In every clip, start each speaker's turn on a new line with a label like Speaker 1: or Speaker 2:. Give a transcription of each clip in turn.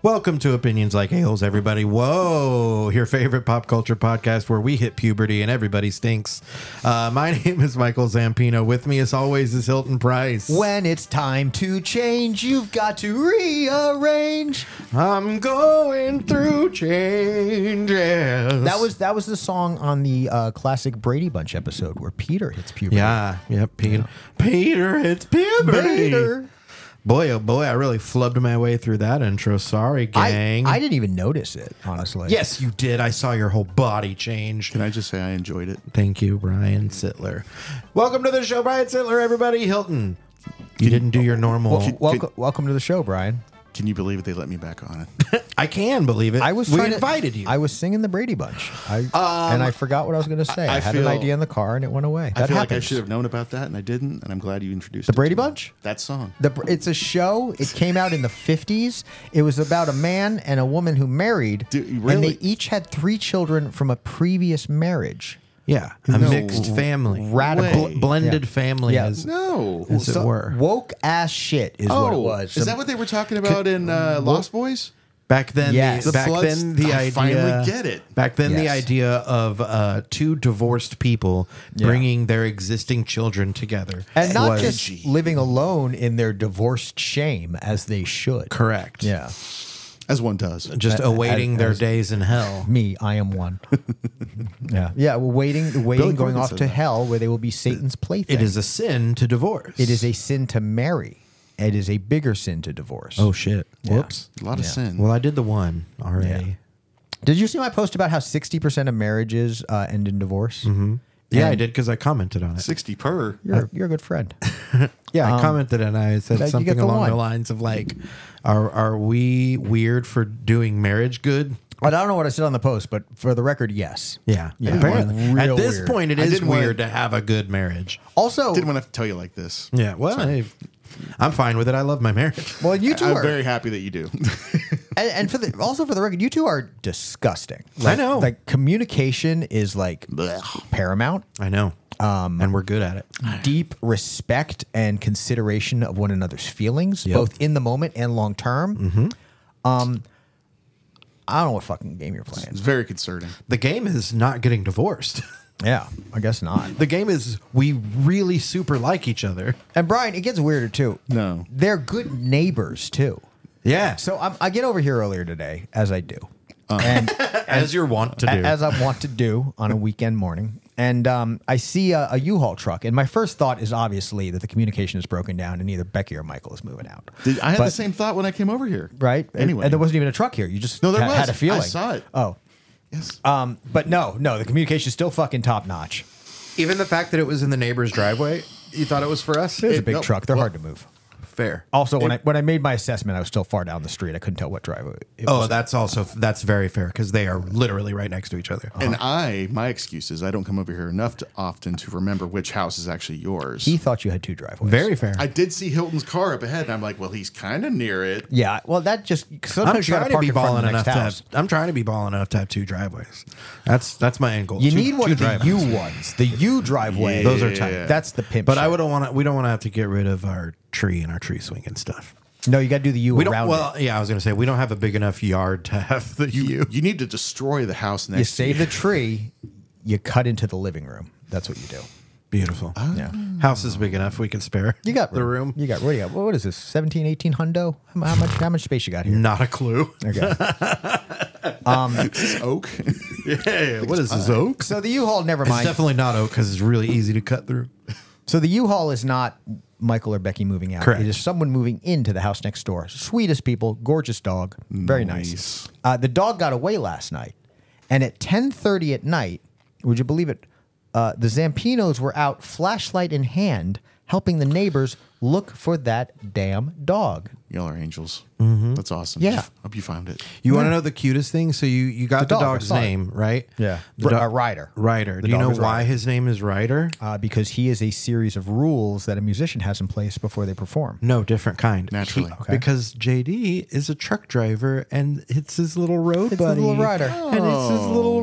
Speaker 1: Welcome to Opinions Like Ales, everybody. Whoa, your favorite pop culture podcast where we hit puberty and everybody stinks. Uh, my name is Michael Zampino. With me, as always, is Hilton Price.
Speaker 2: When it's time to change, you've got to rearrange.
Speaker 1: I'm going through changes.
Speaker 2: That was that was the song on the uh, classic Brady Bunch episode where Peter hits puberty.
Speaker 1: Yeah, yep, Peter. Peter, it's puberty.
Speaker 2: Peter.
Speaker 1: Boy, oh boy, I really flubbed my way through that intro. Sorry,
Speaker 2: I,
Speaker 1: gang.
Speaker 2: I didn't even notice it, honestly.
Speaker 1: yes, you did. I saw your whole body change.
Speaker 3: Can I just say I enjoyed it?
Speaker 1: Thank you, Brian Sittler. Welcome to the show, Brian Sittler, everybody. Hilton, you didn't do your normal.
Speaker 3: Could-
Speaker 2: Welcome, welcome to the show, Brian.
Speaker 3: Can you believe they let me back on it?
Speaker 1: I can believe it.
Speaker 2: I was
Speaker 1: we
Speaker 2: trying to-
Speaker 1: invited you.
Speaker 2: I was singing the Brady Bunch, I, and I forgot what I was going to say. I,
Speaker 3: I
Speaker 2: had an
Speaker 3: feel-
Speaker 2: idea in the car, and it went away. That
Speaker 3: I feel
Speaker 2: happens.
Speaker 3: like I should have known about that, and I didn't. And I'm glad you introduced
Speaker 2: The
Speaker 3: it
Speaker 2: Brady
Speaker 3: to me.
Speaker 2: Bunch?
Speaker 3: That song.
Speaker 2: The, Br- it's a show. It came out in the 50s. It was about a man and a woman who married,
Speaker 3: Dude, you
Speaker 2: and
Speaker 3: really-
Speaker 2: they each had three children from a previous marriage.
Speaker 1: yeah, a mixed family,
Speaker 2: Radical.
Speaker 1: Bl- blended
Speaker 2: Yeah.
Speaker 1: family,
Speaker 2: Yeah.
Speaker 1: as,
Speaker 3: No.
Speaker 1: as it
Speaker 2: So-
Speaker 1: were.
Speaker 2: Woke ass shit is what it
Speaker 3: Oh,
Speaker 2: was.
Speaker 3: is that what they were talking about in uh, Lost Boys?
Speaker 1: Back then,
Speaker 2: Yes.
Speaker 1: the,
Speaker 2: The
Speaker 1: back
Speaker 3: floods-
Speaker 1: then the
Speaker 3: I
Speaker 1: idea.
Speaker 3: finally get it.
Speaker 1: Back then, the
Speaker 2: Yes.
Speaker 1: idea of uh, two divorced people bringing their existing children together,
Speaker 2: and not
Speaker 1: was
Speaker 2: just living alone in their divorced shame as they should.
Speaker 1: correct.
Speaker 2: Yeah.
Speaker 3: As one does.
Speaker 1: just awaiting
Speaker 2: I-
Speaker 1: their
Speaker 2: as-
Speaker 1: days in hell.
Speaker 2: Me, I am one. yeah. Yeah. Well, waiting, waiting,
Speaker 3: Billy
Speaker 2: going
Speaker 3: Corgan
Speaker 2: off
Speaker 3: said
Speaker 2: to
Speaker 3: that.
Speaker 2: hell where they will be Satan's plaything.
Speaker 1: It is a sin to divorce.
Speaker 2: It is a sin to marry. It is a bigger sin to divorce.
Speaker 1: Oh shit! Whoops.
Speaker 3: A lot of sin.
Speaker 1: Well, I did the one already.
Speaker 2: Yeah. Did you see my post about how 60% of marriages uh, end in divorce? Mm-hmm.
Speaker 1: Yeah, I did because I commented on it.
Speaker 3: 60 per.
Speaker 2: You're, you're a good friend. Um,
Speaker 1: Yeah, I commented and I
Speaker 2: that
Speaker 1: said
Speaker 2: you
Speaker 1: something
Speaker 2: get the
Speaker 1: along the
Speaker 2: one.
Speaker 1: lines of like, "Are are we weird for doing marriage good?"
Speaker 2: I don't know what I said on the post, but for the record, yes.
Speaker 1: Yeah,
Speaker 2: Yeah.
Speaker 1: Apparently.
Speaker 2: Real
Speaker 1: At this
Speaker 2: weird.
Speaker 1: point, it
Speaker 3: I
Speaker 1: is
Speaker 3: didn't wanna-
Speaker 1: weird to have a good marriage.
Speaker 2: Also,
Speaker 3: Didn't want to tell you like this.
Speaker 1: Yeah. Well, hey, I'm fine with it. I love my marriage.
Speaker 2: well, you two
Speaker 3: I'm
Speaker 2: are,
Speaker 3: very happy that you do.
Speaker 2: and, and for the also for the record, you two are disgusting. Like,
Speaker 1: know.
Speaker 2: Like communication is like paramount.
Speaker 1: I know. Um, and we're good at it.
Speaker 2: Deep respect and consideration of one another's feelings, both in the moment and long term.
Speaker 1: Mm-hmm.
Speaker 2: Um, I don't know what fucking game you're playing.
Speaker 3: it's very concerning.
Speaker 1: The game is not getting divorced.
Speaker 2: Yeah, I guess not.
Speaker 1: the game is we really super like each other.
Speaker 2: And Brian, it gets weirder too.
Speaker 3: No.
Speaker 2: They're good neighbors too.
Speaker 1: Yeah.
Speaker 2: So I'm, I get over here earlier today, as I do,
Speaker 3: Uh,
Speaker 2: and
Speaker 1: as you're want to do.
Speaker 2: a- as I want to do on a weekend morning. And um, I see a, a U-Haul truck, and my first thought is obviously that the communication is broken down, and either Becky or Michael is moving out.
Speaker 3: Did, I had the
Speaker 2: But-
Speaker 3: same thought when I came over here.
Speaker 2: right? And-
Speaker 3: Anyway.
Speaker 2: and there wasn't even a truck here. You just
Speaker 3: No, there
Speaker 2: ha- had
Speaker 3: was.
Speaker 2: a feeling.
Speaker 3: I saw it.
Speaker 2: Oh,
Speaker 3: yes.
Speaker 2: um, but no, no, the communication is still fucking top notch.
Speaker 1: Even the fact that it was in the neighbor's driveway, you thought it was for us?
Speaker 2: It's a
Speaker 1: It-
Speaker 2: big
Speaker 3: no,
Speaker 2: truck; they're
Speaker 3: well-
Speaker 2: hard to move.
Speaker 1: Fair.
Speaker 2: Also, when I when I made my assessment, I was still far down the street. I couldn't tell what driveway. It
Speaker 1: Oh,
Speaker 2: was.
Speaker 1: that's also that's very fair because they are literally right next to each other.
Speaker 2: Uh-huh.
Speaker 3: And I, my excuse is I don't come over here enough to often to remember which house is actually yours.
Speaker 2: He thought you had two driveways.
Speaker 1: Very fair.
Speaker 3: I did see Hilton's car up ahead, and I'm like, well, he's kind of near it.
Speaker 2: Yeah, well, that just
Speaker 1: I'm
Speaker 2: sometimes you
Speaker 1: trying to
Speaker 2: gotta park
Speaker 1: be
Speaker 2: in front
Speaker 1: balling
Speaker 2: of the
Speaker 1: enough
Speaker 2: next
Speaker 1: to
Speaker 2: house.
Speaker 1: have, I'm trying to be balling enough to have two driveways. That's that's my end goal.
Speaker 2: You
Speaker 1: Two-
Speaker 2: need one
Speaker 1: two
Speaker 2: of the
Speaker 1: driveways.
Speaker 2: U ones, the U driveway.
Speaker 1: Those are tight.
Speaker 2: That's the pimp.
Speaker 1: But I
Speaker 2: shit.
Speaker 1: would want to. We don't want to have to get rid of our tree and our tree swing and stuff.
Speaker 2: no, you got to do the U
Speaker 1: We don't.
Speaker 2: around.
Speaker 1: well,
Speaker 2: it.
Speaker 1: yeah, I was gonna say we don't have a big enough yard to have the
Speaker 3: You,
Speaker 1: U.
Speaker 3: you need to destroy the house next.
Speaker 2: You
Speaker 3: to
Speaker 2: save the tree, you cut into the living room. That's what you do.
Speaker 1: Beautiful.
Speaker 2: Yeah.
Speaker 1: Ah, House is big enough. We can spare.
Speaker 2: You got
Speaker 1: the room.
Speaker 2: You got what? do You got what is this? 17, 18 hundo? How, how much? How much space you got here?
Speaker 1: Not a clue.
Speaker 2: Okay.
Speaker 3: this oak.
Speaker 1: Yeah, what is this oak?
Speaker 2: so the U-Haul, never
Speaker 1: It's
Speaker 2: mind.
Speaker 1: definitely not oak because it's really easy to cut through.
Speaker 2: so the U-Haul is not Michael or Becky moving out.
Speaker 1: Correct.
Speaker 2: It is someone moving into the house next door. Sweetest people, gorgeous dog, very nice.
Speaker 3: Nice.
Speaker 2: Uh, the dog got away last night, and at ten thirty at night, would you believe it? Uh, the Zampinos were out, flashlight in hand, helping the neighbors look for that damn dog.
Speaker 3: Y'all are angels. That's awesome.
Speaker 2: Yeah.
Speaker 3: Hope you found it.
Speaker 1: You want to know the cutest thing? So you you got the,
Speaker 2: The dog, I
Speaker 1: dog's
Speaker 2: saw it.
Speaker 1: name right?
Speaker 2: Yeah.
Speaker 1: the
Speaker 2: R- uh, Ryder.
Speaker 1: Ryder.
Speaker 2: The
Speaker 1: Do you
Speaker 2: dog
Speaker 1: know
Speaker 2: is
Speaker 1: why
Speaker 2: Ryder.
Speaker 1: his name is Ryder?
Speaker 2: uh, because he is a series of rules that a musician has in place before they perform.
Speaker 1: No, different kind.
Speaker 3: Naturally.
Speaker 2: Okay.
Speaker 1: Because JD is a truck driver and it's his little road
Speaker 2: It's his
Speaker 1: buddy.
Speaker 2: little rider. Oh.
Speaker 1: And it's his little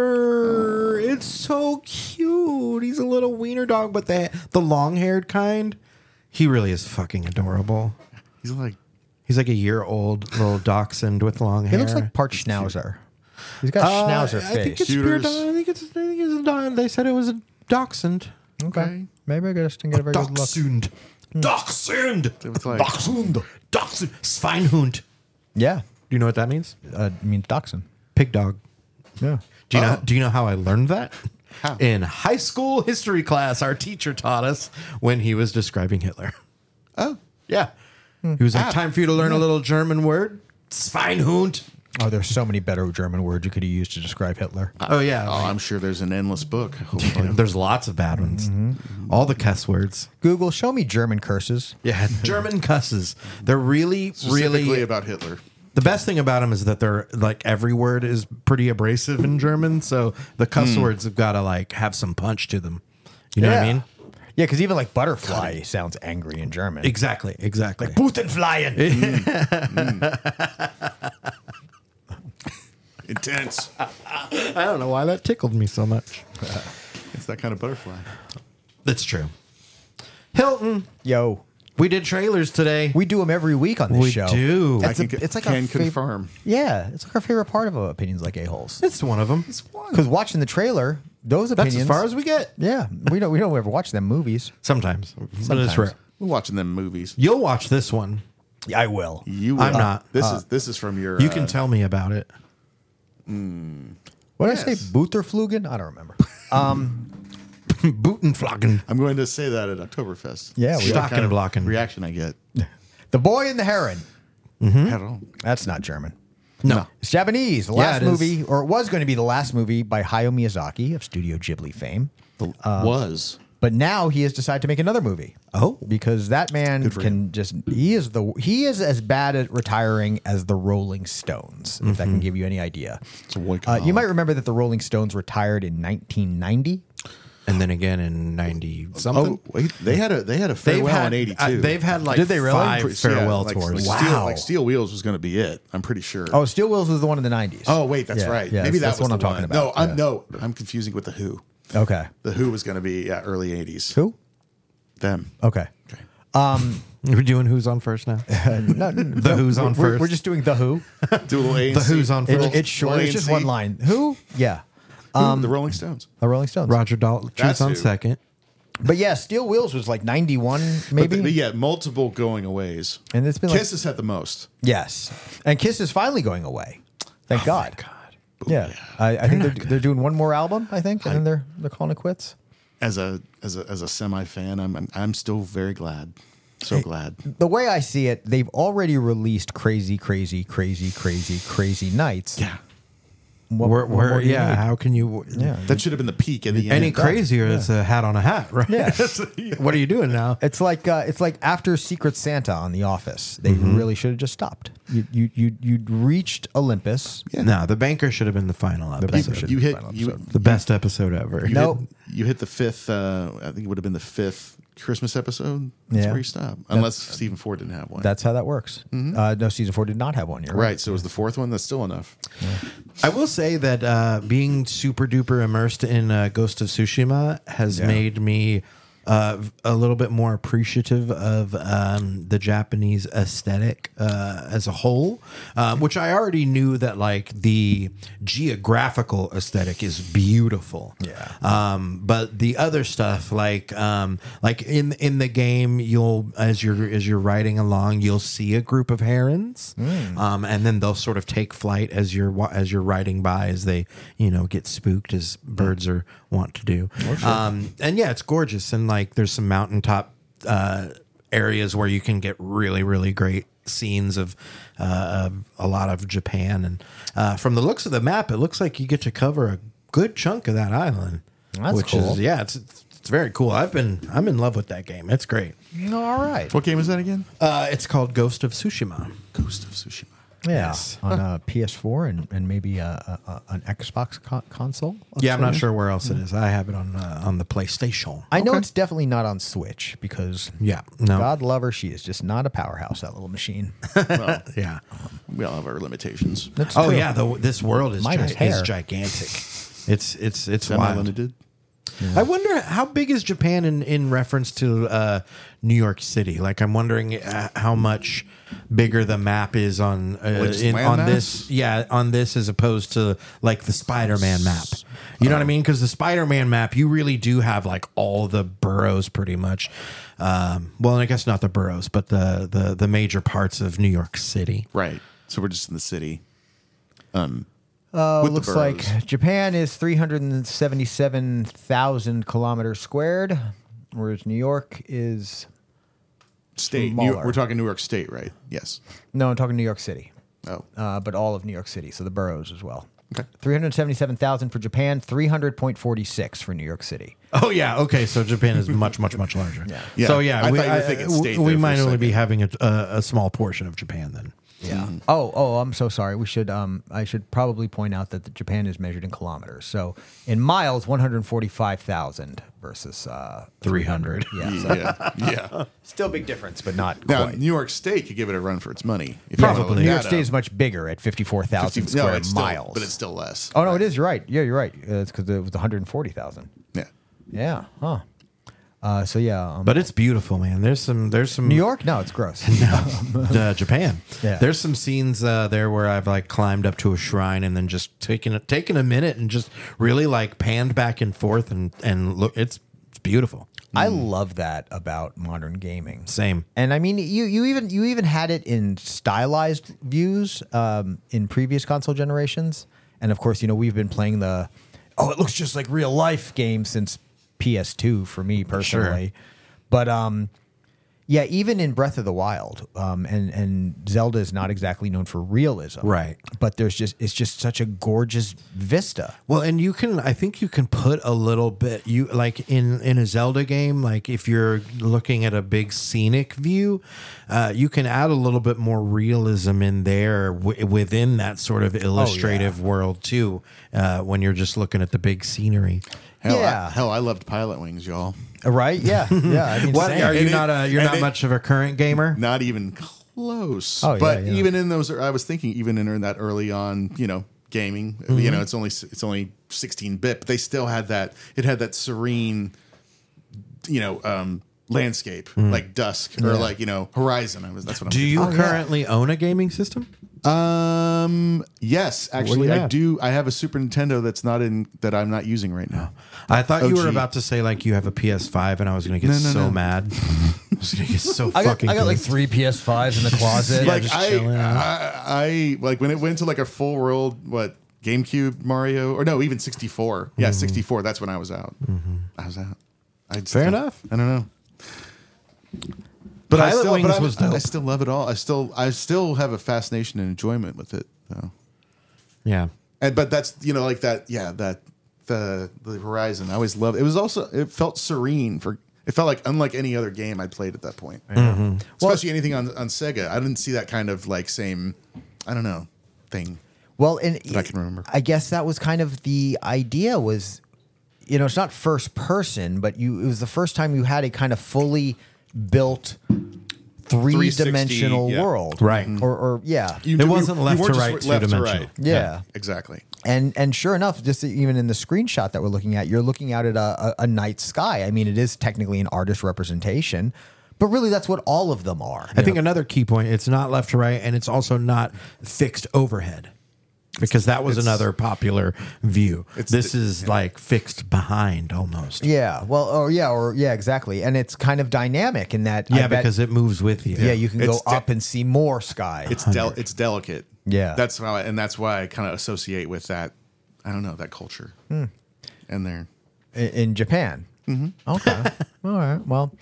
Speaker 1: rider. It's so cute. He's a little wiener dog, but the the long haired kind. He really is fucking adorable.
Speaker 3: He's like
Speaker 1: He's like a year old little dachshund with long hair.
Speaker 2: He looks like part Schnauzer. He's got
Speaker 1: Uh,
Speaker 2: Schnauzer
Speaker 1: I think
Speaker 2: face.
Speaker 1: it's pure.
Speaker 3: Shooters.
Speaker 1: do- I think it's. I think it's a do- They said it was a dachshund.
Speaker 2: okay. Maybe I just didn't get a very good look.
Speaker 1: Dachshund. Dachshund.
Speaker 3: was like-
Speaker 1: Dachshund. Dachshund. Schweinhund. Do
Speaker 2: Yeah.
Speaker 1: you know what that means?
Speaker 2: Uh, I mean, dachshund.
Speaker 1: Pig dog.
Speaker 2: Yeah.
Speaker 1: Do you know? Do you know how I learned that?
Speaker 3: How?
Speaker 1: In high school history class, our teacher taught us when he was describing Hitler.
Speaker 3: Oh,
Speaker 1: Yeah, he was like, "Time for you to learn a little German word, Ah. Schweinhund."
Speaker 2: Oh, there's so many better German words you could have used to describe Hitler.
Speaker 1: Oh yeah,
Speaker 3: oh, I'm sure there's an endless book.
Speaker 1: You
Speaker 3: Hopefully.
Speaker 1: know, there's lots of bad ones. All the cuss words.
Speaker 2: Google, show me German curses.
Speaker 1: Yeah, German cusses. They're really,
Speaker 3: Specifically
Speaker 1: really.
Speaker 3: about Hitler.
Speaker 1: the best thing about them is that they're like every word is pretty abrasive in German, so the cuss words have got to like have some punch to them. You know what I mean?
Speaker 2: Hmm. Yeah, because even like butterfly sounds angry in German.
Speaker 1: Exactly, exactly.
Speaker 2: Butenflyen.
Speaker 3: Intense.
Speaker 1: I don't know why that tickled me so much.
Speaker 3: it's that kind of butterfly.
Speaker 1: That's true. Hilton,
Speaker 2: Yo,
Speaker 1: we did trailers today.
Speaker 2: we do them every week on this
Speaker 1: We
Speaker 2: show.
Speaker 1: do.
Speaker 2: It's,
Speaker 3: I
Speaker 2: a-
Speaker 3: can-
Speaker 2: it's like our
Speaker 3: can
Speaker 2: fav-
Speaker 3: confirm.
Speaker 2: Yeah, it's like our favorite part of uh, opinions like a holes.
Speaker 1: It's one of them.
Speaker 2: Because watching the trailer, those
Speaker 1: That's
Speaker 2: opinions.
Speaker 1: as far as we get.
Speaker 2: yeah, we don't we don't ever watch them movies.
Speaker 1: Sometimes, but it's
Speaker 2: Sometimes.
Speaker 1: rare.
Speaker 3: We're watching them movies.
Speaker 1: You'll watch this one.
Speaker 2: I will.
Speaker 3: You,
Speaker 1: I'm
Speaker 3: will.
Speaker 1: not.
Speaker 3: This is this is from your.
Speaker 1: You
Speaker 3: uh,
Speaker 1: can tell me about it.
Speaker 2: What did I
Speaker 3: Yes.
Speaker 2: say? Butterflugen? I don't remember.
Speaker 1: Butenflagen.
Speaker 3: I'm going to say that at Oktoberfest.
Speaker 2: Yeah, we-
Speaker 3: See what
Speaker 1: Stock
Speaker 3: kind
Speaker 1: and
Speaker 3: of
Speaker 1: blocking.
Speaker 3: reaction I get
Speaker 2: the Boy and the Heron.
Speaker 3: at all.
Speaker 2: That's not German.
Speaker 1: No.
Speaker 2: It's Japanese. The
Speaker 1: Yeah,
Speaker 2: last
Speaker 1: it is.
Speaker 2: movie, or it was going to be the last movie by Hayao Miyazaki of Studio Ghibli fame.
Speaker 3: The- was
Speaker 2: But now he has decided to make another movie.
Speaker 1: Oh.
Speaker 2: because that man
Speaker 3: for
Speaker 2: can just he is the he is as bad at retiring as the Rolling Stones. If that
Speaker 3: Mm-hmm.
Speaker 2: can give you any idea,
Speaker 3: a
Speaker 2: uh, you
Speaker 3: workaholic.
Speaker 2: might remember that the Rolling Stones retired in 1990.
Speaker 1: And then again in 90 something.
Speaker 3: Oh, wait, they had a they had a
Speaker 1: they've
Speaker 3: farewell
Speaker 1: had
Speaker 3: in '82.
Speaker 1: uh, they've had like
Speaker 2: Did they really?
Speaker 1: five
Speaker 3: Pretty-
Speaker 1: farewell
Speaker 3: yeah, like-
Speaker 1: tours.
Speaker 3: Like,
Speaker 2: Wow.
Speaker 3: Steel, like Steel Wheels was going to be it. I'm pretty sure.
Speaker 2: Oh, Steel Wheels was the one in the 90s.
Speaker 3: Oh, wait, that's
Speaker 2: Yeah,
Speaker 3: right.
Speaker 2: yeah,
Speaker 3: Maybe
Speaker 2: that's
Speaker 3: that
Speaker 2: the
Speaker 3: was
Speaker 2: one I'm
Speaker 3: the
Speaker 2: talking
Speaker 3: one.
Speaker 2: about.
Speaker 3: No, I'm
Speaker 2: Yeah.
Speaker 3: no, I'm confusing it with the Who.
Speaker 2: okay.
Speaker 3: The Who was going to be yeah, early '80s.
Speaker 2: Who?
Speaker 3: Them.
Speaker 2: Okay.
Speaker 3: Okay.
Speaker 1: We're doing who's on first now. the who's on
Speaker 2: We're,
Speaker 1: 1st
Speaker 2: we're just doing the Who.
Speaker 3: Do a little A and
Speaker 1: the
Speaker 3: C.
Speaker 1: who's on
Speaker 2: It,
Speaker 1: first.
Speaker 2: it's short. It's just
Speaker 3: Lane
Speaker 2: one
Speaker 3: C.
Speaker 2: line. Who? Yeah.
Speaker 3: Who?
Speaker 2: Um,
Speaker 3: the Rolling Stones.
Speaker 2: The Rolling Stones.
Speaker 1: Roger Dalton
Speaker 3: That's
Speaker 1: Truth on
Speaker 3: who.
Speaker 1: second.
Speaker 2: But yeah, Steel Wheels was like 91
Speaker 3: But
Speaker 2: maybe.
Speaker 3: the- but yeah, multiple going aways.
Speaker 2: And it's been like-
Speaker 3: Kiss has had the most.
Speaker 2: Yes. And Kiss is finally going away. Thank God. Yeah. I, I think they're, they're doing one more album, I think, and then they're they're calling it quits.
Speaker 3: As a as a as a semi fan, I'm I'm, I'm still very glad. So glad.
Speaker 2: The way I see it, they've already released Crazy, Crazy, Crazy, Crazy, Crazy Nights.
Speaker 3: Yeah.
Speaker 2: What-
Speaker 1: Where,
Speaker 2: what more
Speaker 1: where,
Speaker 2: do you
Speaker 1: yeah,
Speaker 2: need?
Speaker 1: how can you?
Speaker 2: Yeah.
Speaker 3: That should have been the peak at the end.
Speaker 1: Any crazier is a hat on a hat, right?
Speaker 2: Yeah.
Speaker 1: what are you doing now?
Speaker 2: It's like uh, it's like after Secret Santa on The Office, they really should have just stopped. You you you you reached Olympus.
Speaker 1: No, the banker should have been the final
Speaker 2: Banker
Speaker 1: episode.
Speaker 2: should
Speaker 3: you
Speaker 2: have been
Speaker 3: hit
Speaker 2: the final
Speaker 3: you,
Speaker 2: episode.
Speaker 1: the best episode ever.
Speaker 3: you
Speaker 2: No.
Speaker 3: hit you hit the fifth uh, I think it would have been the fifth Christmas episode. That's
Speaker 2: Yeah.
Speaker 3: where you stop. Unless Stephen Ford didn't have one.
Speaker 2: That's how that works. Uh, no, season four did not have one. You're right.
Speaker 3: right. So it was the fourth one that's still enough.
Speaker 1: I will say that uh, being super duper immersed in uh, Ghost of Tsushima has made me uh, v- a little bit more appreciative of um, the Japanese aesthetic uh, as a whole, um, which I already knew that like the geographical aesthetic is beautiful.
Speaker 2: Yeah.
Speaker 1: Um, but the other stuff, like um, like in in the game, you'll as you're as you're riding along, you'll see a group of herons, um, and then they'll sort of take flight as you're wa- as you're riding by, as they you know get spooked as birds are wont to do. Um, and yeah, it's gorgeous, and like there's some mountaintop uh, areas where you can get really really great scenes of, uh, of a lot of Japan, and uh, from the looks of the map, it looks like you get to cover a good chunk of that island.
Speaker 2: That's
Speaker 1: which
Speaker 2: cool.
Speaker 1: is yeah, it's it's very cool. I've been I'm in love with that game. It's great.
Speaker 2: All right.
Speaker 3: What game is that again?
Speaker 1: Uh, it's called Ghost of Tsushima.
Speaker 3: Ghost of Tsushima.
Speaker 2: Yeah,
Speaker 1: Yes.
Speaker 2: on a PS4 and, and maybe a, a, a- an Xbox co- console. of
Speaker 1: Yeah, I'm not
Speaker 2: sorts.
Speaker 1: sure where else it is. I have it on uh, on the PlayStation.
Speaker 2: I know it's definitely not on Switch because
Speaker 1: yeah, no,
Speaker 2: God love her, she is just not a powerhouse. That little machine.
Speaker 3: Well,
Speaker 1: yeah.
Speaker 3: we all have our limitations.
Speaker 2: That's
Speaker 1: oh
Speaker 2: true.
Speaker 1: yeah, the, this world is,
Speaker 2: Mine is
Speaker 1: gi- is
Speaker 2: hair.
Speaker 1: gigantic. It's it's it's
Speaker 3: Semi
Speaker 1: wild.
Speaker 3: limited.
Speaker 1: I wonder how big is Japan in, in reference to uh, New York City? Like, I'm wondering uh, how much bigger the map is on uh,
Speaker 3: Which
Speaker 1: in, on
Speaker 3: landmass?
Speaker 1: this. Yeah, on this as opposed to like the Spider-Man map. You know
Speaker 3: Oh.
Speaker 1: what I mean? Because the Spider-Man map, you really do have like all the boroughs pretty much. Um, well, and I guess not the boroughs, but the the the major parts of New York City.
Speaker 3: Right. So we're just in the city.
Speaker 2: Oh, it
Speaker 3: with the
Speaker 2: looks
Speaker 3: boroughs.
Speaker 2: like Japan is 377,000 kilometers squared, whereas New York is.
Speaker 3: State. New-
Speaker 2: Smaller.
Speaker 3: we're talking New York State, right? Yes.
Speaker 2: No, I'm talking New York City,
Speaker 3: Oh.
Speaker 2: uh, but all of New York City, so the boroughs as well.
Speaker 3: Okay.
Speaker 2: 377,000 for Japan, 300.46 for New York City.
Speaker 1: Oh yeah, okay. So Japan is much, much, much larger. yeah.
Speaker 3: Yeah.
Speaker 1: So yeah,
Speaker 3: I
Speaker 1: we,
Speaker 3: thought you were
Speaker 1: I-
Speaker 3: thinking
Speaker 1: w-
Speaker 3: state
Speaker 1: we
Speaker 3: there for a
Speaker 1: might only
Speaker 3: second.
Speaker 1: be having a, a, a small portion of Japan then.
Speaker 2: Yeah.
Speaker 3: Mm-hmm.
Speaker 2: Oh, oh, I'm so sorry. We should um I should probably point out that the Japan is measured in kilometers. So in miles, 145,000 versus uh
Speaker 1: Three hundred.
Speaker 2: yeah. So
Speaker 3: Yeah. yeah.
Speaker 2: still big difference, but not
Speaker 3: Now,
Speaker 2: quite.
Speaker 3: New York State could give it a run for its money. If
Speaker 1: Probably.
Speaker 3: wanna look
Speaker 2: New York
Speaker 3: that
Speaker 2: State
Speaker 3: up.
Speaker 2: is much bigger at 54,000
Speaker 3: no,
Speaker 2: square
Speaker 3: it's still-
Speaker 2: miles.
Speaker 3: but it's still less.
Speaker 2: Oh no, it is. You're right. Yeah, you're right. Uh, it's cuz it was 140,000.
Speaker 3: Yeah.
Speaker 2: Yeah. Huh. Uh, so yeah, um,
Speaker 1: But it's beautiful, man. There's some. There's some.
Speaker 2: New York? No, it's gross.
Speaker 1: uh, Japan.
Speaker 2: Yeah.
Speaker 1: There's some scenes uh, there where I've like climbed up to a shrine and then just taken a, taken a minute and just really like panned back and forth and and look. It's, it's beautiful.
Speaker 2: I love that about modern gaming.
Speaker 1: Hmm. Same.
Speaker 2: And I mean, you you even you even had it in stylized views um, in previous console generations, and of course, you know we've been playing the oh it looks just like real life game since PS2 for me personally, but um, yeah, even in Breath of the Wild, um, and and Zelda is not exactly known for realism,
Speaker 1: Right.
Speaker 2: But there's just it's just such a gorgeous vista.
Speaker 1: Well, and you can I think you can put a little bit you like in in a Zelda game like if you're looking at a big scenic view, uh, you can add a little bit more realism in there w- within that sort of illustrative world too uh, when you're just looking at the big scenery.
Speaker 3: Hell,
Speaker 2: Yeah.
Speaker 3: I, hell, I loved Pilot Wings, y'all.
Speaker 2: Right? Yeah, yeah. I mean,
Speaker 1: What
Speaker 2: same.
Speaker 1: are you
Speaker 3: And it-
Speaker 1: not a you're
Speaker 3: and
Speaker 1: not
Speaker 3: it-
Speaker 1: much of a current gamer?
Speaker 3: Not even close.
Speaker 2: Oh, yeah,
Speaker 3: but
Speaker 2: yeah.
Speaker 3: even in those, I was thinking, even in that early on, you know, gaming, you
Speaker 2: Mm-hmm.
Speaker 3: know, it's only it's only 16 bit, but they still had that. It had that serene, you know, um, landscape
Speaker 2: Mm.
Speaker 3: like dusk or like you know horizon. I was that's what I'm.
Speaker 1: Do you
Speaker 2: yeah.
Speaker 1: currently own a gaming system?
Speaker 3: Um. Yes, actually,
Speaker 1: you
Speaker 3: I
Speaker 1: have?
Speaker 3: do. I have a Super Nintendo that's not in that I'm not using right now.
Speaker 1: I thought you were
Speaker 3: OG.
Speaker 1: about to say like you have a PS5 and I was going to get so mad. I was going to get so
Speaker 2: I got,
Speaker 1: fucking
Speaker 2: I got like
Speaker 1: pissed.
Speaker 2: three PS5s in the closet.
Speaker 1: Yeah,
Speaker 3: like
Speaker 1: just
Speaker 3: I,
Speaker 1: chilling out.
Speaker 3: I, I, like when it went to like a full world what GameCube Mario or no even 64. Yeah, 64. That's when I was out. I was out. I just
Speaker 1: Fair
Speaker 3: don't-
Speaker 1: enough.
Speaker 3: I don't know. But I
Speaker 1: Pilot
Speaker 3: still,
Speaker 1: Wings
Speaker 3: but I,
Speaker 1: was
Speaker 3: I
Speaker 1: dope.
Speaker 3: still love it all. I still, I still have a fascination and enjoyment with it though.
Speaker 1: Yeah.
Speaker 3: And but that's you know like that yeah that the the Horizon I always loved it was also it felt serene for it felt like unlike any other game I played at that point especially anything on on Sega I didn't see that kind of like same I don't know thing
Speaker 2: Well, and
Speaker 3: I can remember.
Speaker 2: I guess that was kind of the idea was, you know, it's not first person, but you it was the first time you had a kind of fully built three dimensional
Speaker 3: yeah.
Speaker 2: world, Mm-hmm.
Speaker 1: Right.
Speaker 2: Or, or yeah,
Speaker 3: You-
Speaker 1: It
Speaker 3: you-
Speaker 1: wasn't left
Speaker 3: you
Speaker 1: to
Speaker 3: weren't just
Speaker 1: right,
Speaker 3: left to
Speaker 1: two-dimensional.
Speaker 3: right.
Speaker 2: yeah.
Speaker 3: exactly
Speaker 2: And and sure enough, just even in the screenshot that we're looking at, you're looking out at a, a, a night sky. I mean, it is technically an artist representation, but really that's what all of them are.
Speaker 1: I think another key point, it's not left to right and it's also not fixed overhead. Because that was another popular view. This is like fixed behind almost. Yeah,
Speaker 2: Yeah. Well. Oh, yeah. Or yeah. Exactly. And it's kind of dynamic in that. I bet-
Speaker 1: because it moves with you.
Speaker 2: yeah, you can go
Speaker 3: It's de-
Speaker 2: up and see more sky.
Speaker 3: it's del- it's delicate
Speaker 2: Yeah.
Speaker 3: that's how I, and that's why I kind of associate with that I don't know that culture
Speaker 2: Hmm.
Speaker 3: and there
Speaker 2: I- in Japan. Mm-hmm. Okay. All right. Well,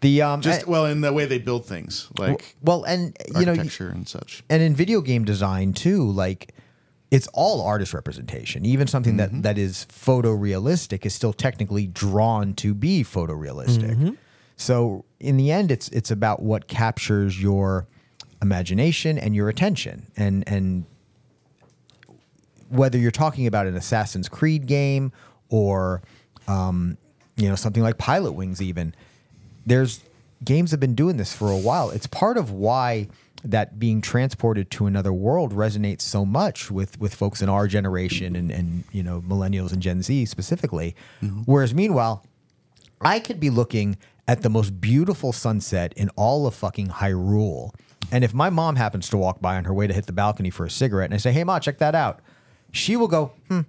Speaker 2: the um,
Speaker 3: just
Speaker 2: a-
Speaker 3: well in the way they build things like
Speaker 2: well, and you know,
Speaker 3: architecture and such
Speaker 2: and in video game design too, like it's all artist representation. Even something that that is photorealistic is still technically drawn to be photorealistic. So in the end, it's it's about what captures your imagination and your attention, and and whether you're talking about an Assassin's Creed game or um, you know something like Pilot Wings, even there's games have been doing this for a while. It's part of why that being transported to another world resonates so much with with folks in our generation and and you know millennials and Gen Z specifically. Whereas meanwhile, I could be looking at the most beautiful sunset in all of fucking Hyrule. And if my mom happens to walk by on her way to hit the balcony for a cigarette and I say, hey, Ma, check that out, she will go, hmm,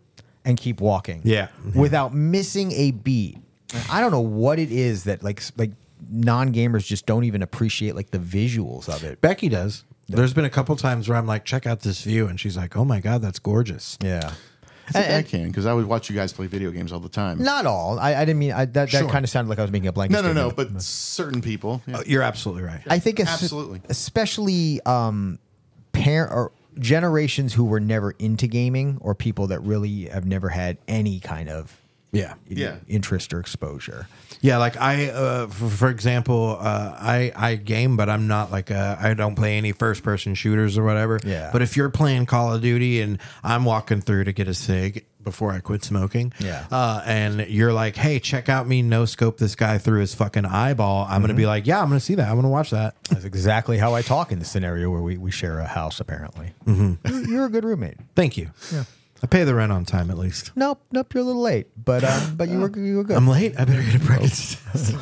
Speaker 2: and keep walking.
Speaker 1: Yeah.
Speaker 2: Without missing a beat. And I don't know what it is that, like, like, Non gamers just don't even appreciate like the visuals of it.
Speaker 1: Becky does. There's been a couple times where I'm like, check out this view, and she's like, oh my god, that's gorgeous.
Speaker 2: Yeah,
Speaker 3: I, think I can because I would watch you guys play video games all the time.
Speaker 2: not all. I, I didn't mean I, that.
Speaker 1: Sure.
Speaker 2: That kind of sounded like I was making a blanket.
Speaker 3: no, no,
Speaker 2: statement.
Speaker 3: no. But certain people. Yeah.
Speaker 1: Oh, You're absolutely right.
Speaker 2: I think es-
Speaker 3: Absolutely.
Speaker 2: especially um, parent or generations who were never into gaming or people that really have never had any kind of
Speaker 1: yeah.
Speaker 2: you know,
Speaker 3: Yeah.
Speaker 2: interest or exposure.
Speaker 1: Yeah, like I, uh, for, for example, uh, I I game, but I'm not like I I don't play any first person shooters or whatever.
Speaker 2: Yeah.
Speaker 1: But if you're playing Call of Duty and I'm walking through to get a cig before I quit smoking,
Speaker 2: Yeah.
Speaker 1: uh, and you're like, hey, check out me no scope this guy through his fucking eyeball, I'm gonna be like, yeah, I'm gonna see that, I'm gonna watch that.
Speaker 2: That's exactly how I talk in the scenario where we, we share a house. Apparently,
Speaker 3: Mm-hmm.
Speaker 2: You're- you're a good roommate.
Speaker 1: Thank you. Yeah. I pay the rent on time at least.
Speaker 2: Nope, nope, you're a little late, but um, but you were you were good.
Speaker 1: I'm late. I better get a pregnancy test.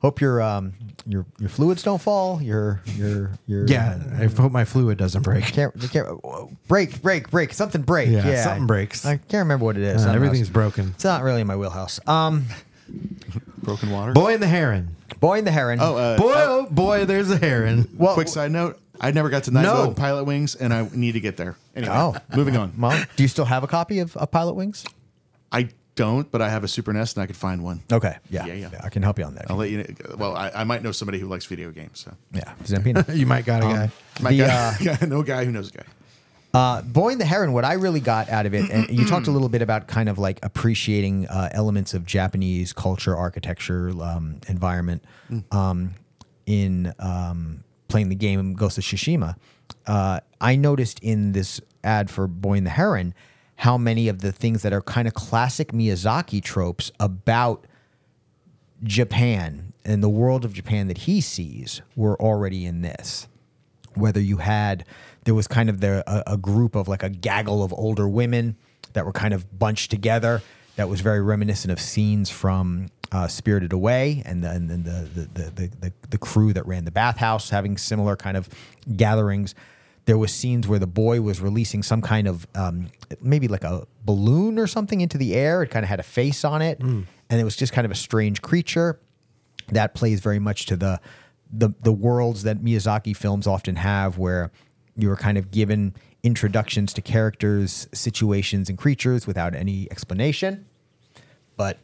Speaker 2: Hope your um your your fluids don't fall. Your your your
Speaker 1: Yeah, I hope my fluid doesn't break.
Speaker 2: can't, you can't whoa, break, break, break. Something break.
Speaker 1: Yeah,
Speaker 2: Yeah,
Speaker 1: something breaks.
Speaker 2: I can't remember what it is.
Speaker 1: Uh,
Speaker 2: Something
Speaker 1: everything's
Speaker 2: else.
Speaker 1: broken.
Speaker 2: It's not really in my wheelhouse. Um,
Speaker 3: Broken water.
Speaker 1: Boy and the heron.
Speaker 2: Boy and the Heron.
Speaker 3: oh, uh,
Speaker 1: Boy, oh boy, there's a heron.
Speaker 2: well,
Speaker 3: quick side note. I never got to night
Speaker 1: No.
Speaker 3: mode pilot wings, and I need to get there. Anyway,
Speaker 2: Oh.
Speaker 3: moving on.
Speaker 2: Mom, do you still have a copy of, of Pilot Wings?
Speaker 3: I don't, but I have a Super NES, and I could find one.
Speaker 2: Okay, yeah,
Speaker 3: Yeah, yeah.
Speaker 2: I can help you on that.
Speaker 1: Oh.
Speaker 3: I'll let you. Know. Well, I, I might know somebody who likes video games. So,
Speaker 2: yeah, Zampino. Um,
Speaker 1: You might got a guy.
Speaker 3: my
Speaker 2: The,
Speaker 3: guy, I know a guy who knows a guy.
Speaker 2: Uh, Boy and the Heron, what I really got out of it, and you talked a little bit about kind of like appreciating uh, elements of Japanese culture, architecture, um, environment um, in um, playing the game Ghost of Tsushima. Uh, I noticed in this ad for Boy and the Heron how many of the things that are kind of classic Miyazaki tropes about Japan and the world of Japan that he sees were already in this. Whether you had, there was kind of the, a, a group of like a gaggle of older women that were kind of bunched together. That was very reminiscent of scenes from uh, Spirited Away and then and then the, the, the, the, the, the crew that ran the bathhouse having similar kind of gatherings. There was scenes where the boy was releasing some kind of um, maybe like a balloon or something into the air. It kind of had a face on it, and it was just kind of a strange creature that plays very much to the the the worlds that Miyazaki films often have where you are kind of given introductions to characters, situations and creatures without any explanation. But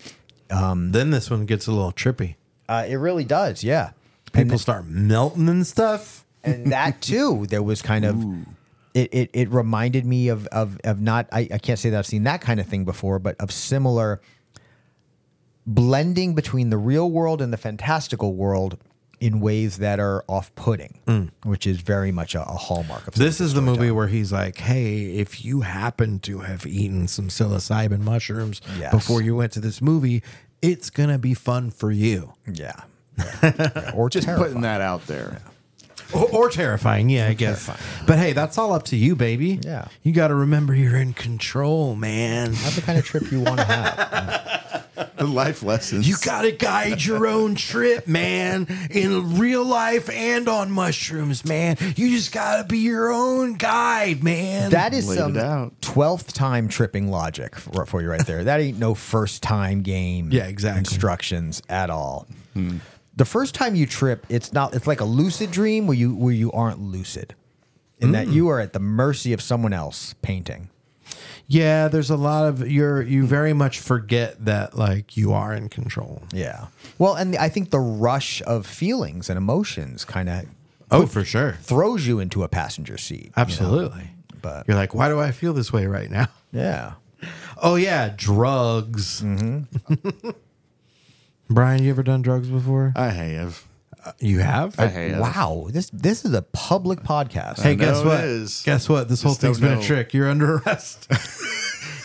Speaker 1: Then this one gets a little trippy.
Speaker 2: uh, it really does, yeah. And,
Speaker 1: People start melting and stuff.
Speaker 2: and that too, there was kind of it, it it reminded me of of of not I, I can't say that I've seen that kind of thing before, but of similar blending between the real world and the fantastical world in ways that are off-putting, which is very much a, a hallmark of
Speaker 1: This is the movie where he's like, "Hey, if you happen to have eaten some psilocybin mushrooms
Speaker 2: Yes.
Speaker 1: before you went to this movie, it's gonna be fun for you."
Speaker 2: yeah, Yeah. or just
Speaker 3: Just
Speaker 2: terrifying.
Speaker 3: putting that out there.
Speaker 1: Or, or terrifying, yeah, I guess. But hey, that's all up to you, baby.
Speaker 2: Yeah.
Speaker 1: you got to remember you're in control, man.
Speaker 2: That's the kind of trip you want to have.
Speaker 3: The life lessons.
Speaker 1: You got to guide your own trip, man, in real life and on mushrooms, man. You just got to be your own guide, man.
Speaker 2: That is
Speaker 3: Laid
Speaker 2: some
Speaker 3: it out.
Speaker 2: twelfth time tripping logic for, for you right there. That ain't no first time game.
Speaker 1: Yeah, exactly.
Speaker 2: Instructions at all. The first time you trip, it's not. It's like a lucid dream where you where you aren't lucid, in that you are at the mercy of someone else painting.
Speaker 1: yeah, there's a lot of you're you very much forget that like you are in control.
Speaker 2: Yeah. Well, and I think the rush of feelings and emotions kind of
Speaker 1: Oh, for sure.
Speaker 2: throws you into a passenger seat. you know?
Speaker 1: Absolutely.
Speaker 2: But
Speaker 1: You're like, "Why do I feel this way right now?"
Speaker 2: yeah.
Speaker 1: Oh yeah, drugs. Brian, you ever done drugs before?
Speaker 3: I have.
Speaker 1: you have?
Speaker 3: I have.
Speaker 2: Wow. This this is a public podcast.
Speaker 1: Hey,
Speaker 3: I know
Speaker 1: guess
Speaker 3: it
Speaker 1: what?
Speaker 3: is.
Speaker 1: Guess what? This whole
Speaker 3: Just don't
Speaker 1: thing's been a
Speaker 3: know.
Speaker 1: trick. You're under arrest.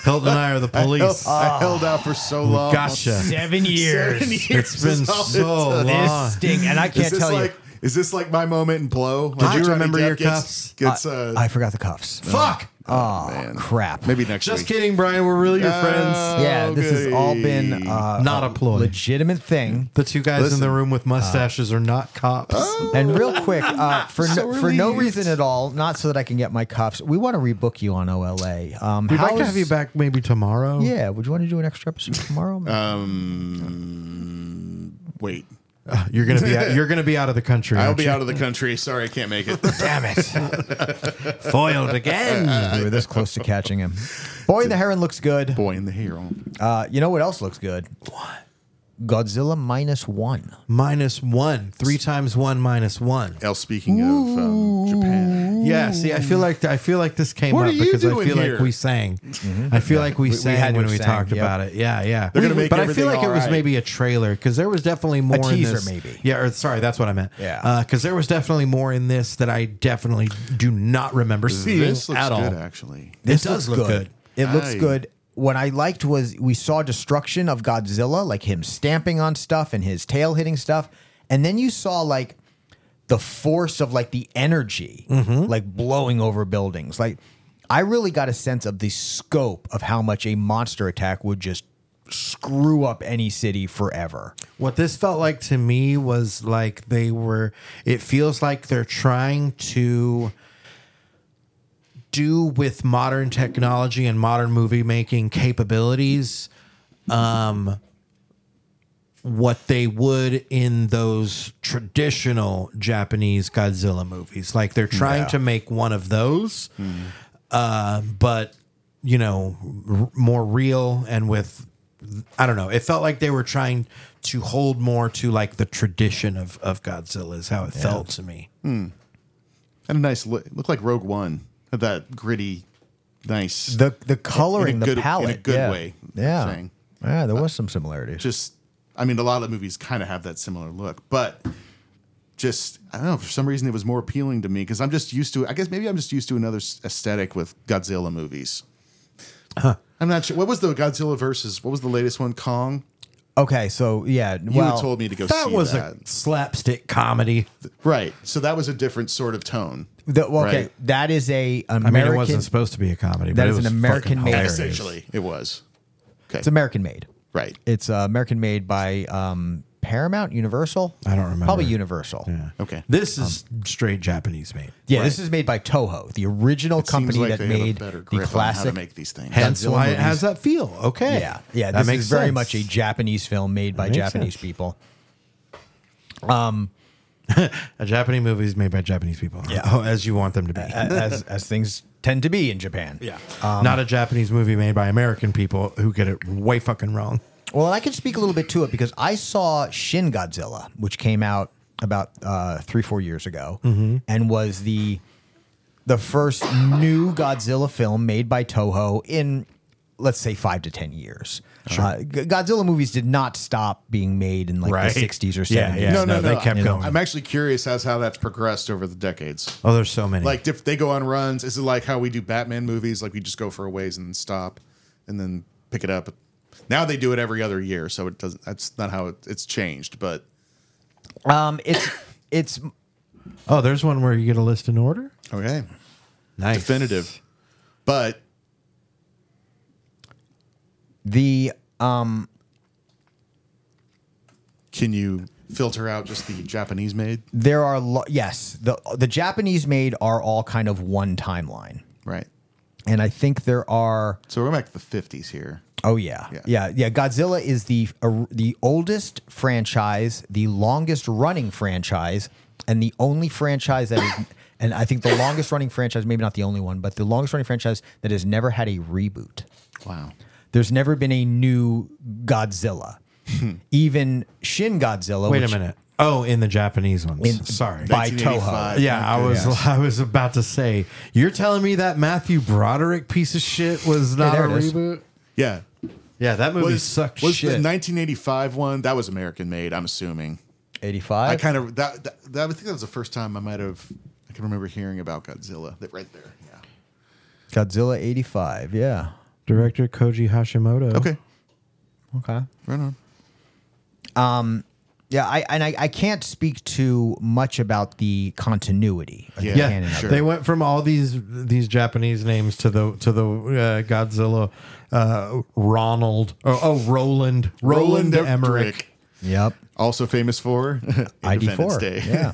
Speaker 1: Hilton and I are the police.
Speaker 3: I Uh, held out for so long.
Speaker 1: Gotcha.
Speaker 4: Seven years.
Speaker 3: Seven years
Speaker 1: It's been
Speaker 3: is all
Speaker 1: so
Speaker 3: it took.
Speaker 1: long.
Speaker 2: Oh.
Speaker 4: This sting, and I
Speaker 3: Is
Speaker 4: can't
Speaker 3: this
Speaker 4: tell
Speaker 3: like,
Speaker 4: you.
Speaker 3: Is this like my moment in blow? Did
Speaker 1: you remember your cuffs?
Speaker 3: Gets,
Speaker 2: I-
Speaker 3: uh,
Speaker 2: I forgot the cuffs.
Speaker 1: Fuck.
Speaker 2: Oh,
Speaker 3: man.
Speaker 2: crap.
Speaker 3: maybe next
Speaker 1: Just
Speaker 3: week.
Speaker 1: kidding, Brian. We're really your friends.
Speaker 2: Yeah, this has all been
Speaker 3: Okay.
Speaker 2: uh,
Speaker 1: Not a ploy.
Speaker 2: legitimate thing.
Speaker 1: The two guys
Speaker 3: Listen,
Speaker 1: in the room with mustaches are not cops.
Speaker 2: And real quick, uh, for
Speaker 3: So
Speaker 2: no, for no
Speaker 3: relieved.
Speaker 2: reason at all, not so that I can get my cuffs. We want to rebook you on OLA. Um,
Speaker 1: We'd like to
Speaker 2: how's-
Speaker 1: have you back maybe tomorrow.
Speaker 2: Yeah, would you want to do an extra episode tomorrow?
Speaker 3: Wait,
Speaker 1: Uh, You're gonna be out, you're gonna be out of the country.
Speaker 3: I'll
Speaker 1: aren't
Speaker 3: be
Speaker 1: you?
Speaker 3: out of the country. Sorry, I can't make it.
Speaker 1: Damn it! Foiled again.
Speaker 2: we were this close to catching him. Boy, the Heron looks good.
Speaker 3: Boy in the hero.
Speaker 2: Uh, you know what else looks good? What? Godzilla minus one.
Speaker 1: Minus one. Three times one minus one.
Speaker 3: L. Speaking of um, Japan,
Speaker 1: Yeah. See, I feel like I feel like this came
Speaker 3: What
Speaker 1: up
Speaker 3: are you
Speaker 1: because I
Speaker 3: doing
Speaker 1: feel
Speaker 3: here?
Speaker 1: like we sang. I feel like Mm-hmm. we sang
Speaker 2: had to
Speaker 1: when
Speaker 2: have
Speaker 1: we
Speaker 2: sang,
Speaker 1: talked
Speaker 2: yep.
Speaker 1: about it. Yeah, yeah.
Speaker 3: They're gonna make
Speaker 1: but I feel
Speaker 3: everything
Speaker 1: like it was
Speaker 3: alright.
Speaker 1: maybe a trailer because there was definitely more in
Speaker 2: teaser,
Speaker 1: this.
Speaker 2: maybe.
Speaker 1: Yeah. Or sorry, that's what I meant.
Speaker 2: Yeah.
Speaker 1: Because there was definitely more in this that I definitely do not remember seeing
Speaker 3: this looks
Speaker 1: at
Speaker 3: good
Speaker 1: all.
Speaker 3: actually.
Speaker 1: This does look good.
Speaker 2: It looks
Speaker 3: Aye.
Speaker 2: good. What I liked was we saw destruction of Godzilla, like him stamping on stuff and his tail hitting stuff, and then you saw like the force of like the energy, like blowing over buildings. Like I really got a sense of the scope of how much a monster attack would just screw up any city forever.
Speaker 1: What this felt like to me was like they were, it feels like they're trying to do with modern technology and modern movie making capabilities um, what they would in those traditional Japanese Godzilla movies. Like they're trying to make one of those, uh, but, you know, r- more real and with I don't know. It felt like they were trying to hold more to like the tradition of of Godzilla is how it felt to me.
Speaker 3: Had a nice look. Looked like Rogue One. Had that gritty, nice.
Speaker 2: The the coloring,
Speaker 3: good- in
Speaker 2: the
Speaker 3: a
Speaker 2: palette,
Speaker 3: good
Speaker 2: yeah.
Speaker 3: way, I'm
Speaker 2: Yeah,
Speaker 3: saying. Uh,
Speaker 2: yeah, there was some similarities.
Speaker 3: just I mean a lot of movies kind of have that similar look, but just I don't know for some reason it was more appealing to me because I'm just used to I guess maybe I'm just used to another s- aesthetic with Godzilla movies. I'm not sure what was the Godzilla versus what was the latest one Kong.
Speaker 2: okay, so yeah,
Speaker 3: You
Speaker 2: well,
Speaker 3: had told me to go
Speaker 1: That
Speaker 3: see
Speaker 1: was
Speaker 3: that.
Speaker 1: a slapstick comedy.
Speaker 3: right. So that was a different sort of tone.
Speaker 2: The, well, okay,
Speaker 3: Right.
Speaker 2: that is a
Speaker 1: I
Speaker 2: American.
Speaker 1: mean, it wasn't supposed to be a comedy. but
Speaker 2: That
Speaker 1: it
Speaker 2: is
Speaker 1: was
Speaker 2: an American
Speaker 1: fucking
Speaker 2: made-
Speaker 1: hilarious.
Speaker 3: Essentially, it was
Speaker 2: it's American made.
Speaker 3: right.
Speaker 2: It's uh, American made by um, Paramount Universal.
Speaker 1: I don't remember.
Speaker 2: Probably Universal. Yeah,
Speaker 3: Okay.
Speaker 1: This is
Speaker 2: Um,
Speaker 1: straight Japanese made.
Speaker 2: this is made by Toho, the original company
Speaker 3: Seems like
Speaker 2: that
Speaker 3: they have a
Speaker 2: made
Speaker 3: better grip
Speaker 2: the
Speaker 3: on how
Speaker 2: classic.
Speaker 3: to make these things.
Speaker 1: Hence
Speaker 2: Godzilla
Speaker 1: why it
Speaker 2: movies.
Speaker 1: has that feel. Okay.
Speaker 2: yeah, yeah.
Speaker 1: That
Speaker 2: This
Speaker 1: makes
Speaker 2: is very
Speaker 1: sense.
Speaker 2: much a Japanese film made by
Speaker 1: makes
Speaker 2: Japanese
Speaker 1: sense.
Speaker 2: people.
Speaker 1: a Japanese movie is made by Japanese people. Yeah. Oh, as you want them to be.
Speaker 2: as as things tend to be in Japan. um,
Speaker 1: Not a Japanese movie made by American people who get it way fucking wrong.
Speaker 2: Well, and I can speak a little bit to it because I saw Shin Godzilla, which came out about uh, three, four years ago,
Speaker 1: Mm-hmm.
Speaker 2: and was the the first new Godzilla film made by Toho in let's say five to ten years. Uh, G- Godzilla movies did not stop being made in like
Speaker 1: Right.
Speaker 2: the '60s or '70s.
Speaker 1: Yeah, yeah.
Speaker 3: no,
Speaker 1: No,
Speaker 3: no, no.
Speaker 1: they kept
Speaker 3: I-
Speaker 1: going.
Speaker 3: I'm actually curious as how that's progressed over the decades.
Speaker 1: Oh, there's so many.
Speaker 3: Like if they go on runs, is it like how we do Batman movies? Like we just go for a ways and then stop, and then pick it up. Now they do it every other year, so it doesn't. That's not how it, it's changed. But
Speaker 2: Um, it's it's
Speaker 1: oh, there's one where you get a list in order.
Speaker 3: okay,
Speaker 1: Nice.
Speaker 3: definitive. But
Speaker 2: the um
Speaker 3: can you filter out just the Japanese made?
Speaker 2: there are lo- yes the the Japanese made are all kind of one timeline,
Speaker 3: Right.
Speaker 2: and I think there are.
Speaker 3: So we're back to the fifties here.
Speaker 2: Oh yeah.
Speaker 3: Yeah.
Speaker 2: yeah, yeah, Godzilla is the uh, the oldest franchise, the longest running franchise, and the only franchise that is, and I think the longest running franchise, maybe not the only one, but the longest running franchise that has never had a reboot.
Speaker 3: Wow.
Speaker 2: There's never been a new Godzilla, even Shin Godzilla.
Speaker 1: Wait a
Speaker 2: which-
Speaker 1: minute. Oh, in the Japanese ones. Sorry.
Speaker 2: by
Speaker 3: 1985.
Speaker 2: Toho.
Speaker 1: yeah, I was I was about to say. You're telling me that Matthew Broderick piece of shit was not
Speaker 2: there
Speaker 1: a
Speaker 2: it is.
Speaker 1: reboot?
Speaker 3: Yeah.
Speaker 1: Yeah, that movie
Speaker 3: Was,
Speaker 1: sucked
Speaker 3: was the
Speaker 1: shit.
Speaker 3: 1985 one that was American made? I'm assuming.
Speaker 2: Eighty-five.
Speaker 3: I kind of that, that that I think that was the first time I might have I can remember hearing about Godzilla. That right there. Yeah.
Speaker 2: Godzilla eighty-five. Yeah.
Speaker 1: Director Koji Hashimoto.
Speaker 3: Okay.
Speaker 2: Okay.
Speaker 3: Right on.
Speaker 2: Um, Yeah, I and I, I can't speak too much about the continuity. of the
Speaker 3: Yeah,
Speaker 2: canon of
Speaker 3: sure.
Speaker 2: it.
Speaker 1: They went from all these these Japanese names to the to the uh, Godzilla uh, Ronald oh, oh Roland Roland, Emmerich.
Speaker 2: Yep.
Speaker 3: also famous for Independence
Speaker 2: ID4.
Speaker 3: Day.
Speaker 2: Yeah.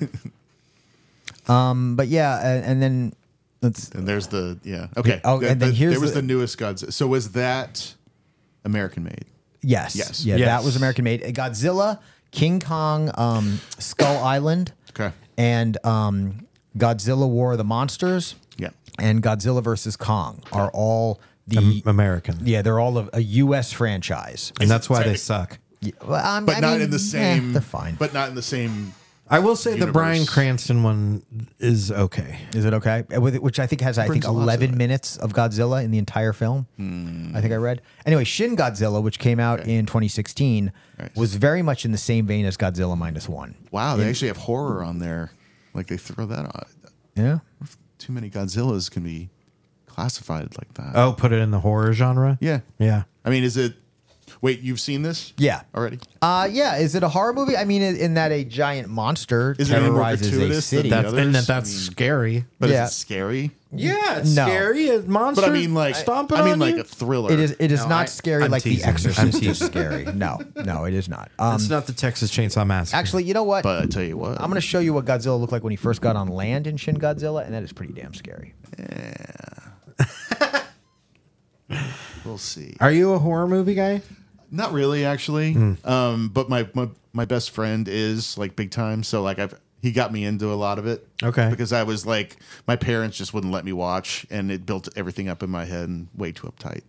Speaker 2: um, but yeah, and, and then let's
Speaker 3: and there's the yeah. Okay.
Speaker 2: oh,
Speaker 3: Th-
Speaker 2: and then
Speaker 3: th-
Speaker 2: here's
Speaker 3: there was
Speaker 2: the-
Speaker 3: the, newest Godzilla. So was that American made?
Speaker 2: yes,
Speaker 3: Yes.
Speaker 2: yeah,
Speaker 1: Yes.
Speaker 2: that was American made. uh, Godzilla, King Kong, um, Skull Island,
Speaker 3: Okay.
Speaker 2: and um, Godzilla War of the Monsters,
Speaker 3: Yeah.
Speaker 2: and Godzilla versus Kong are all the
Speaker 1: Um, American.
Speaker 2: yeah they're all a, a U.S. franchise.
Speaker 1: And that's why they
Speaker 3: Technic-
Speaker 1: suck.
Speaker 2: Yeah, well, I'm-
Speaker 3: But
Speaker 2: I
Speaker 3: not
Speaker 2: mean,
Speaker 3: in the
Speaker 2: eh,
Speaker 3: same.
Speaker 2: they're fine.
Speaker 3: But not in the same.
Speaker 1: I will say the
Speaker 3: Universe.
Speaker 1: Brian Cranston one is okay.
Speaker 2: Is it okay? Uh, with- Which I think has, I think,
Speaker 3: Brings a lot to
Speaker 2: 11
Speaker 3: it.
Speaker 2: minutes of Godzilla in the entire film.
Speaker 3: Hmm.
Speaker 2: I think I read. Anyway, Shin Godzilla, which came out in 2016,
Speaker 3: Right.
Speaker 2: was very much in the same vein as Godzilla minus one.
Speaker 3: Wow, they actually have horror on there. Like they throw that on.
Speaker 2: Yeah.
Speaker 3: Too many Godzillas can be classified like that.
Speaker 1: Oh, put it in the horror genre.
Speaker 3: Yeah.
Speaker 1: yeah.
Speaker 3: I mean, is it? Wait, you've seen this?
Speaker 2: Yeah.
Speaker 3: Already.
Speaker 2: Uh, yeah. Is it a horror movie? I mean, in, in that a giant monster
Speaker 3: Is it any more
Speaker 2: terrorizes a
Speaker 3: gratuitous than
Speaker 2: city.
Speaker 3: The
Speaker 1: That's, and that
Speaker 3: others,
Speaker 1: that's
Speaker 3: I mean-
Speaker 1: scary.
Speaker 3: But
Speaker 2: Yeah.
Speaker 3: is it scary?
Speaker 1: Yeah, it's
Speaker 2: No.
Speaker 1: scary. It's monster.
Speaker 3: But I mean, like,
Speaker 1: stomping
Speaker 3: I mean,
Speaker 1: on
Speaker 3: like
Speaker 1: you.
Speaker 3: a thriller.
Speaker 2: It is. It is
Speaker 1: No,
Speaker 2: not
Speaker 1: I-
Speaker 2: scary
Speaker 1: I'm
Speaker 2: like
Speaker 1: teasing.
Speaker 2: The
Speaker 1: I'm
Speaker 2: Exorcist is
Speaker 1: teasing.
Speaker 2: scary. No, no, it is not. Um,
Speaker 1: it's not the Texas Chainsaw Massacre.
Speaker 2: actually, you know what?
Speaker 3: But I tell you what,
Speaker 2: I'm going to show you what Godzilla looked like when he first got on land in Shin Godzilla, and that is pretty damn scary.
Speaker 3: We'll see.
Speaker 1: are you a horror movie guy?
Speaker 3: Not really, actually.
Speaker 1: Hmm.
Speaker 3: Um, but my, my my best friend is like big time, so like I've he got me into a lot of it.
Speaker 1: Okay.
Speaker 3: Because I was like, my parents just wouldn't let me watch, and it built everything up in my head and way too uptight.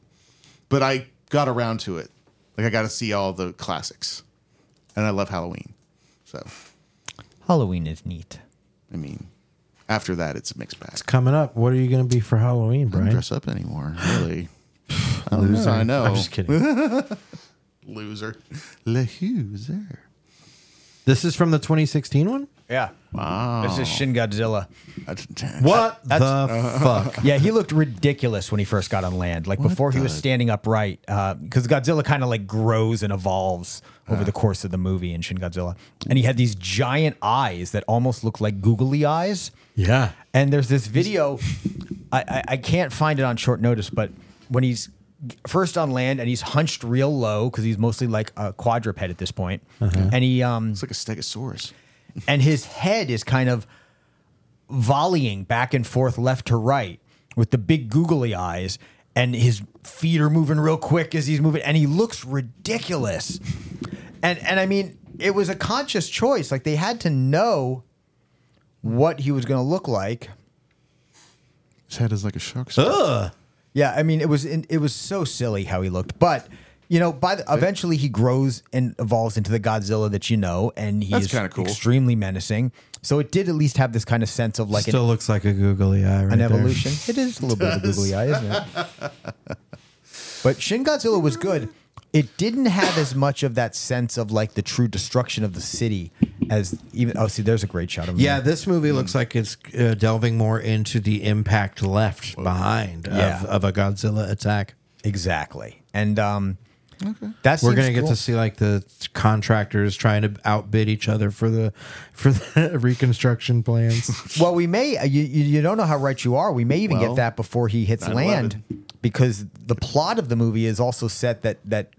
Speaker 3: But I got around to it. Like I got to see all the classics, and I love Halloween. So
Speaker 2: Halloween is neat.
Speaker 3: I mean, after that, it's a mixed bag.
Speaker 1: It's coming up. What are you going to be for Halloween,
Speaker 3: I don't
Speaker 1: Brian?
Speaker 3: dress up anymore, really. I don't
Speaker 1: Oh,
Speaker 3: know. I know.
Speaker 1: I'm just kidding.
Speaker 3: Loser. Le loser.
Speaker 1: this is from the 2016 one.
Speaker 2: Yeah.
Speaker 3: Wow.
Speaker 2: This is Shin Godzilla.
Speaker 1: What
Speaker 2: That's-
Speaker 1: the
Speaker 3: uh-huh.
Speaker 1: fuck?
Speaker 2: Yeah, he looked ridiculous when he first got on land. Like before he was
Speaker 3: the-
Speaker 2: standing upright, because Godzilla kind of like grows and evolves over the course of the movie in Shin Godzilla. And he had these giant eyes that almost looked like googly eyes.
Speaker 1: Yeah.
Speaker 2: And there's this video, I, I, I can't find it on short notice, but when he's first on land and he's hunched real low because he's mostly like a quadruped at this point, and he um
Speaker 3: It's like a stegosaurus.
Speaker 2: and his head is kind of volleying back and forth left to right with the big googly eyes and his feet are moving real quick as he's moving and he looks ridiculous and and i mean it was a conscious choice like they had to know what he was going to look like
Speaker 3: His head is like a shark's.
Speaker 1: Ugh.
Speaker 2: yeah i mean it was in, it was so silly how he looked but you know by the, eventually he grows and evolves into the godzilla that you know and he's
Speaker 3: kinda cool.
Speaker 2: extremely menacing so it did at least have this kind of sense of like an
Speaker 1: Still looks like a googly eye. Right
Speaker 2: an
Speaker 1: there.
Speaker 2: evolution. It is a little bit of a googly eye, isn't it? But Shin Godzilla was good. It didn't have as much of that sense of like the true destruction of the city as even. Oh, see, there's a great shot of him.
Speaker 1: Yeah, this movie looks
Speaker 2: Mm.
Speaker 1: like it's uh, delving more into the impact left behind
Speaker 2: Yeah.
Speaker 1: of, of a Godzilla attack.
Speaker 2: exactly. And um, that's
Speaker 1: We're gonna get to see like the contractors trying to outbid each other for the for the reconstruction plans.
Speaker 2: Well, we may. uh, You, you you don't know how right you are. We may even
Speaker 3: Well,
Speaker 2: get that before he hits
Speaker 3: 9/11.
Speaker 2: land, because the plot of the movie is also set that that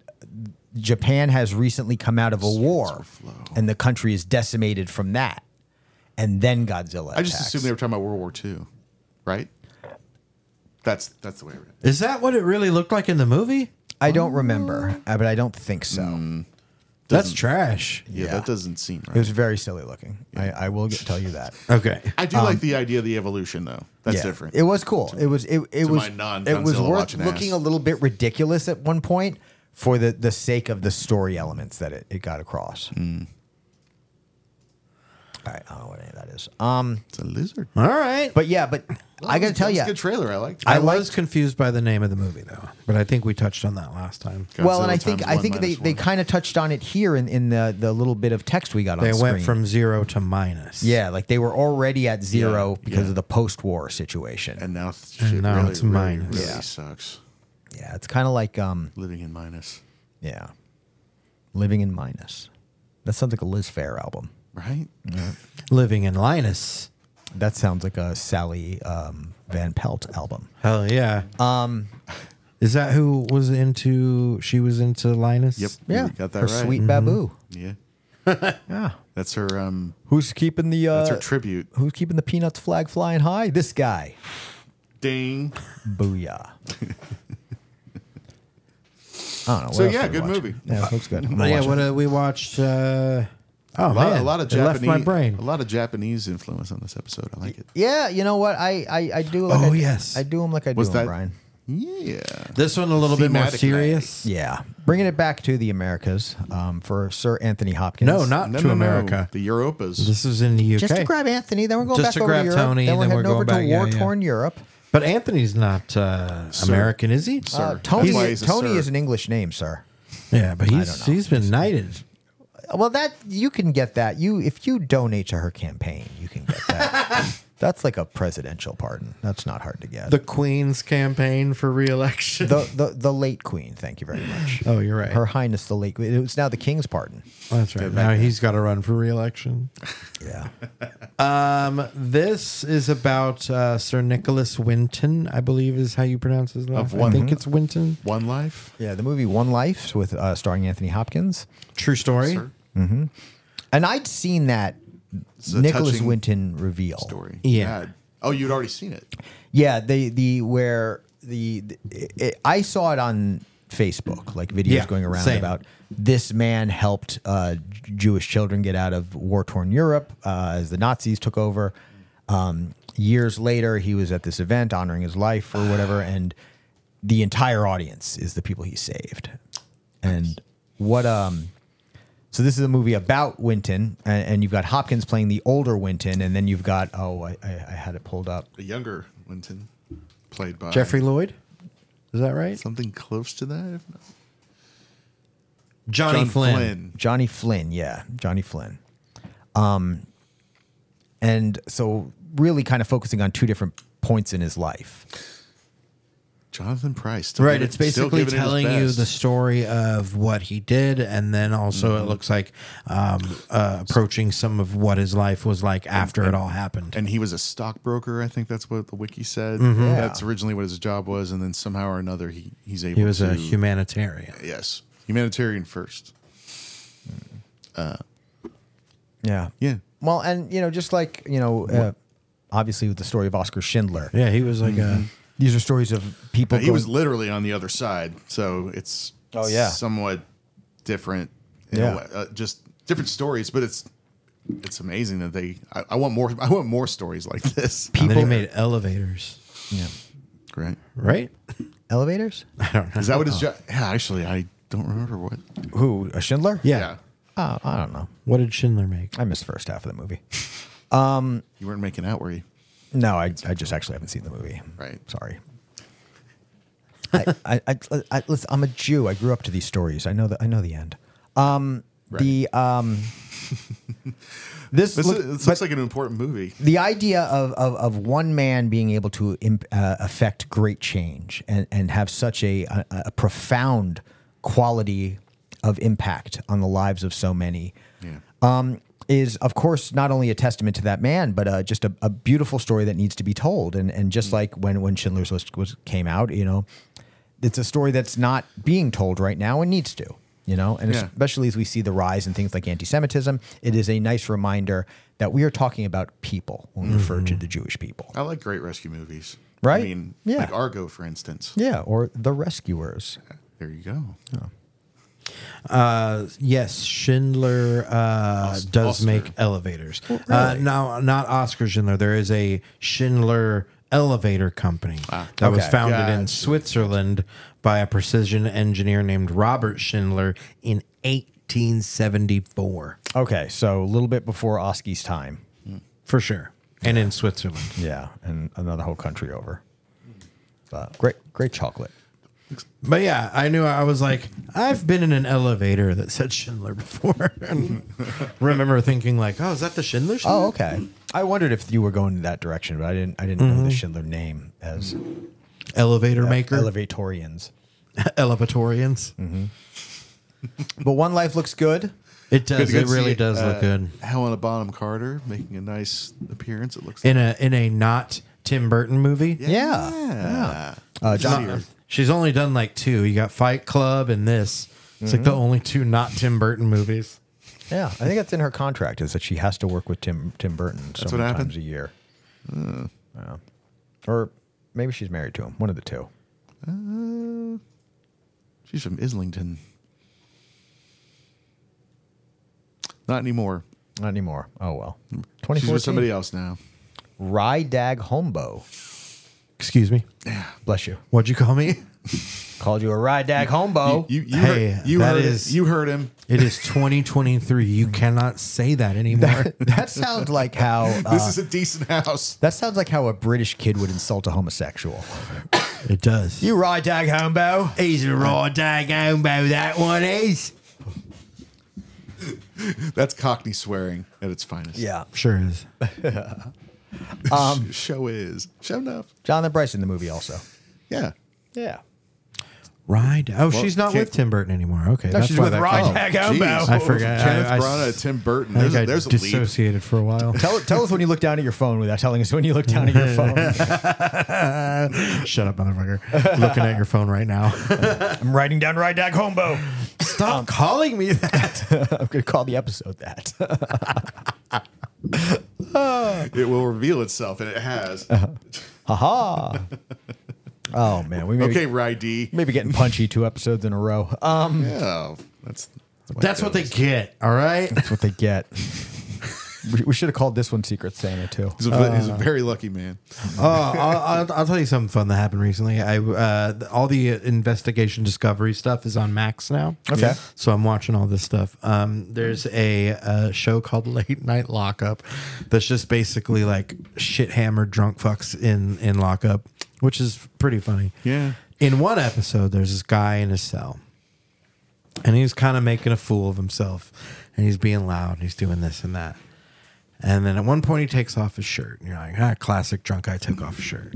Speaker 2: Japan has recently come out of a war, and the country is decimated from that, and then Godzilla.
Speaker 3: I just
Speaker 2: attacks.
Speaker 3: assumed they were talking about World War II, right? That's that's the way I read it.
Speaker 1: Is that what it really looked like in the movie?
Speaker 2: I don't remember, uh, but I don't think so.
Speaker 3: Mm.
Speaker 1: That's trash.
Speaker 3: Yeah,
Speaker 2: Yeah.
Speaker 3: that doesn't seem
Speaker 2: It
Speaker 3: right.
Speaker 2: was very silly looking. I, I will get, tell you that.
Speaker 1: Okay.
Speaker 3: I do like the idea of the evolution, though. That's
Speaker 2: Yeah.
Speaker 3: different.
Speaker 2: It was cool. It was it, it
Speaker 3: my
Speaker 2: was it
Speaker 3: non-Godzilla
Speaker 2: was worth
Speaker 3: watching ass.
Speaker 2: looking a little bit ridiculous at one point for the the sake of the story elements that it, it got across.
Speaker 3: Hmm.
Speaker 2: All right, I don't know what any of that is. Um,
Speaker 3: it's a lizard.
Speaker 1: All right.
Speaker 2: but yeah, but I
Speaker 3: That
Speaker 2: gotta
Speaker 3: was-
Speaker 2: tell
Speaker 3: that was
Speaker 2: you,
Speaker 3: a good trailer. I liked. it.
Speaker 1: I, was confused by the name of the movie though, but I think we touched on that last time.
Speaker 2: well, and
Speaker 3: Godzilla
Speaker 2: I think
Speaker 3: times
Speaker 2: I
Speaker 3: one
Speaker 2: think they,
Speaker 3: minus
Speaker 2: they
Speaker 3: one.
Speaker 2: kind of touched on it here in, in the the little bit of text we got on.
Speaker 1: They went
Speaker 2: screen.
Speaker 1: from zero to minus.
Speaker 2: yeah, like they were already at zero
Speaker 3: Yeah,
Speaker 2: because
Speaker 3: yeah.
Speaker 2: of the post war situation.
Speaker 3: and now shit
Speaker 1: now
Speaker 3: really,
Speaker 1: it's
Speaker 3: really,
Speaker 1: minus.
Speaker 3: Really
Speaker 2: Yeah.
Speaker 3: sucks
Speaker 2: yeah, it's kind of like um,
Speaker 3: living in minus.
Speaker 2: yeah, living in minus. That sounds like a Liz Fair album.
Speaker 3: right?
Speaker 1: Living in Linus.
Speaker 2: That sounds like a Sally um, Van Pelt album.
Speaker 1: Hell yeah. Um, is that who was into? She was into Linus.
Speaker 3: Yep.
Speaker 2: Yeah,
Speaker 3: You got that
Speaker 2: her
Speaker 3: right.
Speaker 2: Sweet
Speaker 1: Mm-hmm.
Speaker 2: Babu.
Speaker 3: Yeah,
Speaker 2: Yeah.
Speaker 3: that's her. Um,
Speaker 2: Who's keeping the uh,
Speaker 3: that's her tribute.
Speaker 2: Who's keeping the peanuts flag flying high? This guy.
Speaker 3: Ding.
Speaker 2: Booyah. I don't know. what
Speaker 3: So
Speaker 2: else
Speaker 3: yeah,
Speaker 2: did we
Speaker 3: good
Speaker 2: watch?
Speaker 3: movie.
Speaker 2: Yeah, it looks good.
Speaker 1: But
Speaker 2: I'm gonna
Speaker 1: yeah.
Speaker 2: watch it.
Speaker 1: What uh, we watched. Uh, oh
Speaker 3: A lot,
Speaker 1: man,
Speaker 3: a lot of
Speaker 1: it left
Speaker 3: Japanese.
Speaker 1: my brain.
Speaker 3: A lot of Japanese influence on this episode. I like it.
Speaker 2: Yeah, you know what? I I, I do. Like
Speaker 1: Oh,
Speaker 2: I,
Speaker 1: yes.
Speaker 2: I do them like I do
Speaker 3: Was
Speaker 2: 'em,
Speaker 3: that-
Speaker 2: Brian.
Speaker 3: Yeah.
Speaker 1: This one a little bit more
Speaker 3: Thematic
Speaker 1: serious.
Speaker 2: Yeah, bringing it back to the Americas um, for Sir Anthony Hopkins.
Speaker 1: No, not
Speaker 3: No,
Speaker 1: to
Speaker 3: no, no.
Speaker 1: America.
Speaker 3: The Europas.
Speaker 1: This was in the UK.
Speaker 2: just to grab Anthony. Then we're going
Speaker 1: Just
Speaker 2: back
Speaker 1: to
Speaker 2: over
Speaker 1: grab
Speaker 2: Europe.
Speaker 1: Tony,
Speaker 2: Then
Speaker 1: and
Speaker 2: we're
Speaker 1: then
Speaker 2: heading
Speaker 1: we're
Speaker 2: over
Speaker 1: going
Speaker 2: to
Speaker 1: back- yeah,
Speaker 2: war torn Europe.
Speaker 1: but Anthony's not uh, American, is he?
Speaker 3: Sir.
Speaker 2: Uh,
Speaker 3: That's
Speaker 2: Tony
Speaker 3: why he's a
Speaker 2: Tony
Speaker 3: sir.
Speaker 2: is an English name, sir.
Speaker 1: Yeah, but he's
Speaker 2: know.
Speaker 1: he's been knighted.
Speaker 2: Well, that you can get that. You if you donate to her campaign, you can get that. That's like a presidential pardon. That's not hard to get.
Speaker 1: The Queen's campaign for re-election.
Speaker 2: the the, the late queen. Thank you very much.
Speaker 1: oh, you're right.
Speaker 2: Her Highness the late queen. It was now the king's pardon.
Speaker 1: That's right. Now he's got to run for re-election.
Speaker 2: Yeah.
Speaker 1: Um, this is about uh, Sir Nicholas Winton, I believe is how you pronounce his name.
Speaker 3: Of
Speaker 1: I
Speaker 3: one-
Speaker 1: think it's Winton.
Speaker 3: One Life.
Speaker 2: Yeah, the movie One Life with uh, starring Anthony Hopkins.
Speaker 1: True story.
Speaker 3: Sir.
Speaker 2: And I'd seen that
Speaker 3: It's a
Speaker 2: Nicholas
Speaker 3: touching
Speaker 2: Winton reveal.
Speaker 3: story.
Speaker 1: Yeah.
Speaker 3: Oh, you'd already seen it.
Speaker 2: Yeah, the the where the, the it, I saw it on Facebook, like videos
Speaker 1: Yeah,
Speaker 2: going around
Speaker 1: same.
Speaker 2: about this man helped uh, J- Jewish children get out of war torn Europe uh, as the Nazis took over. Um, years later, he was at this event honoring his life or whatever, and the entire audience is the people he saved. And what um. So this is a movie about Winton, and, and you've got Hopkins playing the older Winton, and then you've got oh, I, I, I had it pulled up.
Speaker 3: The younger Winton, played by
Speaker 1: Jeffrey Lloyd. Is that right?
Speaker 3: Something close to that. If not.
Speaker 1: Johnny Flynn.
Speaker 2: Johnny Flynn, yeah, Johnny Flynn. Um, and so really kind of focusing on two different points in his life.
Speaker 3: Jonathan Price. Still
Speaker 1: Right,
Speaker 3: give it-
Speaker 1: it's
Speaker 3: still
Speaker 1: basically
Speaker 3: give it his
Speaker 1: telling you
Speaker 3: best.
Speaker 1: the story of what he did, and then also
Speaker 3: Mm-hmm.
Speaker 1: it looks like um, uh, approaching some of what his life was like after it all happened.
Speaker 3: And he was a stockbroker. I think that's what the wiki said.
Speaker 1: Mm-hmm.
Speaker 3: That's originally what his job was, and then somehow or another, he he's able.
Speaker 1: he was
Speaker 3: to,
Speaker 1: a humanitarian.
Speaker 3: Yes, humanitarian first.
Speaker 2: Yeah.
Speaker 3: Yeah.
Speaker 2: Well, and you know, just like you know, uh, obviously with the story of Oscar Schindler,
Speaker 1: Yeah, he was like a
Speaker 2: these are stories of people.
Speaker 3: But Mm-hmm. he
Speaker 2: going-
Speaker 3: was literally on the other side, so it's
Speaker 2: Oh, yeah.
Speaker 3: somewhat different. In
Speaker 2: Yeah.
Speaker 3: a way. Uh, just different stories, but it's it's amazing that they. I, I want more. I want more stories like this.
Speaker 1: and then he
Speaker 2: People-
Speaker 1: made elevators,
Speaker 2: Yeah.
Speaker 3: Right.
Speaker 1: right?
Speaker 2: elevators.
Speaker 3: Is that what
Speaker 2: Oh.
Speaker 3: his job? Yeah, actually, I don't remember what.
Speaker 2: Who a Schindler?
Speaker 1: Yeah.
Speaker 2: Oh, I don't know.
Speaker 1: What did Schindler make?
Speaker 2: I missed the first half of the movie.
Speaker 3: you weren't making out, were you?
Speaker 2: No, I, I just actually haven't seen the movie.
Speaker 3: Right.
Speaker 2: Sorry. I, I, I, I listen, I'm a Jew. I grew up to these stories. I know the I know the end. Um, the um, this,
Speaker 3: This,
Speaker 2: look-
Speaker 3: is, this
Speaker 2: but
Speaker 3: looks like an important movie.
Speaker 2: the idea of, of, of one man being able to imp, uh, affect great change and, and have such a, a, a profound quality of impact on the lives of so many
Speaker 3: Yeah.
Speaker 2: um, is, of course, not only a testament to that man, but uh, just a, a beautiful story that needs to be told. And and just like when when Schindler's List was came out, you know, it's a story that's not being told right now and needs to. You know, and
Speaker 3: Yeah.
Speaker 2: especially as we see the rise in things like anti-Semitism, it is a nice reminder that we are talking about people when we refer to the Jewish people.
Speaker 3: I like great rescue movies.
Speaker 2: Right?
Speaker 3: I mean,
Speaker 2: Yeah.
Speaker 3: like Argo, for instance.
Speaker 2: Yeah, or the rescuers.
Speaker 3: There you go.
Speaker 1: Uh, yes, Schindler uh,
Speaker 3: Os-
Speaker 1: does
Speaker 3: Oscar.
Speaker 1: make elevators. Uh, now, not Oscar Schindler. There is a Schindler elevator company that was
Speaker 2: Okay.
Speaker 1: founded in
Speaker 3: Gotcha.
Speaker 1: Switzerland by a precision engineer named Robert Schindler in 1874,
Speaker 2: Okay, so a little bit before Oski's time.
Speaker 1: for sure, and in Switzerland.
Speaker 2: Yeah, and another whole country over. But great, great chocolate.
Speaker 1: But yeah, I knew I was like, I've been in an elevator that said Schindler before, and remember thinking like, oh, is that the Schindler? Schindler?
Speaker 2: Oh, okay. I wondered if you were going that direction, but I didn't. I didn't know
Speaker 3: Mm-hmm.
Speaker 2: the Schindler name as
Speaker 1: elevator maker,
Speaker 2: Elevatorians.
Speaker 1: elevatorians.
Speaker 2: But One Life looks good.
Speaker 1: It does.
Speaker 3: Good- good
Speaker 1: It
Speaker 3: to
Speaker 1: really
Speaker 3: see,
Speaker 1: does look
Speaker 3: uh,
Speaker 1: good.
Speaker 3: Helena Bonham Carter making a nice appearance. It looks. like.
Speaker 1: in a in a not Tim Burton movie.
Speaker 2: Yeah.
Speaker 3: yeah.
Speaker 2: Uh, John-
Speaker 3: Weird.
Speaker 1: She's only done like two. You got Fight Club and this. It's like the only two not Tim Burton movies.
Speaker 2: Yeah, I think that's in her contract is that she has to work with Tim Tim Burton so
Speaker 3: That's what
Speaker 2: many
Speaker 3: happened? Uh.
Speaker 2: times a year. Yeah. Or maybe she's married to him. One of the two.
Speaker 3: She's from Islington. Not anymore.
Speaker 2: Not anymore. Oh well. Twenty
Speaker 3: She's
Speaker 2: four.
Speaker 3: with somebody else now.
Speaker 2: Rydag Hombo.
Speaker 1: Excuse me.
Speaker 2: Bless you.
Speaker 1: What'd you call me?
Speaker 2: Called you a Rydag Hombo.
Speaker 3: You, you
Speaker 1: Hey,
Speaker 3: heard, you
Speaker 1: that
Speaker 3: heard
Speaker 1: is-
Speaker 3: him. You heard him.
Speaker 1: It is 2023. You cannot say that anymore.
Speaker 2: that sounds like how
Speaker 3: This
Speaker 2: uh,
Speaker 3: is a decent house.
Speaker 2: that sounds like how a British kid would insult a homosexual.
Speaker 1: it does.
Speaker 2: You Rydag Hombo.
Speaker 1: He's a raw dag hombo. That one is.
Speaker 3: That's Cockney swearing at its finest.
Speaker 2: Yeah.
Speaker 1: Sure is.
Speaker 3: Um, show is show enough.
Speaker 2: Jonathan Bryce in the movie also.
Speaker 3: Yeah.
Speaker 2: Yeah.
Speaker 1: Right. Oh, she's not
Speaker 3: can't-
Speaker 1: with Tim Burton anymore. Okay.
Speaker 2: No, she's with
Speaker 1: came-
Speaker 2: Rydag Hombo.
Speaker 3: jeez.
Speaker 1: I forgot.
Speaker 3: Kenneth
Speaker 1: I- I-
Speaker 3: Branagh, Tim Burton.
Speaker 1: I
Speaker 3: There's,
Speaker 1: think I
Speaker 3: a- there's a leap.
Speaker 1: dissociated for a while.
Speaker 2: Tell, tell us when you look down at your phone without telling us when you look down at your phone.
Speaker 1: Shut up, motherfucker. Looking at your phone right now.
Speaker 2: I'm writing down Rydag Hombo.
Speaker 1: Stop
Speaker 2: Um,
Speaker 1: calling me that.
Speaker 2: I'm going to call the episode that.
Speaker 3: It will reveal itself, and it has.
Speaker 1: Uh-huh.
Speaker 2: Haha. Oh, man. We may,
Speaker 3: Okay,
Speaker 2: be,
Speaker 3: Rydee.
Speaker 2: may be getting punchy two episodes in a row. Um,
Speaker 3: Oh, that's
Speaker 1: That's what they get. All right.
Speaker 2: That's what they get. we, we should have called this one Secret Santa, too.
Speaker 3: He's a,
Speaker 1: Uh,
Speaker 3: he's a very lucky man.
Speaker 1: oh, I'll, I'll, I'll tell you something fun that happened recently. I uh, th- all the investigation discovery stuff is on Max now.
Speaker 2: Okay.
Speaker 1: So I'm watching all this stuff. Um, there's a, uh show called Late Night Lockup that's just basically like shit hammered drunk fucks in in lockup, which is pretty funny.
Speaker 3: Yeah.
Speaker 1: In one episode, there's this guy in his cell. and he's kind of making a fool of himself and he's being loud and he's doing this and that and then at one point he takes off his shirt and you're like ah classic drunk guy took off his shirt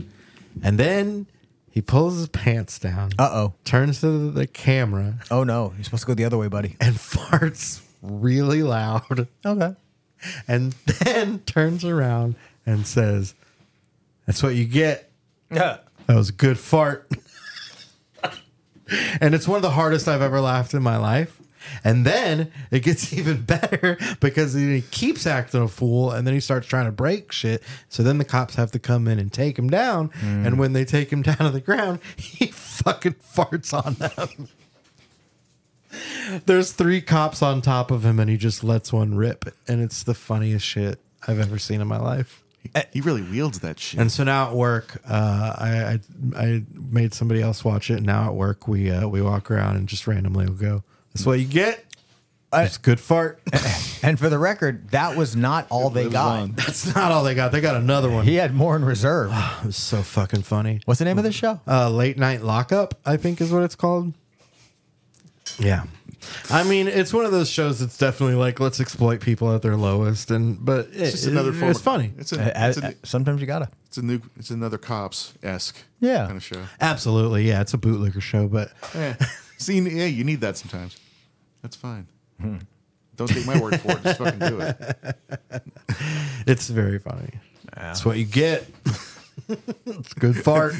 Speaker 1: and then he pulls his pants down
Speaker 2: Uh-oh.
Speaker 1: turns to the camera
Speaker 2: Oh, no. You're supposed to go the other way, buddy.
Speaker 1: and farts really loud
Speaker 2: Okay.
Speaker 1: and then turns around and says that's what you get That was a good fart. and it's one of the hardest I've ever laughed in my life. And then it gets even better because then he keeps acting a fool and then he starts trying to break shit. So then the cops have to come in and take him down. And when they take him down to the ground, he fucking farts on them. There's three cops on top of him and he just lets one rip. And it's the funniest shit I've ever seen in my life.
Speaker 3: He, he really wields that shit.
Speaker 1: And so now at work, uh, I, I I made somebody else watch it. And now at work, we uh, we walk around and just randomly will go. That's what you get. It's good fart.
Speaker 2: And for the record, that was not all they
Speaker 3: was
Speaker 2: got.
Speaker 3: on.
Speaker 1: That's not all they got. They got another one.
Speaker 2: He had more in reserve.
Speaker 1: It was so fucking funny.
Speaker 2: What's the name of this show?
Speaker 1: Uh, late night lockup, I think, is what it's called. Yeah, I mean, it's one of those shows that's definitely like let's exploit people at their lowest, and but it-
Speaker 3: it's just another
Speaker 1: it-
Speaker 3: form.
Speaker 1: It's
Speaker 3: of-
Speaker 1: funny.
Speaker 3: It's, a, it's, a,
Speaker 2: Uh, sometimes you gotta.
Speaker 3: it's a new. It's another cops esque.
Speaker 2: Yeah.
Speaker 3: Kind of show.
Speaker 1: Absolutely, yeah. It's a bootlegger show, but
Speaker 3: Yeah. See, yeah, you need that sometimes. That's fine.
Speaker 2: Hmm.
Speaker 3: Don't take my word for it. Just fucking do it.
Speaker 1: It's very funny. That's what you get. it's good fart.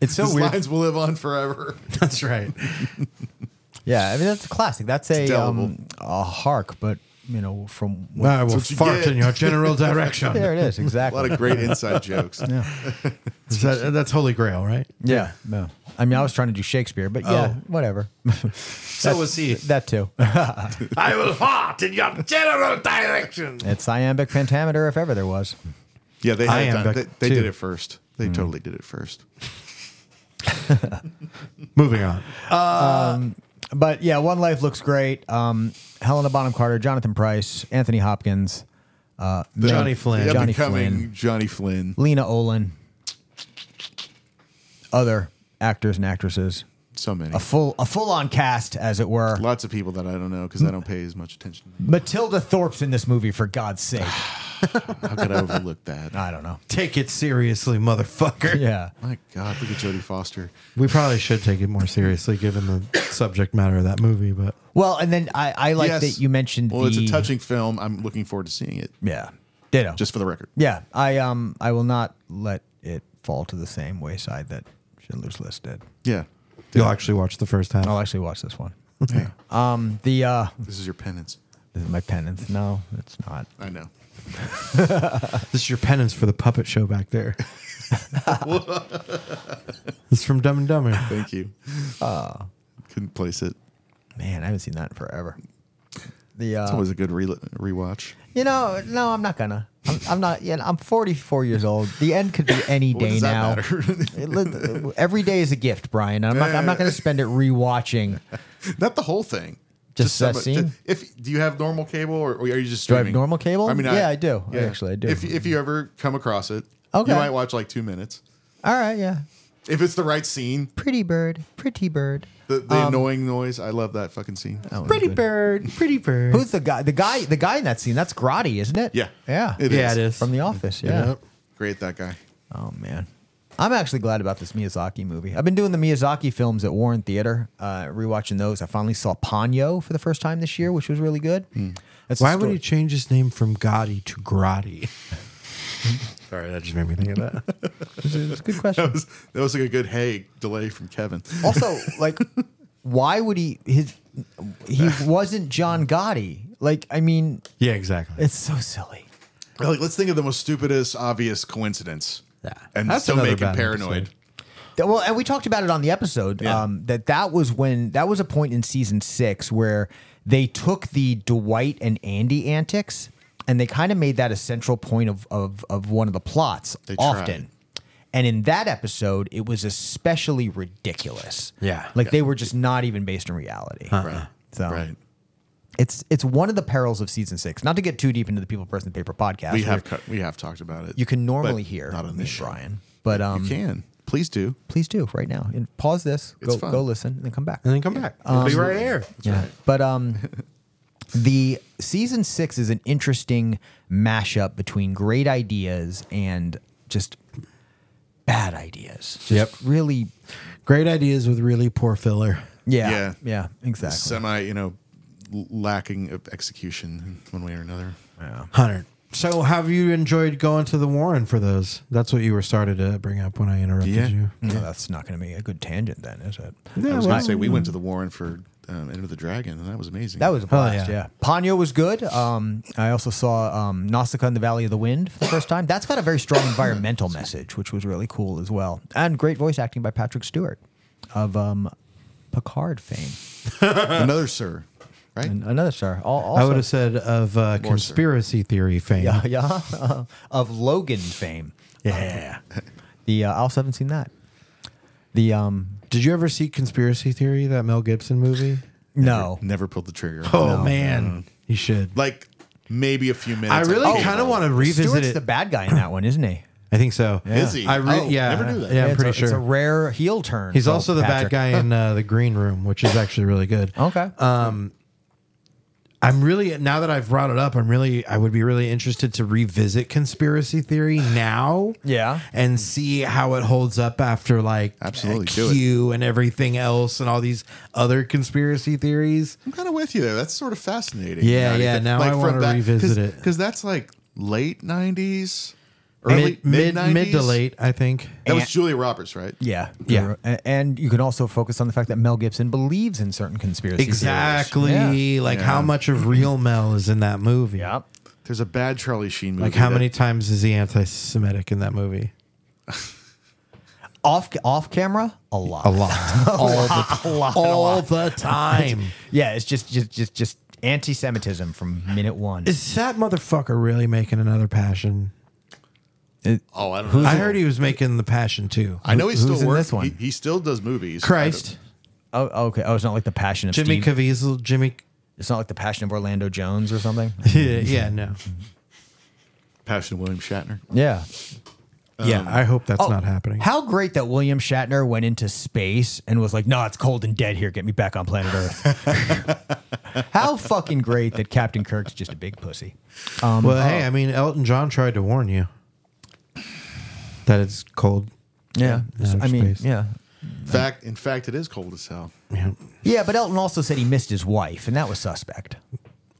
Speaker 2: It's so
Speaker 3: These
Speaker 2: weird.
Speaker 3: lines will live on forever.
Speaker 1: That's right.
Speaker 2: Yeah, I mean that's a classic. That's a
Speaker 3: indelible.
Speaker 2: um, a hark, but you know from
Speaker 1: I will
Speaker 3: what you
Speaker 1: fart
Speaker 3: get.
Speaker 1: in your general direction.
Speaker 2: there it is
Speaker 3: A lot
Speaker 2: exactly.
Speaker 3: of great inside jokes.
Speaker 1: Is that- that's Holy Grail, right?
Speaker 2: yeah, no. I mean, I was trying to do Shakespeare, but yeah,
Speaker 1: Oh.
Speaker 2: whatever.
Speaker 1: So was he.
Speaker 2: that too.
Speaker 1: I will fart in your general direction.
Speaker 2: it's iambic pentameter if ever there was.
Speaker 3: Yeah, they had
Speaker 1: I
Speaker 3: it
Speaker 1: am
Speaker 3: done.
Speaker 1: back
Speaker 3: They, they did
Speaker 1: too.
Speaker 3: it first.
Speaker 2: Hmm.
Speaker 3: They totally did it first.
Speaker 1: Moving on.
Speaker 2: But yeah, One Life looks great. Um, Helena Bonham Carter, Jonathan Price, Anthony Hopkins, uh,
Speaker 1: Johnny Flynn.
Speaker 3: The
Speaker 2: Johnny
Speaker 3: up-and-coming
Speaker 2: Flynn.
Speaker 3: Johnny Flynn.
Speaker 2: Lena Olin, other actors and actresses.
Speaker 3: So many.
Speaker 2: A full a full on cast, as it were.
Speaker 3: Lots of people that I don't know because I don't pay as much attention.
Speaker 2: Matilda Thorpe's in this movie, for God's sake.
Speaker 3: How could I overlook that?
Speaker 2: I don't know.
Speaker 1: Take it seriously, motherfucker.
Speaker 2: Yeah.
Speaker 3: My God, look at Jodie Foster.
Speaker 1: We probably should take it more seriously given the subject matter of that movie, but
Speaker 2: Well, and then I, I like
Speaker 3: Yes.
Speaker 2: that you mentioned
Speaker 3: Well,
Speaker 2: the
Speaker 3: it's a touching film. I'm looking forward to seeing it.
Speaker 2: Yeah. Ditto.
Speaker 3: Just for the record.
Speaker 2: yeah. I um I will not let it fall to the same wayside that Schindler's List did.
Speaker 3: Yeah.
Speaker 1: you'll actually watch the first half.
Speaker 2: I'll actually watch this one.
Speaker 3: Hey,
Speaker 2: Um the uh
Speaker 3: this is your penance.
Speaker 2: this is my penance. No, it's not.
Speaker 3: I know.
Speaker 1: This is your penance for the puppet show back there. it's from Dumb and Dumber.
Speaker 3: Thank you.
Speaker 2: Uh,
Speaker 3: Couldn't place it.
Speaker 2: Man, I haven't seen that in forever. The
Speaker 3: It's
Speaker 2: uh,
Speaker 3: always a good re- rewatch.
Speaker 2: you know, no, I'm not gonna. I'm, I'm not. Yeah, I'm 44 years old. The end could be any
Speaker 3: What
Speaker 2: day
Speaker 3: does that
Speaker 2: now.
Speaker 3: matter?
Speaker 2: It li- Every day is a gift, Brian. I'm not. I'm not gonna spend it rewatching.
Speaker 3: Not the whole thing.
Speaker 2: Just that
Speaker 3: some-
Speaker 2: scene?
Speaker 3: If do you have normal cable or, or are you just
Speaker 2: Do I have
Speaker 3: streaming?
Speaker 2: normal cable? Yeah, I do. I actually- I do.
Speaker 3: If if you ever come across it,
Speaker 2: Okay.
Speaker 3: you might watch like two minutes.
Speaker 2: All right, yeah.
Speaker 3: If it's the right scene,
Speaker 2: Pretty bird, pretty bird.
Speaker 3: the, the annoying noise. I love that fucking scene.
Speaker 2: Um, Pretty bird, pretty bird. Who's the guy? The guy, the guy in that scene. That's Grotti, isn't it?
Speaker 3: Yeah.
Speaker 2: yeah,
Speaker 3: It
Speaker 1: Yeah,
Speaker 3: is.
Speaker 1: it is.
Speaker 2: From The Office. Yeah.
Speaker 1: Yep.
Speaker 3: Great that guy.
Speaker 2: Oh man, I'm actually glad about this Miyazaki movie. I've been doing the Miyazaki films at Warren Theater, uh, rewatching those. I finally saw Ponyo for the first time this year, which was really good.
Speaker 3: Hmm.
Speaker 2: That's the
Speaker 1: Why would
Speaker 2: story-
Speaker 1: he change his name from Gotti to Grotti? Sorry, that just made me think of that.
Speaker 2: It's a good question.
Speaker 3: That was that was like a good hey delay from Kevin.
Speaker 2: also like why would he his he wasn't john gotti like i mean
Speaker 1: yeah, exactly.
Speaker 2: it's so silly
Speaker 3: Like, let's think of the most stupidest obvious coincidence.
Speaker 1: Yeah.
Speaker 3: And
Speaker 1: That's
Speaker 3: still
Speaker 1: another
Speaker 3: make him
Speaker 1: bad
Speaker 3: paranoid.
Speaker 1: episode.
Speaker 2: That- well and we talked about it on the episode
Speaker 3: Yeah.
Speaker 2: um, that that was when that was a point in season six where they took the dwight and andy antics and they kind of made that a central point of, of, of one of the plots
Speaker 3: They tried.
Speaker 2: often and in that episode it was especially ridiculous
Speaker 1: Yeah.
Speaker 2: like they were just not even based in reality
Speaker 3: Right.
Speaker 2: so
Speaker 3: Right.
Speaker 2: It's it's one of the perils of season six. Not to get too deep into the people, person, paper podcast.
Speaker 3: We
Speaker 2: where
Speaker 3: have cut, we have talked about it.
Speaker 2: you can normally
Speaker 3: but
Speaker 2: hear
Speaker 3: not on
Speaker 2: me,
Speaker 3: this show.
Speaker 2: Brian, but um,
Speaker 3: You can please do.
Speaker 2: please do right now and pause this.
Speaker 3: It's
Speaker 2: Go
Speaker 3: fun.
Speaker 2: go listen and then come back.
Speaker 1: And then come back. It'll be right here.
Speaker 2: yeah, but um, the season six is an interesting mashup between great ideas and just bad ideas. Just
Speaker 1: Yep.
Speaker 2: really.
Speaker 1: Great ideas with really poor filler.
Speaker 2: Yeah, yeah,
Speaker 3: Yeah.
Speaker 2: exactly.
Speaker 3: Semi, you know, l- lacking of execution in one way or another.
Speaker 1: Hunter. So, have you enjoyed going to the Warren for those? That's what you were started to bring up when I interrupted
Speaker 3: Yeah.
Speaker 1: you.
Speaker 2: Well, that's not going to be a good tangent, then, is it?
Speaker 1: Yeah,
Speaker 3: I was going
Speaker 1: well-
Speaker 3: to say we went to the Warren for um, End of the Dragon, and that was amazing.
Speaker 2: That was a blast.
Speaker 1: yeah.
Speaker 2: yeah. Ponyo was good. Um, I also saw um, Nausicaa in the Valley of the Wind for the first time. That's got a very strong environmental message, which was really cool as well, and great voice acting by Patrick Stewart of um, Picard fame.
Speaker 3: another sir, right?
Speaker 2: And another star. Al- Also,
Speaker 1: I would have said of uh, conspiracy theory fame.
Speaker 2: yeah, yeah, uh, of Logan fame.
Speaker 1: Yeah.
Speaker 2: The uh, I also haven't seen that. The um,
Speaker 1: Did you ever see Conspiracy Theory, that Mel Gibson movie?
Speaker 2: no.
Speaker 3: Never pulled the trigger.
Speaker 1: Oh, man. You should.
Speaker 3: Like maybe a few minutes.
Speaker 1: I really
Speaker 3: Oh,
Speaker 1: kind of want to revisit
Speaker 2: Stewart's
Speaker 1: it.
Speaker 2: the bad guy in that one, isn't he?
Speaker 1: I think so.
Speaker 3: Is he?
Speaker 1: I re-
Speaker 3: Oh,
Speaker 1: yeah.
Speaker 3: never knew that.
Speaker 1: Yeah,
Speaker 2: it's
Speaker 1: I'm pretty
Speaker 2: a, It's a
Speaker 1: sure.
Speaker 2: rare heel turn.
Speaker 1: He's
Speaker 2: for
Speaker 1: also the bad
Speaker 2: Patrick. Oh,
Speaker 1: guy in uh, the Green Room, which is actually really good.
Speaker 2: Okay.
Speaker 1: I'm really now that I've brought it up, I'm really I would be really interested to revisit conspiracy theory now.
Speaker 2: Yeah.
Speaker 1: And see how it holds up after like
Speaker 3: Absolutely, do it.
Speaker 1: Q and everything else and all these other conspiracy theories.
Speaker 3: I'm kind of with you there. That's sort of fascinating.
Speaker 1: Yeah, yeah, now I wanna revisit it.
Speaker 3: because that's like late '90s,
Speaker 1: Mid,
Speaker 3: early
Speaker 1: mid,
Speaker 3: mid-90s?
Speaker 1: mid to late, I think.
Speaker 3: That was Julia Roberts, right?
Speaker 2: Yeah,
Speaker 1: Yeah.
Speaker 2: A- And you can also focus on the fact that Mel Gibson believes in certain conspiracy theories.
Speaker 1: Exactly. Like how
Speaker 3: Yeah.
Speaker 1: much of real Mel is in that movie?
Speaker 2: Yeah. Yep.
Speaker 3: There's a bad Charlie Sheen movie.
Speaker 1: Like how
Speaker 3: that-
Speaker 1: many times is he anti-Semitic in that movie?
Speaker 2: Off off camera, a lot.
Speaker 1: A lot, all the,
Speaker 2: A lot.
Speaker 1: all the time.
Speaker 2: Yeah, it's just just just just anti-Semitism from minute one.
Speaker 1: Is that motherfucker really making another Passion?
Speaker 3: Oh, I don't know.
Speaker 1: I heard he was making the Passion too.
Speaker 3: I know he's
Speaker 2: Who's
Speaker 3: still
Speaker 2: in
Speaker 3: working.
Speaker 2: this one?
Speaker 3: He, he still does movies. I
Speaker 1: Christ,
Speaker 3: don't-
Speaker 2: oh, okay. Oh, it's not like the Passion of
Speaker 1: Jimmy
Speaker 2: Steve-
Speaker 1: Caviezel, Jimmy.
Speaker 2: It's not like the Passion of Orlando Jones
Speaker 1: Mm-hmm.
Speaker 2: or something.
Speaker 1: yeah, yeah, no.
Speaker 3: Passion of William Shatner.
Speaker 2: yeah.
Speaker 1: yeah, I hope that's not happening.
Speaker 2: How great that William Shatner went into space and was like, "No, it's cold and dead here. Get me back on planet Earth." How fucking great that Captain Kirk's just a big pussy. Um,
Speaker 1: well, hey, I mean, Elton John tried to warn you that it's cold.
Speaker 2: Yeah,
Speaker 1: outer
Speaker 2: I mean,
Speaker 1: space.
Speaker 2: yeah,
Speaker 1: Mm-hmm.
Speaker 3: In fact, in fact, it is cold as hell.
Speaker 1: Yeah.
Speaker 2: yeah. But Elton also said he missed his wife, and that was suspect.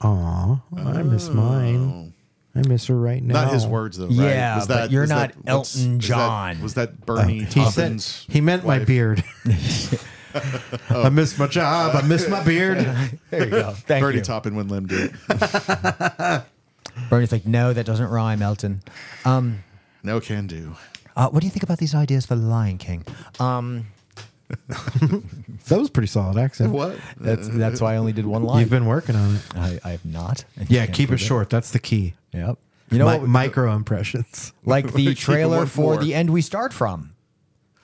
Speaker 1: Aw, I miss mine. I miss her right now.
Speaker 3: Not his words though. Right?
Speaker 2: Yeah,
Speaker 3: Was
Speaker 2: but you're
Speaker 3: was
Speaker 2: not
Speaker 3: what's-
Speaker 2: Elton
Speaker 3: was that-
Speaker 2: John.
Speaker 3: Was that, Bernie?
Speaker 1: Oh. He said
Speaker 3: Taupin's
Speaker 1: he meant my
Speaker 3: wife?
Speaker 1: beard. I miss my job. I miss my beard.
Speaker 2: There you go. Thank
Speaker 3: Bernie
Speaker 2: you.
Speaker 3: Taupin when Lim did. it.
Speaker 2: Bernie's like, no, that doesn't rhyme, Elton. Um,
Speaker 3: no can do.
Speaker 2: uh, what do you think about these ideas for The Lion King? Um,
Speaker 1: that was pretty solid accent.
Speaker 3: What?
Speaker 2: that's that's why I only did one line.
Speaker 1: You've been working on it.
Speaker 2: I, I have not. and you
Speaker 1: Yeah,
Speaker 2: can't
Speaker 1: keep it
Speaker 2: prove
Speaker 1: short. That's the key.
Speaker 2: Yep. You know,
Speaker 1: Mi-
Speaker 2: what,
Speaker 1: micro impressions.
Speaker 2: like the
Speaker 3: Keep it
Speaker 2: trailer
Speaker 3: one
Speaker 2: for
Speaker 3: more.
Speaker 2: the end we start from.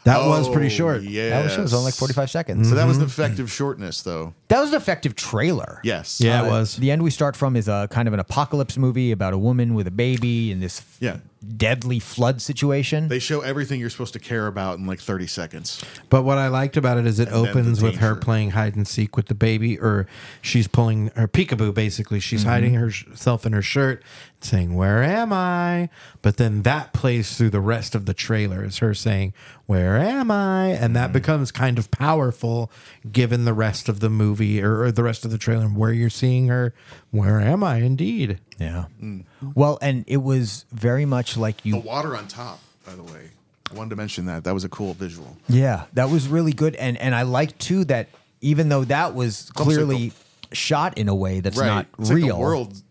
Speaker 1: That was pretty
Speaker 3: Oh,
Speaker 1: short.
Speaker 3: Yes. Mm-hmm.
Speaker 2: That was, it was only like forty five seconds.
Speaker 3: So that was an effective shortness, though.
Speaker 2: That was an effective trailer.
Speaker 3: Yes.
Speaker 1: Yeah, it
Speaker 2: Uh,
Speaker 1: was.
Speaker 2: The end we start from is a kind of an apocalypse movie about a woman with a baby in this f-
Speaker 3: Yeah.
Speaker 2: deadly flood situation.
Speaker 3: They show everything you're supposed to care about in like 30 seconds.
Speaker 1: But what I liked about it is it
Speaker 3: then the
Speaker 1: opens with her
Speaker 3: danger.
Speaker 1: playing hide and seek with the baby, or she's pulling her peekaboo. Basically, she's
Speaker 3: Mm-hmm.
Speaker 1: hiding herself in her shirt, saying "Where am I?" But then that plays through the rest of the trailer is her saying "Where am I?" and
Speaker 3: Mm-hmm.
Speaker 1: that becomes kind of powerful given the rest of the movie or, or the rest of the trailer and where you're seeing her. Where am I? Indeed.
Speaker 2: yeah.
Speaker 3: Mm.
Speaker 2: Well, and it was very much like
Speaker 3: The
Speaker 2: you.
Speaker 3: water on top, by the way. I wanted to mention that. That was a cool visual.
Speaker 2: Yeah, that was really good, and and I like too that even though that was clearly shot in a way that's not
Speaker 3: It's
Speaker 2: real,
Speaker 3: like the world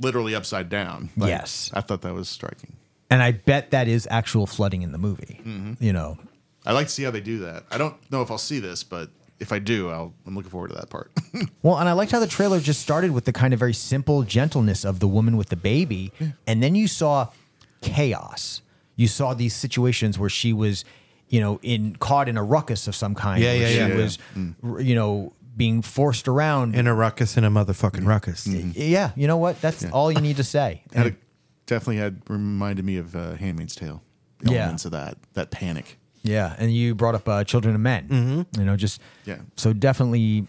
Speaker 3: literally upside down. Like,
Speaker 2: Yes.
Speaker 3: I thought that was striking.
Speaker 2: and I bet that is actual flooding in the movie.
Speaker 3: Mm-hmm.
Speaker 2: You know,
Speaker 3: I like to see how they do that. I don't know if I'll see this, but if I do, I'll, I'm looking forward to that part.
Speaker 2: Well, and I liked how the trailer just started with the kind of very simple gentleness of the woman with the baby. And then you saw chaos. You saw these situations where she was, you know, in caught in a ruckus of some kind.
Speaker 1: Yeah,
Speaker 2: where
Speaker 1: yeah,
Speaker 2: she
Speaker 1: yeah, yeah.
Speaker 2: was,
Speaker 3: Mm.
Speaker 2: r- you know, being forced around.
Speaker 1: In a ruckus, in a
Speaker 3: Mm-hmm.
Speaker 1: motherfucking ruckus.
Speaker 2: yeah, you know what? That's all you need to say.
Speaker 3: Had a- definitely had reminded me of uh, Handmaid's Tale.
Speaker 2: Yeah.
Speaker 3: Elements of that, that panic.
Speaker 2: Yeah, and you brought up uh, Children of Men. You know, just
Speaker 3: Mm-hmm. Yeah.
Speaker 2: So definitely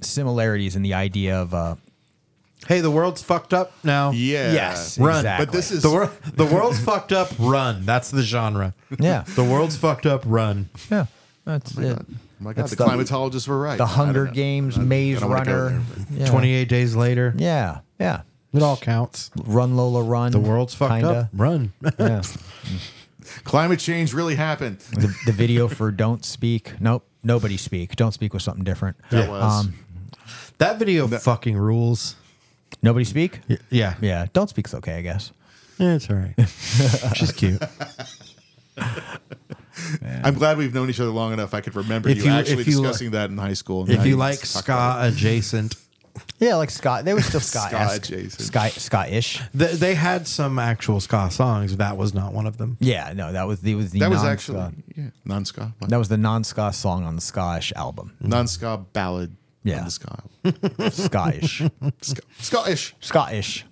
Speaker 2: similarities in the idea of uh,
Speaker 1: Hey, the world's fucked up now.
Speaker 3: Yeah.
Speaker 2: yes,
Speaker 1: Run,
Speaker 2: exactly.
Speaker 3: But this is
Speaker 1: The world, the world's fucked up. Run. That's the genre.
Speaker 2: yeah,
Speaker 1: The world's fucked up. Run.
Speaker 2: yeah, that's it.
Speaker 3: Oh my god,
Speaker 2: That's
Speaker 3: the,
Speaker 2: the-
Speaker 3: climatologists were right.
Speaker 2: The
Speaker 3: I don't
Speaker 2: Hunger
Speaker 3: know.
Speaker 2: Games,
Speaker 3: I don't- I
Speaker 2: Maze
Speaker 3: don't wanna go
Speaker 2: Runner.
Speaker 3: there, but-
Speaker 2: Yeah.
Speaker 1: Twenty-eight days later.
Speaker 2: Yeah, yeah.
Speaker 1: It all counts.
Speaker 2: Run Lola Run.
Speaker 1: The world's fucked up.
Speaker 2: Mm. kinda.
Speaker 1: Run.
Speaker 2: Yeah.
Speaker 3: Climate change really happened.
Speaker 2: the, the video for Don't Speak. Nope. Nobody speak. Don't speak was something different. Um,
Speaker 3: That was
Speaker 1: that video fucking rules.
Speaker 2: Nobody speak. Yeah.
Speaker 1: Yeah.
Speaker 2: Don't speak's okay, I guess.
Speaker 1: Yeah, it's all right. She's cute.
Speaker 3: I'm glad we've known each other long enough. I could remember
Speaker 1: If
Speaker 3: you,
Speaker 1: you-
Speaker 3: actually
Speaker 1: if you-
Speaker 3: discussing that in high school. and now
Speaker 1: If you
Speaker 3: just
Speaker 1: like
Speaker 3: talk
Speaker 1: ska
Speaker 3: about
Speaker 1: adjacent,
Speaker 2: Yeah, like Scott. They were still Scott.
Speaker 3: Jason.
Speaker 2: Scott. Scottish.
Speaker 1: they, they had some actual ska songs. That was not one of them.
Speaker 2: Yeah. No, that was the was the
Speaker 3: it. that was
Speaker 2: non-ska-
Speaker 3: actually yeah, non-ska,
Speaker 2: that was the non-ska song on the Scottish album.
Speaker 3: non-ska ballad. on
Speaker 2: Yeah.
Speaker 3: the ska,
Speaker 2: Scottish.
Speaker 3: ska, Scottish.
Speaker 2: Scottish.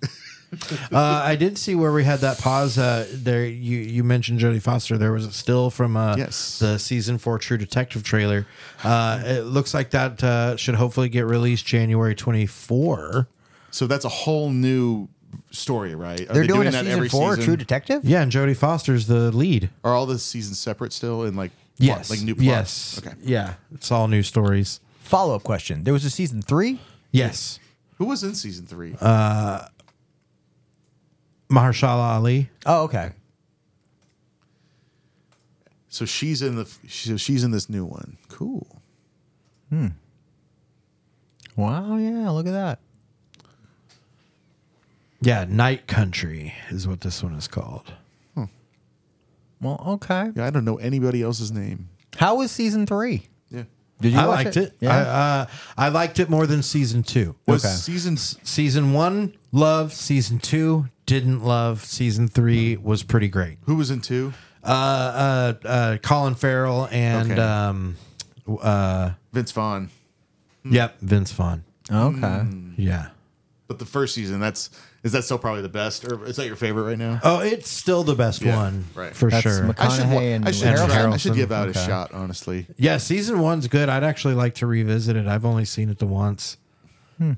Speaker 1: Uh, I did see where we had that pause. Uh, there, you you mentioned Jodie Foster. There was a still from uh,
Speaker 3: Yes.
Speaker 1: the season four True Detective trailer. Uh, it looks like that uh, should hopefully get released January twenty four.
Speaker 3: So that's a whole new story, right? Are
Speaker 2: They're
Speaker 3: they
Speaker 2: doing, a
Speaker 3: that
Speaker 2: season
Speaker 3: every
Speaker 2: four
Speaker 3: season?
Speaker 2: True Detective.
Speaker 1: Yeah, and Jodie Foster's the lead.
Speaker 3: Are all the seasons separate still? And like plot-
Speaker 1: Yes,
Speaker 3: like new plots.
Speaker 1: Yes,
Speaker 3: Okay.
Speaker 1: yeah, it's all new stories.
Speaker 2: Follow up question. There was a season three.
Speaker 1: Yes,
Speaker 3: Who was in season three?
Speaker 1: Mahershala Ali.
Speaker 2: Oh, okay.
Speaker 3: so she's in the so she's in this new one. Cool.
Speaker 2: Wow. Yeah. Look at that.
Speaker 1: Yeah, Night Country is what this one is called.
Speaker 2: Well, okay.
Speaker 3: Yeah, I don't know anybody else's name.
Speaker 2: How was season three?
Speaker 3: Yeah.
Speaker 2: Did you
Speaker 1: I
Speaker 2: watch
Speaker 1: liked it. I,
Speaker 2: Yeah.
Speaker 1: uh, I liked it more than season two.
Speaker 3: Was
Speaker 2: Okay.
Speaker 3: season
Speaker 1: Season one, love. Season two, didn't love. Season three was pretty great.
Speaker 3: who was in two?
Speaker 1: Uh, uh, uh, Colin Farrell and
Speaker 3: Okay.
Speaker 1: um, uh,
Speaker 3: Vince Vaughn.
Speaker 1: yep, Vince Vaughn.
Speaker 2: okay.
Speaker 1: Yeah,
Speaker 3: But the first season, that's is that still probably the best, or is that your favorite right now?
Speaker 1: Oh, it's still the best
Speaker 3: Yeah,
Speaker 1: one
Speaker 3: right.
Speaker 1: for
Speaker 2: That's
Speaker 1: sure.
Speaker 2: Mc-
Speaker 3: I should, wa-
Speaker 2: McConaughey and
Speaker 3: I should,
Speaker 2: Woody
Speaker 3: try, I should
Speaker 2: Harrelson.
Speaker 3: give out a
Speaker 2: Okay.
Speaker 3: shot, honestly.
Speaker 1: yeah, season one's good. I'd actually like to revisit it. I've only seen it the once.
Speaker 2: Hmm.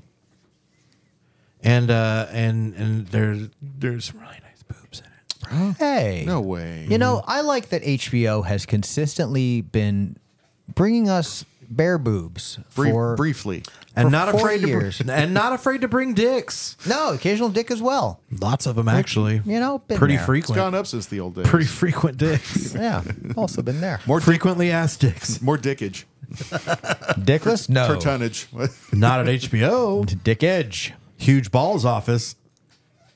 Speaker 1: And uh and and there's there's some really nice boobs in it.
Speaker 2: Hey.
Speaker 3: mm, No way.
Speaker 2: You know, I like that HBO has consistently been bringing us bare boobs
Speaker 3: Brief-
Speaker 2: for
Speaker 3: briefly.
Speaker 1: And
Speaker 2: For
Speaker 1: not
Speaker 2: four
Speaker 1: afraid
Speaker 2: years.
Speaker 1: to br- and not afraid to bring dicks.
Speaker 2: No, occasional dick as well.
Speaker 1: Lots of them actually.
Speaker 2: you know, been
Speaker 1: pretty
Speaker 2: there.
Speaker 3: It's
Speaker 1: frequent.
Speaker 3: gone up since the old days.
Speaker 1: Pretty frequent dicks.
Speaker 2: Yeah, also been there.
Speaker 1: More frequently ass dicks.
Speaker 3: More dickage
Speaker 2: Dickless? No.
Speaker 3: per tonnage.
Speaker 1: Not at HBO.
Speaker 2: Dick Edge.
Speaker 1: Huge balls office.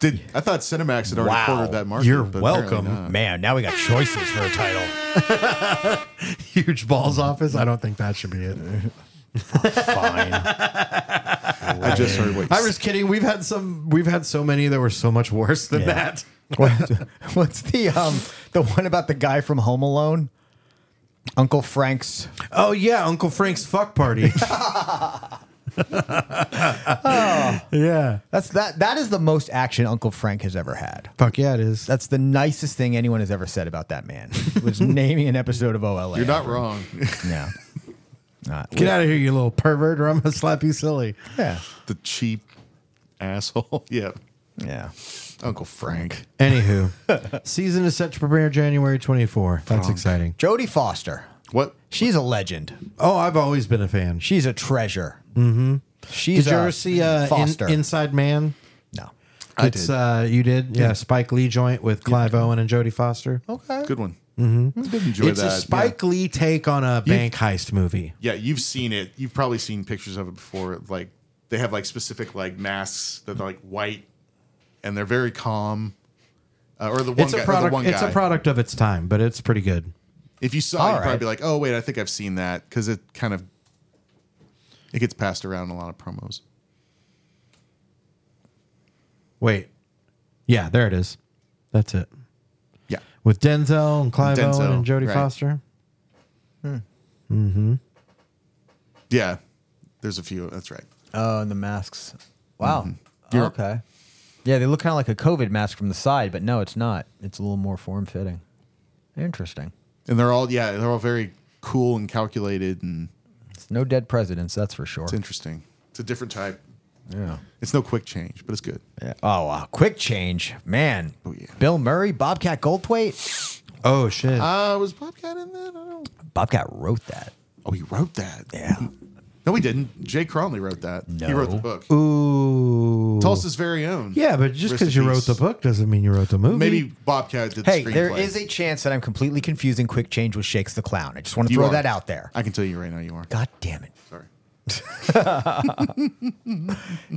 Speaker 3: Did I thought Cinemax had already
Speaker 2: Wow.
Speaker 3: cornered that market?
Speaker 1: You're
Speaker 3: but
Speaker 1: welcome.
Speaker 3: apparently not.
Speaker 2: Man, now we got choices for a title.
Speaker 1: Huge balls office. I don't think that should be it.
Speaker 2: Fine.
Speaker 3: I just heard what you
Speaker 1: I was kidding. We've had some. We've had so many that were so much worse than
Speaker 2: Yeah.
Speaker 1: that.
Speaker 2: What- what's the um the one about the guy from Home Alone? Uncle Frank's.
Speaker 1: Oh yeah, Uncle Frank's fuck party. Oh. Yeah.
Speaker 2: That's that that is the most action Uncle Frank has ever had.
Speaker 1: Fuck yeah, it is.
Speaker 2: That's the nicest thing anyone has ever said about that man. Was naming an episode of OLA.
Speaker 3: You're not wrong.
Speaker 2: No. Not.
Speaker 1: Get out of here, you little pervert, or I'm gonna slap you silly.
Speaker 2: Yeah.
Speaker 3: the cheap asshole. yeah.
Speaker 2: Yeah.
Speaker 3: Uncle Frank.
Speaker 1: Anywho, season is set to premiere January 24. That's exciting.
Speaker 2: Jodie Foster.
Speaker 3: What?
Speaker 2: She's a legend.
Speaker 1: Oh, I've always been a fan.
Speaker 2: She's a treasure. Mm-hmm. She's
Speaker 1: Did you
Speaker 2: a
Speaker 1: ever see uh,
Speaker 2: Foster.
Speaker 1: In- Inside Man?
Speaker 2: no.
Speaker 3: I
Speaker 1: it's,
Speaker 3: did.
Speaker 1: Uh, you did? Yeah, Spike Lee joint with Clive Owen and Jodie Foster.
Speaker 2: Okay.
Speaker 3: Good one. Mm-hmm. I did enjoy
Speaker 1: it's
Speaker 3: that.
Speaker 1: a Spike Lee take on a bank heist movie.
Speaker 3: Yeah. yeah, you've seen it. You've probably seen pictures of it before. Like they have like specific like masks that are like white, and they're very calm. Uh, or the one
Speaker 1: it's
Speaker 3: guy.
Speaker 1: a
Speaker 3: or the
Speaker 1: product.
Speaker 3: one
Speaker 1: It's
Speaker 3: guy.
Speaker 1: a product of its time, but it's pretty good.
Speaker 3: If you saw
Speaker 2: All
Speaker 3: it, you'd
Speaker 2: right.
Speaker 3: probably be like, "Oh wait, I think I've seen that," because it kind of it gets passed around in a lot of promos.
Speaker 1: Wait, yeah, there it is. That's it
Speaker 3: Yeah,
Speaker 1: with Denzel and Clive
Speaker 3: Denzel,
Speaker 1: Owen and Jodie
Speaker 3: right.
Speaker 1: Foster.
Speaker 3: yeah. There's a few. That's right.
Speaker 2: Oh, and the masks. Wow.
Speaker 3: Mm-hmm. You're-
Speaker 2: okay. Yeah, they look kind of like a COVID mask from the side, but no, it's not. It's a little more form fitting. Interesting.
Speaker 3: And they're all yeah, they're all very cool and calculated, and
Speaker 2: It's no dead presidents, that's for sure.
Speaker 3: it's interesting. It's a different type.
Speaker 2: Yeah.
Speaker 3: It's no quick change, but it's good.
Speaker 2: Yeah. Oh, wow. Quick change. Man.
Speaker 3: Oh, yeah.
Speaker 2: Bill Murray, Bobcat Goldthwait.
Speaker 1: Oh shit!
Speaker 3: Uh, was Bobcat in that? I don't.
Speaker 2: Bobcat wrote that.
Speaker 3: Oh, he wrote that.
Speaker 2: Yeah.
Speaker 3: No, he didn't. Jay Cronley wrote that. He wrote the
Speaker 2: No.
Speaker 3: book.
Speaker 1: Ooh,
Speaker 3: Tulsa's very own.
Speaker 1: yeah, but just
Speaker 3: Rest
Speaker 1: because
Speaker 3: in
Speaker 1: you wrote
Speaker 3: peace.
Speaker 1: the book doesn't mean you wrote the movie.
Speaker 3: maybe Bobcat did.
Speaker 2: Hey,
Speaker 3: the
Speaker 2: there
Speaker 3: screenplay.
Speaker 2: is a chance that I'm completely confusing Quick Change with Shakes the Clown. I just want to
Speaker 3: You
Speaker 2: throw
Speaker 3: are.
Speaker 2: that out there.
Speaker 3: I can tell you right now, you are.
Speaker 2: God damn it.
Speaker 3: Sorry.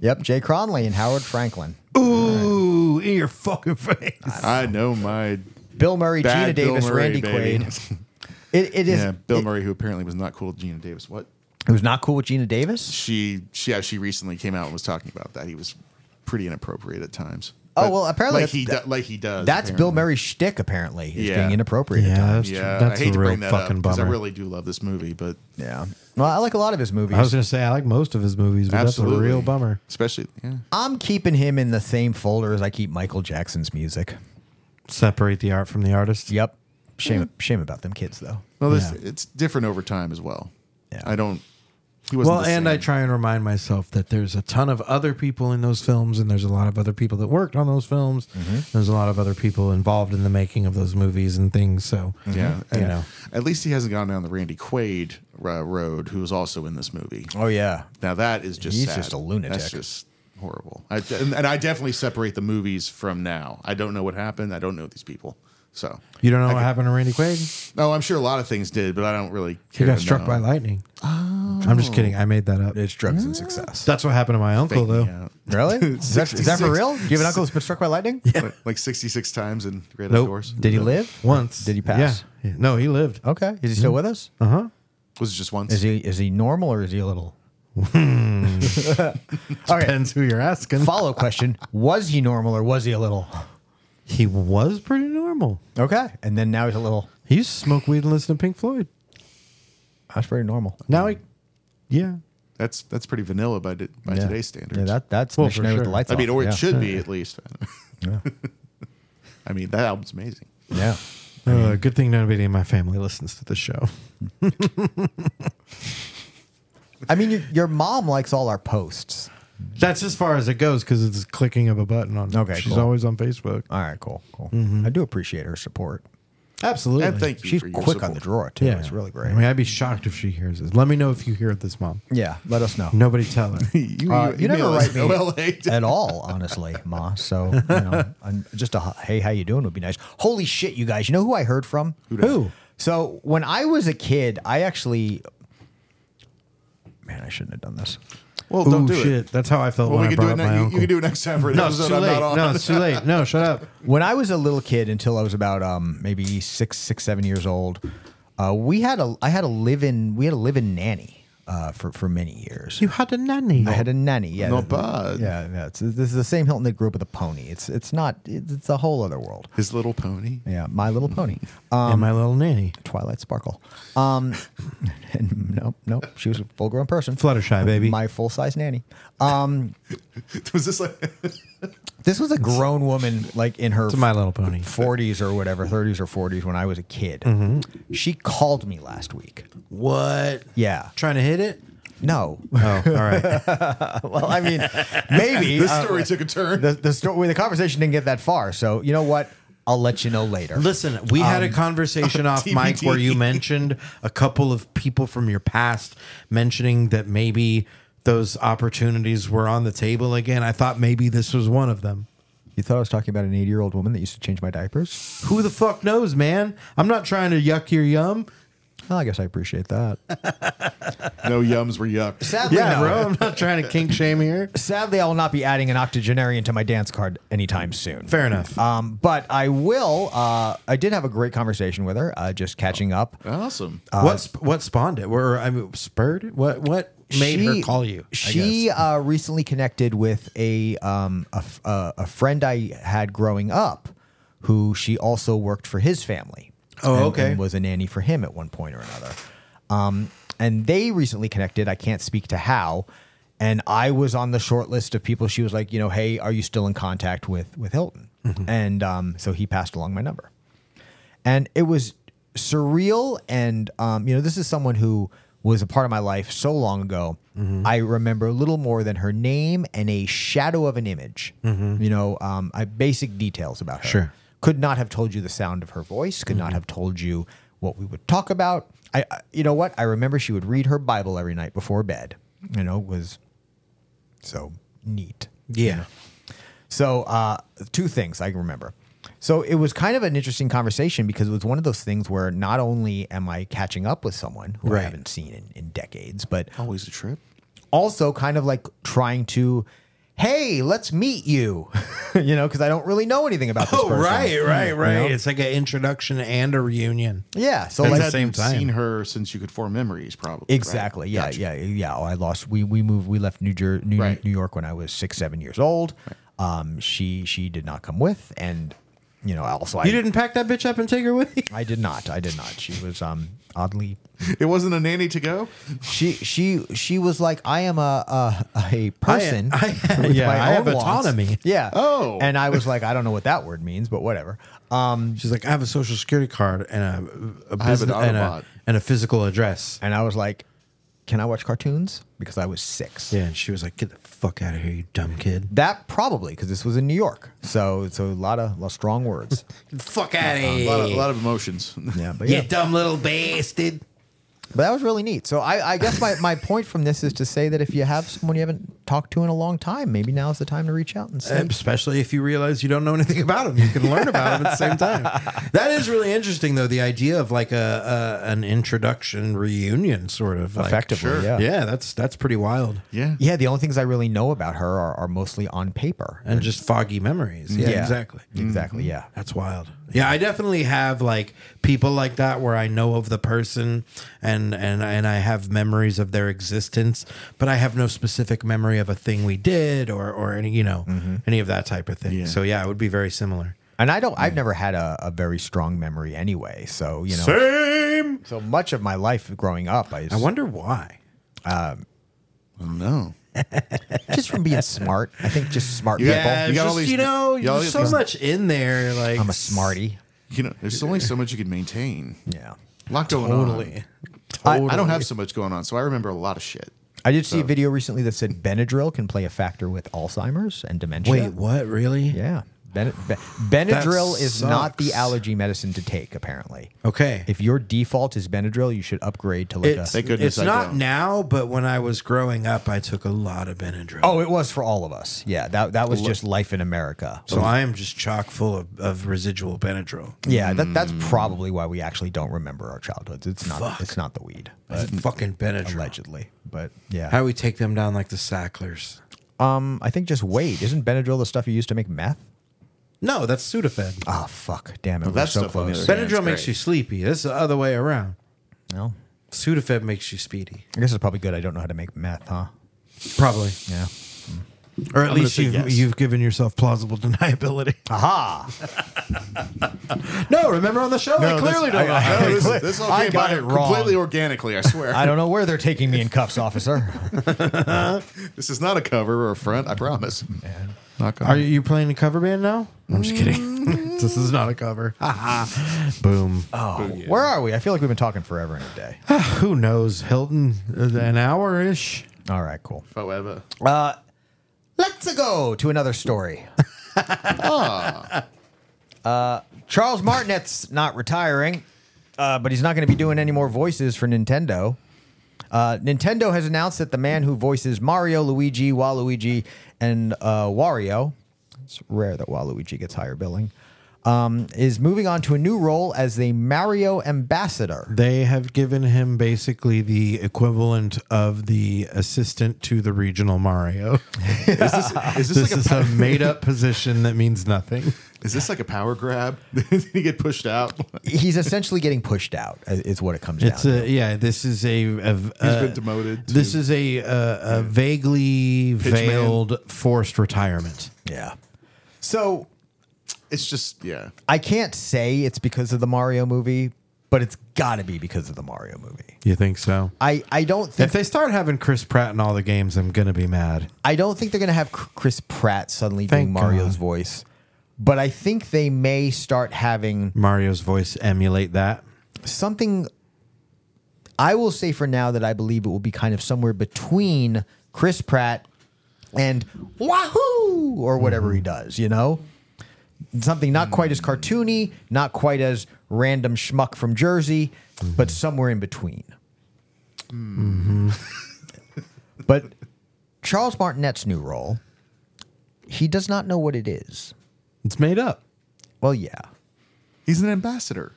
Speaker 2: Yep, Jay Cronley and Howard Franklin.
Speaker 1: Ooh, in your fucking face.
Speaker 3: I know my
Speaker 2: Bill Murray, Gina
Speaker 3: bad Bill
Speaker 2: Davis,
Speaker 3: Murray,
Speaker 2: Randy
Speaker 3: baby.
Speaker 2: Quaid. It, it is.
Speaker 3: yeah, Bill
Speaker 2: it-
Speaker 3: Murray, who apparently was not cool with Gina Davis. What?
Speaker 2: it was not cool with Gina Davis.
Speaker 3: She, she, yeah, she recently came out and was talking about that. He was pretty inappropriate at times.
Speaker 2: Oh, well, apparently
Speaker 3: like he,
Speaker 2: that's-
Speaker 3: do, like he does.
Speaker 2: That's Bill
Speaker 3: apparently.
Speaker 2: Murray's shtick, apparently, is
Speaker 3: Yeah.
Speaker 2: being inappropriate. at
Speaker 1: Yeah,
Speaker 2: times.
Speaker 1: that's,
Speaker 3: Yeah,
Speaker 1: that's
Speaker 3: I hate
Speaker 1: a
Speaker 3: to
Speaker 1: real
Speaker 3: bring that
Speaker 1: fucking
Speaker 3: up because I
Speaker 1: bummer.
Speaker 3: really do love this movie, but
Speaker 2: yeah. Well, I like a lot of his movies.
Speaker 1: I was gonna say I like most of his movies, but
Speaker 3: absolutely,
Speaker 1: that's a real bummer.
Speaker 3: Especially, yeah.
Speaker 2: I'm keeping him in the same folder as I keep Michael Jackson's music.
Speaker 1: Separate the art from the artist.
Speaker 2: Yep. Shame,
Speaker 1: Mm-hmm.
Speaker 2: shame about them kids, though.
Speaker 3: Well, this,
Speaker 1: Yeah.
Speaker 3: it's different over time as well.
Speaker 2: Yeah.
Speaker 3: I don't. He wasn't
Speaker 1: Well,
Speaker 3: the
Speaker 1: and
Speaker 3: same.
Speaker 1: I try and remind myself that there's a ton of other people in those films, and there's a lot of other people that worked on those films.
Speaker 3: Mm-hmm.
Speaker 1: There's a lot of other people involved in the making of those movies and things. So
Speaker 3: Yeah,
Speaker 2: mm-hmm.
Speaker 1: you
Speaker 3: and
Speaker 1: know,
Speaker 3: At least he hasn't gone down the Randy Quaid uh, road, who was also in this movie.
Speaker 2: Oh, yeah.
Speaker 3: Now that is just
Speaker 2: He's
Speaker 3: sad.
Speaker 2: just a lunatic.
Speaker 3: That's just horrible. I, and, and I definitely separate the movies from now. I don't know what happened. I don't know these people. So
Speaker 1: you don't know what happened to Randy Quaid?
Speaker 3: no, I'm sure a lot of things did, but I don't really.
Speaker 1: He
Speaker 3: Care
Speaker 1: got
Speaker 3: to
Speaker 1: struck
Speaker 3: know.
Speaker 1: by lightning. I'm just kidding. I made that up.
Speaker 2: It's drugs and success.
Speaker 1: That's what happened to my uncle,
Speaker 3: Fake me
Speaker 1: though.
Speaker 3: out.
Speaker 2: Really? Is that, is that for
Speaker 3: 66.
Speaker 2: real? You have an uncle who's been struck by lightning?
Speaker 3: Like, like 66 times and right
Speaker 1: Nope.
Speaker 3: outdoors.
Speaker 2: Did he live?
Speaker 1: Once
Speaker 2: Did he Oh, pass?
Speaker 1: Yeah. No, he lived.
Speaker 2: Okay. Is he still with us?
Speaker 1: Uh huh.
Speaker 3: Was it just once?
Speaker 2: Is he is he normal or is he a little? All right.
Speaker 1: Hmm. Depends who you're asking.
Speaker 2: Follow question: Was he normal or was he a little?
Speaker 1: He was pretty normal.
Speaker 2: Okay. And then now he's a little.
Speaker 1: He used to smoke weed and listen to Pink Floyd.
Speaker 2: That's pretty normal.
Speaker 1: Now he, yeah,
Speaker 3: that's that's pretty vanilla by di- by
Speaker 2: yeah.
Speaker 3: today's standards.
Speaker 2: Yeah, that that's
Speaker 4: Well, for
Speaker 2: missionary with the
Speaker 4: sure.
Speaker 2: lights.
Speaker 3: I mean,
Speaker 2: off.
Speaker 3: or
Speaker 2: yeah.
Speaker 3: it should be at least. I mean, that album's amazing.
Speaker 2: Yeah.
Speaker 1: Uh, good thing nobody in my family listens to the show.
Speaker 2: I mean, your, your mom likes all our posts.
Speaker 1: That's as far as it goes because it's clicking of a button on.
Speaker 2: Okay,
Speaker 1: she's
Speaker 2: cool.
Speaker 1: always on Facebook.
Speaker 2: All right, cool, cool. I do appreciate her support.
Speaker 1: Absolutely,
Speaker 3: And thank you.
Speaker 2: She's
Speaker 3: for your
Speaker 2: quick on the
Speaker 3: support.
Speaker 2: draw too. It's really great.
Speaker 1: I mean, I'd be shocked if she hears this. Let me know if you hear this, mom.
Speaker 2: yeah, let us know.
Speaker 1: Nobody tell her.
Speaker 3: You,
Speaker 2: Uh, you never
Speaker 3: email us
Speaker 2: write me
Speaker 3: OLA.
Speaker 2: at all, honestly, Ma. So you know, and just a hey, how you doing would be nice. Holy shit, you guys! You know who I heard from?
Speaker 1: Who?
Speaker 2: So when I was a kid, I actually, man, I shouldn't have done this.
Speaker 3: Well,
Speaker 1: Oh
Speaker 3: don't do
Speaker 1: shit,
Speaker 3: it.
Speaker 1: that's how I felt
Speaker 3: Well,
Speaker 1: when
Speaker 3: we
Speaker 1: I
Speaker 3: can do
Speaker 1: brought
Speaker 3: it.
Speaker 1: up my
Speaker 3: Now. You,
Speaker 1: uncle.
Speaker 3: you can do it next time for an
Speaker 1: no, it's
Speaker 3: episode
Speaker 1: too
Speaker 3: I'm
Speaker 1: late.
Speaker 3: not on.
Speaker 1: No, it's too late. No, shut up.
Speaker 2: When I was a little kid, until I was about um, maybe six, six, seven years old, uh, we had a I had a live in we had a live in nanny uh, for for many years.
Speaker 1: You had a nanny.
Speaker 2: I had a nanny. Yeah,
Speaker 3: Not
Speaker 2: the-
Speaker 3: bad.
Speaker 2: Yeah, yeah. It's, this is the same Hilton that grew up with a pony. It's it's not. It's, it's a whole other world.
Speaker 3: His Little Pony.
Speaker 2: Yeah, My Little Pony. uh,
Speaker 1: and
Speaker 3: Um,
Speaker 1: my little nanny,
Speaker 2: Twilight Sparkle. Um, and nope, nope. She was a full grown person.
Speaker 1: Fluttershy baby.
Speaker 2: My full size nanny. Um,
Speaker 3: Was this like?
Speaker 2: this was a grown woman, like in her
Speaker 1: to My Little Pony.
Speaker 2: 40s or whatever, 30s or 40s when I was a kid. She called me last week.
Speaker 1: What?
Speaker 2: Yeah.
Speaker 1: Trying to hit it?
Speaker 2: No.
Speaker 1: Oh, all right.
Speaker 2: well, I mean, maybe.
Speaker 3: This
Speaker 2: uh,
Speaker 3: story took a turn.
Speaker 2: the, the, story, the conversation didn't get that far. So, you know what? I'll let you know later.
Speaker 1: Listen, we had
Speaker 2: Um,
Speaker 1: a conversation off mic
Speaker 3: TBD.
Speaker 1: where you mentioned a couple of people from your past mentioning that maybe those opportunities were on the table again. I thought maybe this was one of them.
Speaker 2: You thought I was talking about an 80 year old woman that used to change my diapers?
Speaker 1: Who the fuck knows, man? I'm not trying to yuck your yum.
Speaker 2: Well, I guess I appreciate that.
Speaker 3: no yums were yuck.
Speaker 2: Sadly,
Speaker 1: Yeah,
Speaker 2: no.
Speaker 1: bro. I'm not trying to kink shame here.
Speaker 2: Sadly, I will not be adding an octogenarian to my dance card anytime soon.
Speaker 1: Fair enough.
Speaker 2: Um, but I will. Uh, I did have a great conversation with her, uh, just catching up.
Speaker 3: Awesome.
Speaker 2: Uh,
Speaker 1: what sp- what spawned it? Where I mean, spurred it? What what made her
Speaker 2: She-
Speaker 1: call you? I
Speaker 2: She
Speaker 1: guess?
Speaker 2: uh, recently connected with a, um, a f- uh, a friend I had growing up, who she also worked for his family.
Speaker 1: Oh,
Speaker 2: and-
Speaker 1: okay.
Speaker 2: And was a nanny for him at one point or another. Um, and they recently connected. I can't speak to how. And I was on the short list of people. She was like, you know, hey, are you still in contact with with Hilton?
Speaker 1: Mm-hmm.
Speaker 2: And um, so he passed along my number and it was surreal and um, you know this is someone who was a part of my life so long ago i remember little more than her name and a shadow of an image you know um, I, basic details about her
Speaker 1: Sure.
Speaker 2: could not have told you the sound of her voice could not have told you what we would talk about I, I you know what i remember she would read her bible every night before bed you know was so neat
Speaker 1: yeah.
Speaker 2: so, uh, two things I can remember. So, it was kind of an interesting conversation because it was one of those things where not only am I catching up with someone who
Speaker 1: Right.
Speaker 2: I haven't seen in, in decades, but
Speaker 3: Always a trip.
Speaker 2: also kind of like trying to, hey, let's meet you, you know, because I don't really know anything about this
Speaker 1: Oh,
Speaker 2: person.
Speaker 1: right, right, right.
Speaker 2: You know?
Speaker 1: It's like an introduction and a reunion.
Speaker 2: Yeah. So,
Speaker 1: That's
Speaker 2: like,
Speaker 1: the same time.
Speaker 3: Seen her since you could form memories, probably. right?
Speaker 2: Exactly. Yeah.
Speaker 3: Gotcha.
Speaker 2: Yeah. Yeah. Oh, I lost. We we moved. We left New Jer- New,
Speaker 3: Right.
Speaker 2: New York when I was six, seven years old. Um, she she did not come with, and you know, also I
Speaker 1: You didn't pack that bitch up and take her with you?
Speaker 2: I did not. I did not. She was um oddly
Speaker 3: It wasn't a nanny to go.
Speaker 2: she she she was like I am a a, a person.
Speaker 1: I- I-
Speaker 2: with
Speaker 1: yeah,
Speaker 2: my
Speaker 1: I have
Speaker 2: own wants."
Speaker 1: autonomy.
Speaker 2: Yeah.
Speaker 3: Oh.
Speaker 2: And I was like I don't know what that word means, but whatever. Um
Speaker 1: She's like, I have a social security card and a, a
Speaker 3: I have an
Speaker 1: business and
Speaker 3: Autobot.
Speaker 1: a, and a physical address.
Speaker 2: and I was like can I watch cartoons because I was 6.
Speaker 1: Yeah, and she was like, "Get the fuck out of here, you dumb kid!
Speaker 2: That probably because this was in New York. So so a lot of, lot of strong words.
Speaker 1: Get the fuck out Uh, of
Speaker 3: A
Speaker 1: here,
Speaker 3: lot of, a lot of emotions.
Speaker 2: Yeah, but
Speaker 1: you
Speaker 2: yeah.
Speaker 1: dumb little bastard."
Speaker 2: But that was really neat. So I, I guess my, my point from this is to say that if you have someone you haven't talked to in a long time, maybe now's the time to reach out and say
Speaker 1: Especially if you realize you don't know anything about them, you can learn about them at the same time. That is really interesting, though. The idea of like a, a an introduction reunion, sort of like-
Speaker 2: effectively.
Speaker 3: sure.
Speaker 2: Yeah.
Speaker 1: yeah, that's that's pretty wild.
Speaker 3: Yeah.
Speaker 2: Mm-hmm. Yeah, the only things I really know about her are, are mostly on paper.
Speaker 1: and just foggy memories. Yeah,
Speaker 2: Yeah.
Speaker 1: exactly. Mm-hmm.
Speaker 2: Exactly. Yeah.
Speaker 1: That's wild. Yeah, I definitely have like people like that where I know of the person and and and I have memories of their existence, but I have no specific memory of a thing we did or or any you know
Speaker 3: Mm-hmm.
Speaker 1: any of that type of thing. So yeah, it would be very similar.
Speaker 2: And I don't. I've
Speaker 1: Mm.
Speaker 2: never had a, a very strong memory anyway. So you know.
Speaker 1: Same.
Speaker 2: So much of my life growing up, I,
Speaker 1: I wonder why.
Speaker 3: I don't know.
Speaker 2: just from being smart. I think just smart
Speaker 3: You got-
Speaker 1: Yeah,
Speaker 3: you
Speaker 1: it's
Speaker 3: got all
Speaker 1: just,
Speaker 3: these-
Speaker 1: you know,
Speaker 3: you got all
Speaker 1: there's
Speaker 3: these-
Speaker 1: so much in there. Like
Speaker 2: people. I'm a smarty.
Speaker 3: You know, there's only so much you can maintain.
Speaker 2: Yeah.
Speaker 3: A lot going on.
Speaker 1: totally.
Speaker 3: I, I don't have so much going on, so I remember a lot of shit.
Speaker 2: I did see a video recently that said Benadryl can play a factor with Alzheimer's and dementia.
Speaker 1: Wait, what? Really?
Speaker 2: Yeah. Ben- Ben- Benadryl is not the
Speaker 1: sucks.
Speaker 2: allergy medicine to take, apparently.
Speaker 1: Okay.
Speaker 2: If your default is Benadryl, you should upgrade to like
Speaker 1: it's
Speaker 2: a.
Speaker 3: Thank goodness
Speaker 1: it's
Speaker 3: I
Speaker 1: not
Speaker 3: don't.
Speaker 1: now, but when I was growing up, I took a lot of Benadryl.
Speaker 2: Oh, it was for all of us. Yeah, that that was just life in America.
Speaker 1: so I am just chock full of, of residual Benadryl.
Speaker 2: Yeah, that, that's
Speaker 1: Mm.
Speaker 2: probably why we actually don't remember our childhoods. It's not it's not the weed, but
Speaker 1: Fucking Benadryl.
Speaker 2: allegedly. But yeah,
Speaker 1: How do we take them down like the Sacklers?
Speaker 2: um, I think just wait. Isn't Benadryl the stuff you use to make meth?
Speaker 1: No, that's Sudafed.
Speaker 2: Oh fuck, damn it, we're
Speaker 3: that
Speaker 2: so
Speaker 3: stuff on the
Speaker 2: close.
Speaker 3: other-
Speaker 1: Benadryl
Speaker 3: yeah, it's
Speaker 1: makes
Speaker 3: great.
Speaker 1: you sleepy. That's the other way around.
Speaker 2: No,
Speaker 1: Sudafed makes you speedy.
Speaker 2: I guess it's probably good. I don't know how to make meth, huh?
Speaker 1: Probably.
Speaker 2: Yeah.
Speaker 1: Or at least
Speaker 3: say
Speaker 1: you've,
Speaker 3: yes.
Speaker 1: you've given yourself plausible deniability.
Speaker 2: Aha!
Speaker 1: no, remember on the show, Oh, I clearly don't. know.
Speaker 3: No, this, this all
Speaker 2: I
Speaker 3: came
Speaker 2: got
Speaker 3: about
Speaker 2: it wrong.
Speaker 3: completely organically. I swear,
Speaker 2: I don't know where they're taking me in cuffs, officer.
Speaker 3: this is not a cover or a front. I promise. Knock on.
Speaker 1: Are you playing a cover band now? I'm just kidding. this is not a cover. Boom.
Speaker 2: Where are we? I feel like we've been talking forever and a day.
Speaker 1: Who knows? Hilton, uh, an hour ish.
Speaker 2: All right, cool.
Speaker 3: However,
Speaker 2: Uh, Let's go to another story. uh, Charles Martinet's not retiring, uh, but he's not going to be doing any more voices for Nintendo. Uh, Nintendo has announced that the man who voices Mario, Luigi, Waluigi, and uh, Wario, it's rare that Waluigi gets higher billing, um, is moving on to a new role as the Mario Ambassador.
Speaker 1: They have given him basically the equivalent of the assistant to the regional Mario.
Speaker 3: is this is this,
Speaker 1: This
Speaker 3: like
Speaker 1: is
Speaker 3: a,
Speaker 1: a made up position that means nothing.
Speaker 3: is this like a power grab? Did he get pushed out?
Speaker 2: He's essentially getting pushed out, is- is what it comes down
Speaker 1: It's
Speaker 2: to.
Speaker 1: a, yeah, this is a. a He's
Speaker 3: been demoted
Speaker 1: This
Speaker 3: to-
Speaker 1: is a, a, a vaguely
Speaker 3: man.
Speaker 1: veiled forced retirement.
Speaker 2: Yeah. So
Speaker 3: It's just yeah.
Speaker 2: I can't say it's because of the Mario movie, but it's got to be because of the Mario movie.
Speaker 1: You think so?
Speaker 2: I, I don't
Speaker 1: If
Speaker 2: think
Speaker 1: they start having Chris Pratt in all the games, I'm gonna be mad.
Speaker 2: I don't think they're gonna have Chr- Chris Pratt suddenly
Speaker 1: Thank
Speaker 2: doing Mario's
Speaker 1: God.
Speaker 2: voice, but I think they may start having
Speaker 1: Mario's voice emulate that.
Speaker 2: something. I will say for now that I believe it will be kind of somewhere between Chris Pratt and Wahoo or whatever he does. You know, something not quite as cartoony, not quite as random schmuck from Jersey, but somewhere in between. Mm-hmm. but Charles Martinet's new role, he does not know what it is.
Speaker 1: It's made up.
Speaker 2: Well, yeah.
Speaker 3: He's an ambassador.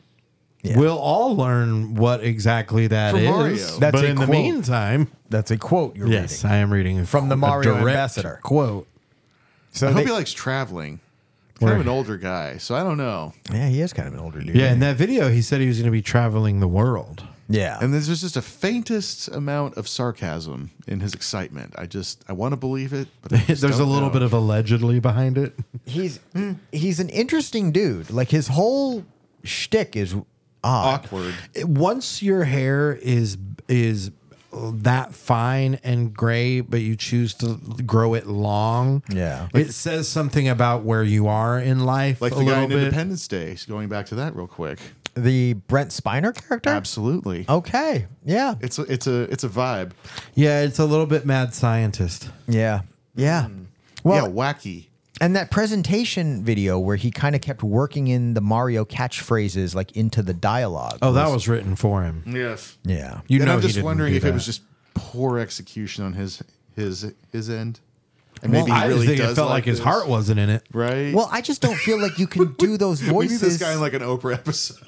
Speaker 2: Yeah.
Speaker 1: We'll all learn what exactly that
Speaker 3: For
Speaker 1: is.
Speaker 3: Mario.
Speaker 2: That's
Speaker 1: but
Speaker 2: a
Speaker 1: in the
Speaker 2: quote.
Speaker 1: meantime,
Speaker 2: That's a quote you're
Speaker 1: yes,
Speaker 2: reading.
Speaker 1: I am reading a-
Speaker 2: From the
Speaker 1: a
Speaker 2: Mario
Speaker 1: direct
Speaker 2: Ambassador.
Speaker 1: quote.
Speaker 2: So
Speaker 3: I hope
Speaker 2: they-
Speaker 3: he likes traveling. Kind
Speaker 1: Where-
Speaker 3: of an older guy, so I don't know.
Speaker 2: Yeah, he is kind of an older dude.
Speaker 1: Yeah, in that video, he said he was going to be traveling the world.
Speaker 2: yeah.
Speaker 3: And there's just a faintest amount of sarcasm in his excitement. I just I want to believe it, but I just
Speaker 1: There's a
Speaker 3: don't
Speaker 1: little
Speaker 3: know.
Speaker 1: bit of allegedly behind it.
Speaker 2: he's he's an interesting dude. Like his whole shtick is uh, odd.
Speaker 3: awkward.
Speaker 1: Once your hair is is that fine and gray, but you choose to grow it long,
Speaker 2: Yeah.
Speaker 1: it says something about where you are in life.
Speaker 3: Like
Speaker 1: a
Speaker 3: the guy
Speaker 1: little
Speaker 3: in
Speaker 1: bit.
Speaker 3: Independence Day. So going back to that real quick.
Speaker 2: The Brent Spiner character.
Speaker 3: Absolutely.
Speaker 1: Uh,
Speaker 2: Okay. Yeah.
Speaker 3: It's a, it's a it's a vibe.
Speaker 1: Yeah, it's a little bit mad scientist.
Speaker 2: Yeah. Yeah. Well,
Speaker 3: Hmm. yeah, wacky.
Speaker 2: and that presentation video where he kind of kept working in the Mario catchphrases like into the dialogue.
Speaker 1: Oh, that was written for him.
Speaker 3: Yes.
Speaker 2: yeah.
Speaker 1: You
Speaker 3: and
Speaker 1: know,
Speaker 3: I'm
Speaker 1: he
Speaker 3: just
Speaker 1: didn't
Speaker 3: wondering
Speaker 1: do
Speaker 3: if it
Speaker 1: that.
Speaker 3: was just poor execution on his his his end, and
Speaker 2: Well,
Speaker 3: maybe
Speaker 1: I
Speaker 3: he
Speaker 1: just
Speaker 3: really
Speaker 1: think
Speaker 3: does
Speaker 1: it felt like his
Speaker 3: this.
Speaker 1: heart wasn't in it.
Speaker 3: Right.
Speaker 2: Well, I just don't feel like you can do those
Speaker 3: we need
Speaker 2: voices.
Speaker 3: this guy in like an Oprah episode.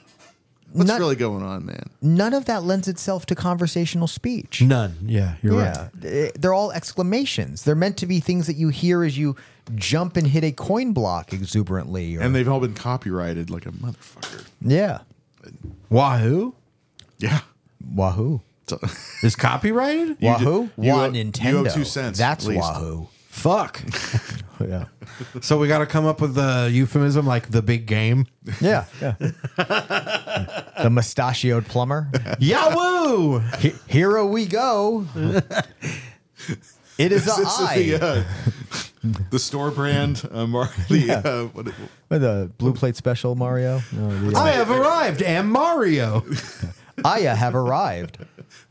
Speaker 3: What's
Speaker 2: Not-
Speaker 3: really going on, man?
Speaker 2: None of that lends itself to conversational speech.
Speaker 1: None. Yeah, you're
Speaker 2: Yeah,
Speaker 1: right.
Speaker 2: Eh, they're all exclamations. They're meant to be things that you hear as you jump and hit a coin block exuberantly. Or,
Speaker 3: And they've all been copyrighted like a motherfucker.
Speaker 2: yeah,
Speaker 1: Wahoo
Speaker 3: Yeah.
Speaker 2: Wahoo,
Speaker 3: So,
Speaker 1: is copyrighted.
Speaker 3: You did-
Speaker 2: Wahoo,
Speaker 3: you
Speaker 2: Wah
Speaker 3: owe- you owe
Speaker 2: Nintendo.
Speaker 3: two cents,
Speaker 2: That's
Speaker 3: at least.
Speaker 2: Wahoo.
Speaker 1: Fuck.
Speaker 2: Yeah,
Speaker 1: so we got to come up with the euphemism like the big game.
Speaker 2: yeah, yeah. the mustachioed plumber.
Speaker 1: Yahoo!
Speaker 2: He- Here we go. It is a
Speaker 3: It's
Speaker 2: eye.
Speaker 3: The, uh, the store brand, uh, Mar- the, uh, what,
Speaker 2: With the blue plate special, Mario. No, the, uh,
Speaker 1: I have arrived, am Mario.
Speaker 2: Aya have arrived.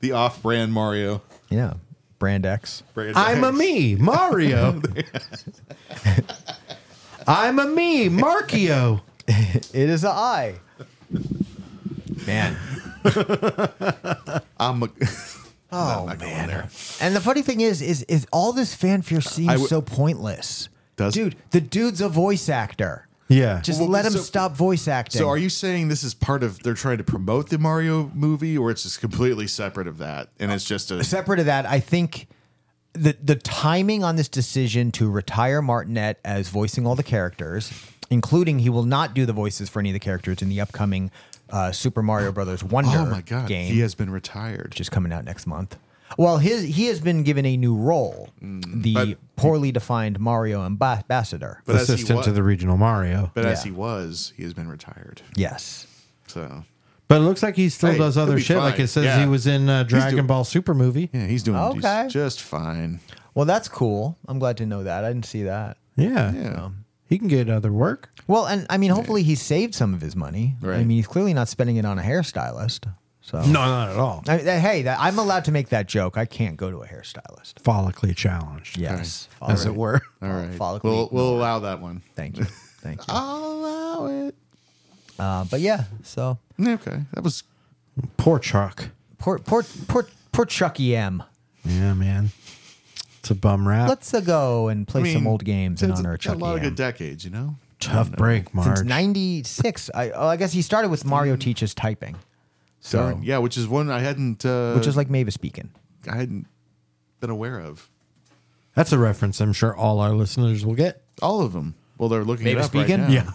Speaker 3: the off-brand Mario.
Speaker 2: Yeah. Brand X.
Speaker 3: Brand
Speaker 1: I'm a
Speaker 3: name.
Speaker 1: me, Mario. I'm a me, Markio.
Speaker 2: It is a eye. Man.
Speaker 3: I'm a-
Speaker 2: Oh
Speaker 3: not going
Speaker 2: man.
Speaker 3: there.
Speaker 2: And the funny thing is, is is all this fanfare seems
Speaker 3: I would-
Speaker 2: so pointless.
Speaker 3: Does-
Speaker 2: Dude, the dude's a voice actor.
Speaker 1: Yeah.
Speaker 2: Just
Speaker 3: Well,
Speaker 2: let him
Speaker 3: so-
Speaker 2: stop voice acting.
Speaker 3: so are you saying this is part of they're trying to promote the Mario movie or it's just completely separate of that and it's just a
Speaker 2: separate of that, I think the the timing on this decision to retire Martinet as voicing all the characters, including he will not do the voices for any of the characters in the upcoming uh, Super Mario Brothers Wonder
Speaker 3: Oh my god.
Speaker 2: game,
Speaker 3: He has been retired.
Speaker 2: which is coming out next month. Well, his he has been given a new role, the
Speaker 3: Mm. but-
Speaker 2: poorly defined Mario amba- ambassador.
Speaker 3: but as he
Speaker 1: Assistant
Speaker 3: was,
Speaker 1: to the regional Mario.
Speaker 3: but as
Speaker 2: Yeah.
Speaker 3: he was, he has been retired.
Speaker 2: yes,
Speaker 3: So
Speaker 1: But it looks like he still
Speaker 3: Hey,
Speaker 1: does
Speaker 3: he'll
Speaker 1: other
Speaker 3: be
Speaker 1: shit. Like
Speaker 3: fine.
Speaker 1: it says
Speaker 3: Yeah.
Speaker 1: he was in uh, Dragon
Speaker 3: doing-
Speaker 1: Ball Super movie.
Speaker 3: yeah, he's doing he's
Speaker 2: Okay.
Speaker 3: just fine.
Speaker 2: well, that's cool. I'm glad to know that. I didn't see that.
Speaker 1: Yeah.
Speaker 3: Yeah.
Speaker 1: He can get other work.
Speaker 2: Well, and I mean, hopefully he saved some of his money. I
Speaker 3: Right.
Speaker 2: mean, he's clearly not spending it on a hairstylist. So
Speaker 1: No, not at all.
Speaker 2: I, that- hey, that, I'm allowed to make that joke. I can't go to a hairstylist.
Speaker 1: Follically challenged.
Speaker 2: Yes, All
Speaker 1: As
Speaker 2: right.
Speaker 1: it were.
Speaker 3: All right.
Speaker 2: Follically
Speaker 3: We'll we'll allow that one.
Speaker 2: Thank you, thank you.
Speaker 3: I'll allow it.
Speaker 2: Uh, but yeah, so
Speaker 3: Okay. That was
Speaker 1: Poor Chuck.
Speaker 2: poor, poor, poor, poor Chucky M.
Speaker 1: Yeah, man. It's a bum rap.
Speaker 2: Let's uh, go and play
Speaker 3: I mean,
Speaker 2: some old games in
Speaker 3: it's
Speaker 2: honor
Speaker 3: a,
Speaker 2: of Chucky
Speaker 3: A lot of
Speaker 2: E. M.
Speaker 3: good decades, you know?
Speaker 1: Tough break,
Speaker 2: Since
Speaker 1: Marge.
Speaker 2: '96, I, oh, I guess he started with Mario
Speaker 1: Mm.
Speaker 2: teaches typing, so
Speaker 3: Darn. yeah, which is one I hadn't uh,
Speaker 2: Oh. which is like Mavis speaking.
Speaker 3: I hadn't been aware of.
Speaker 1: That's a reference I'm sure all our listeners will get. Um,
Speaker 3: All of them. Well, they're looking
Speaker 2: Maybe
Speaker 3: it up right
Speaker 2: speaking?
Speaker 3: now.
Speaker 2: Yeah.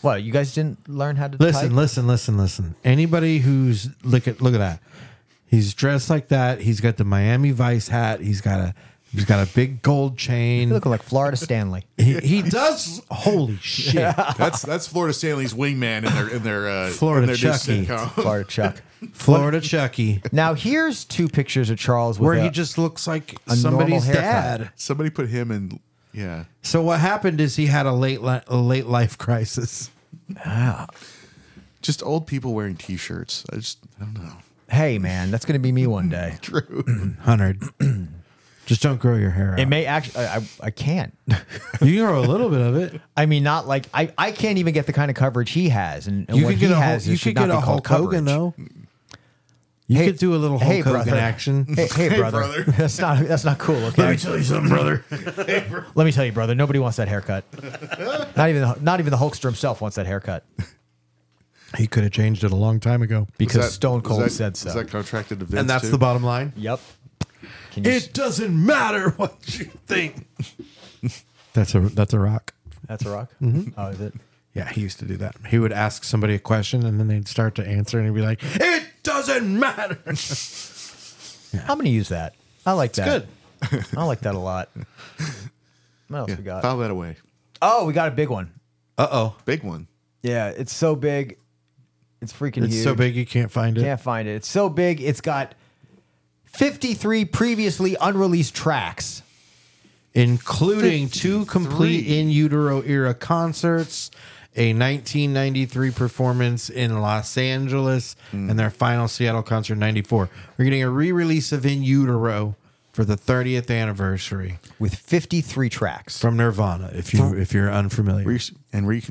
Speaker 2: What you guys didn't learn how to
Speaker 1: Listen,
Speaker 2: type?
Speaker 1: listen, listen, listen. Anybody who's look at look at that. He's dressed like that. He's got the Miami Vice hat. He's got a he's got a big gold chain.
Speaker 2: You look like Florida Stanley.
Speaker 1: he, he does holy shit.
Speaker 3: that's that's Florida Stanley's wingman in their in their uh,
Speaker 1: Florida
Speaker 3: in their new
Speaker 1: Chucky.
Speaker 3: sitcom.
Speaker 2: Florida Chuck.
Speaker 1: Florida Chucky.
Speaker 2: Now here's two pictures of Charles with
Speaker 1: Where
Speaker 2: a,
Speaker 1: he just looks like
Speaker 2: a normal
Speaker 1: somebody's
Speaker 2: haircut.
Speaker 1: dad.
Speaker 3: Somebody put him in. Yeah,
Speaker 1: So what happened is he had a late li- a late life crisis.
Speaker 2: Ah.
Speaker 3: just old people wearing T-shirts. I just I don't know.
Speaker 2: Hey man, that's gonna be me one day.
Speaker 1: Hundred. Just don't grow your hair out.
Speaker 2: It may actually. I, I, I can't.
Speaker 1: you can grow a little bit of it.
Speaker 2: I mean, not like I, I. can't even get the kind of coverage he has, and, and
Speaker 1: You
Speaker 2: what
Speaker 1: could get
Speaker 2: he
Speaker 1: a
Speaker 2: has.
Speaker 1: whole, you
Speaker 2: should
Speaker 1: could
Speaker 2: not
Speaker 1: get a
Speaker 2: be called
Speaker 1: Hulk Hogan
Speaker 2: coverage.
Speaker 1: though. You
Speaker 2: Hey-
Speaker 1: could do a little Hulk
Speaker 2: hey,
Speaker 1: Hogan
Speaker 2: brother.
Speaker 1: action.
Speaker 2: Hey, hey, brother.
Speaker 3: brother.
Speaker 2: that's not. That's not cool. Okay. Let me,
Speaker 1: tell you something, brother.
Speaker 2: tell you, brother. Nobody wants that haircut. not even. the- Not even the Hulkster himself wants that haircut
Speaker 1: He could have changed it a long time ago.
Speaker 2: because
Speaker 3: Is that-
Speaker 2: Stone
Speaker 3: is
Speaker 2: Cold
Speaker 3: that-
Speaker 2: said so.
Speaker 3: Is that contracted to Vince?
Speaker 1: And that's
Speaker 3: too?
Speaker 1: the bottom line.
Speaker 2: yep. Can you? s-
Speaker 1: It doesn't matter what you think. that's a that's a rock.
Speaker 2: that's a rock.
Speaker 1: Mm-hmm.
Speaker 2: Oh, is it?
Speaker 1: Yeah, he used to do that. He would ask somebody a question and then they'd start to answer and he'd be like, "It doesn't matter."
Speaker 2: I'm gonna use that. I like that.
Speaker 1: good.
Speaker 2: Good. I like that a lot. What else we
Speaker 3: Yeah,
Speaker 2: got?
Speaker 3: file that away.
Speaker 2: Oh, we got a big one.
Speaker 1: Uh-oh.
Speaker 3: Big one.
Speaker 2: Yeah, it's so big. It's freaking
Speaker 1: It's
Speaker 2: huge.
Speaker 1: so big you can't find it.
Speaker 2: Can't find it. It's so big. It's got 53 previously unreleased tracks.
Speaker 1: Including two complete in utero era concerts, a 1993 performance in Los Angeles, and their final Seattle concert in 94. We're getting a re-release of In Utero for the 30th anniversary
Speaker 2: With 53 tracks.
Speaker 1: from Nirvana if you if you're unfamiliar.
Speaker 3: Re- and re-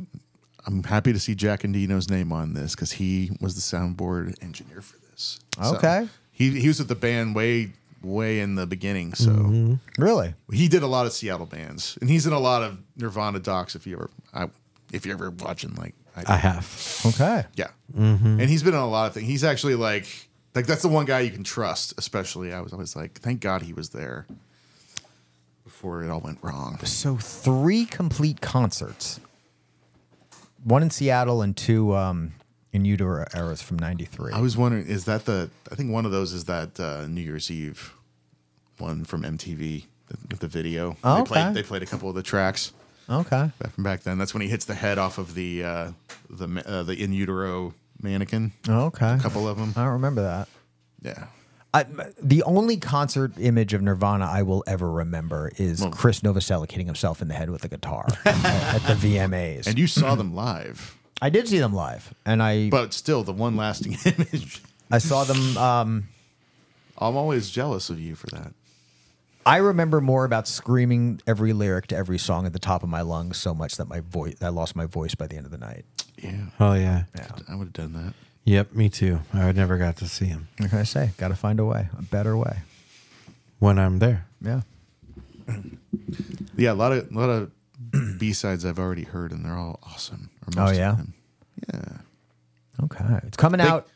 Speaker 3: I'm happy to see Jack Andino's name on this because he was the soundboard engineer for this. So
Speaker 2: Okay.
Speaker 3: he he was with the band way way in the beginning, so
Speaker 2: Mm-hmm. Really?
Speaker 3: he did a lot of Seattle bands, and he's in a lot of Nirvana docs. If you ever, I, if you're ever watching, like, I,
Speaker 1: I have.
Speaker 2: Okay.
Speaker 3: yeah,
Speaker 2: Mm-hmm.
Speaker 3: and he's been on a lot of things. He's actually like, like that's the one guy you can trust. Especially, I was always like, thank God he was there before it all went wrong.
Speaker 2: So three complete concerts. One in Seattle and two um, in Utero eras from 93.
Speaker 3: I was wondering, is that the? I think one of those is that uh, New Year's Eve one from MTV the, with the video.
Speaker 2: Oh,
Speaker 3: they, played,
Speaker 2: okay.
Speaker 3: they played a couple of the tracks
Speaker 2: Okay.
Speaker 3: back from back then. That's when he hits the head off of the uh, the ma- uh, the in utero mannequin.
Speaker 2: Okay.
Speaker 3: couple of them.
Speaker 2: I don't remember that.
Speaker 3: Yeah.
Speaker 2: I, the only concert image of Nirvana I will ever remember is Chris Novoselic hitting himself in the head with a guitar at the VMAs.
Speaker 3: And you saw them live,
Speaker 2: I did see them live, and I
Speaker 3: but still the one lasting image.
Speaker 2: I saw them. Um,
Speaker 3: I'm always jealous of you for that.
Speaker 2: I remember more about screaming every lyric to every song at the top of my lungs so much that my voice I lost my voice by the end of the night.
Speaker 3: Yeah,
Speaker 1: Oh yeah.
Speaker 3: I would have done that.
Speaker 1: Yep, me too. I never got to see him
Speaker 2: What can I say? Got to find a way, a better way.
Speaker 1: when I'm there.
Speaker 2: Yeah.
Speaker 3: Yeah, a lot of lot of B sides I've already heard, and they're all awesome. or
Speaker 2: Oh,
Speaker 3: most of
Speaker 2: yeah?
Speaker 3: them. yeah.
Speaker 2: Okay. It's coming out.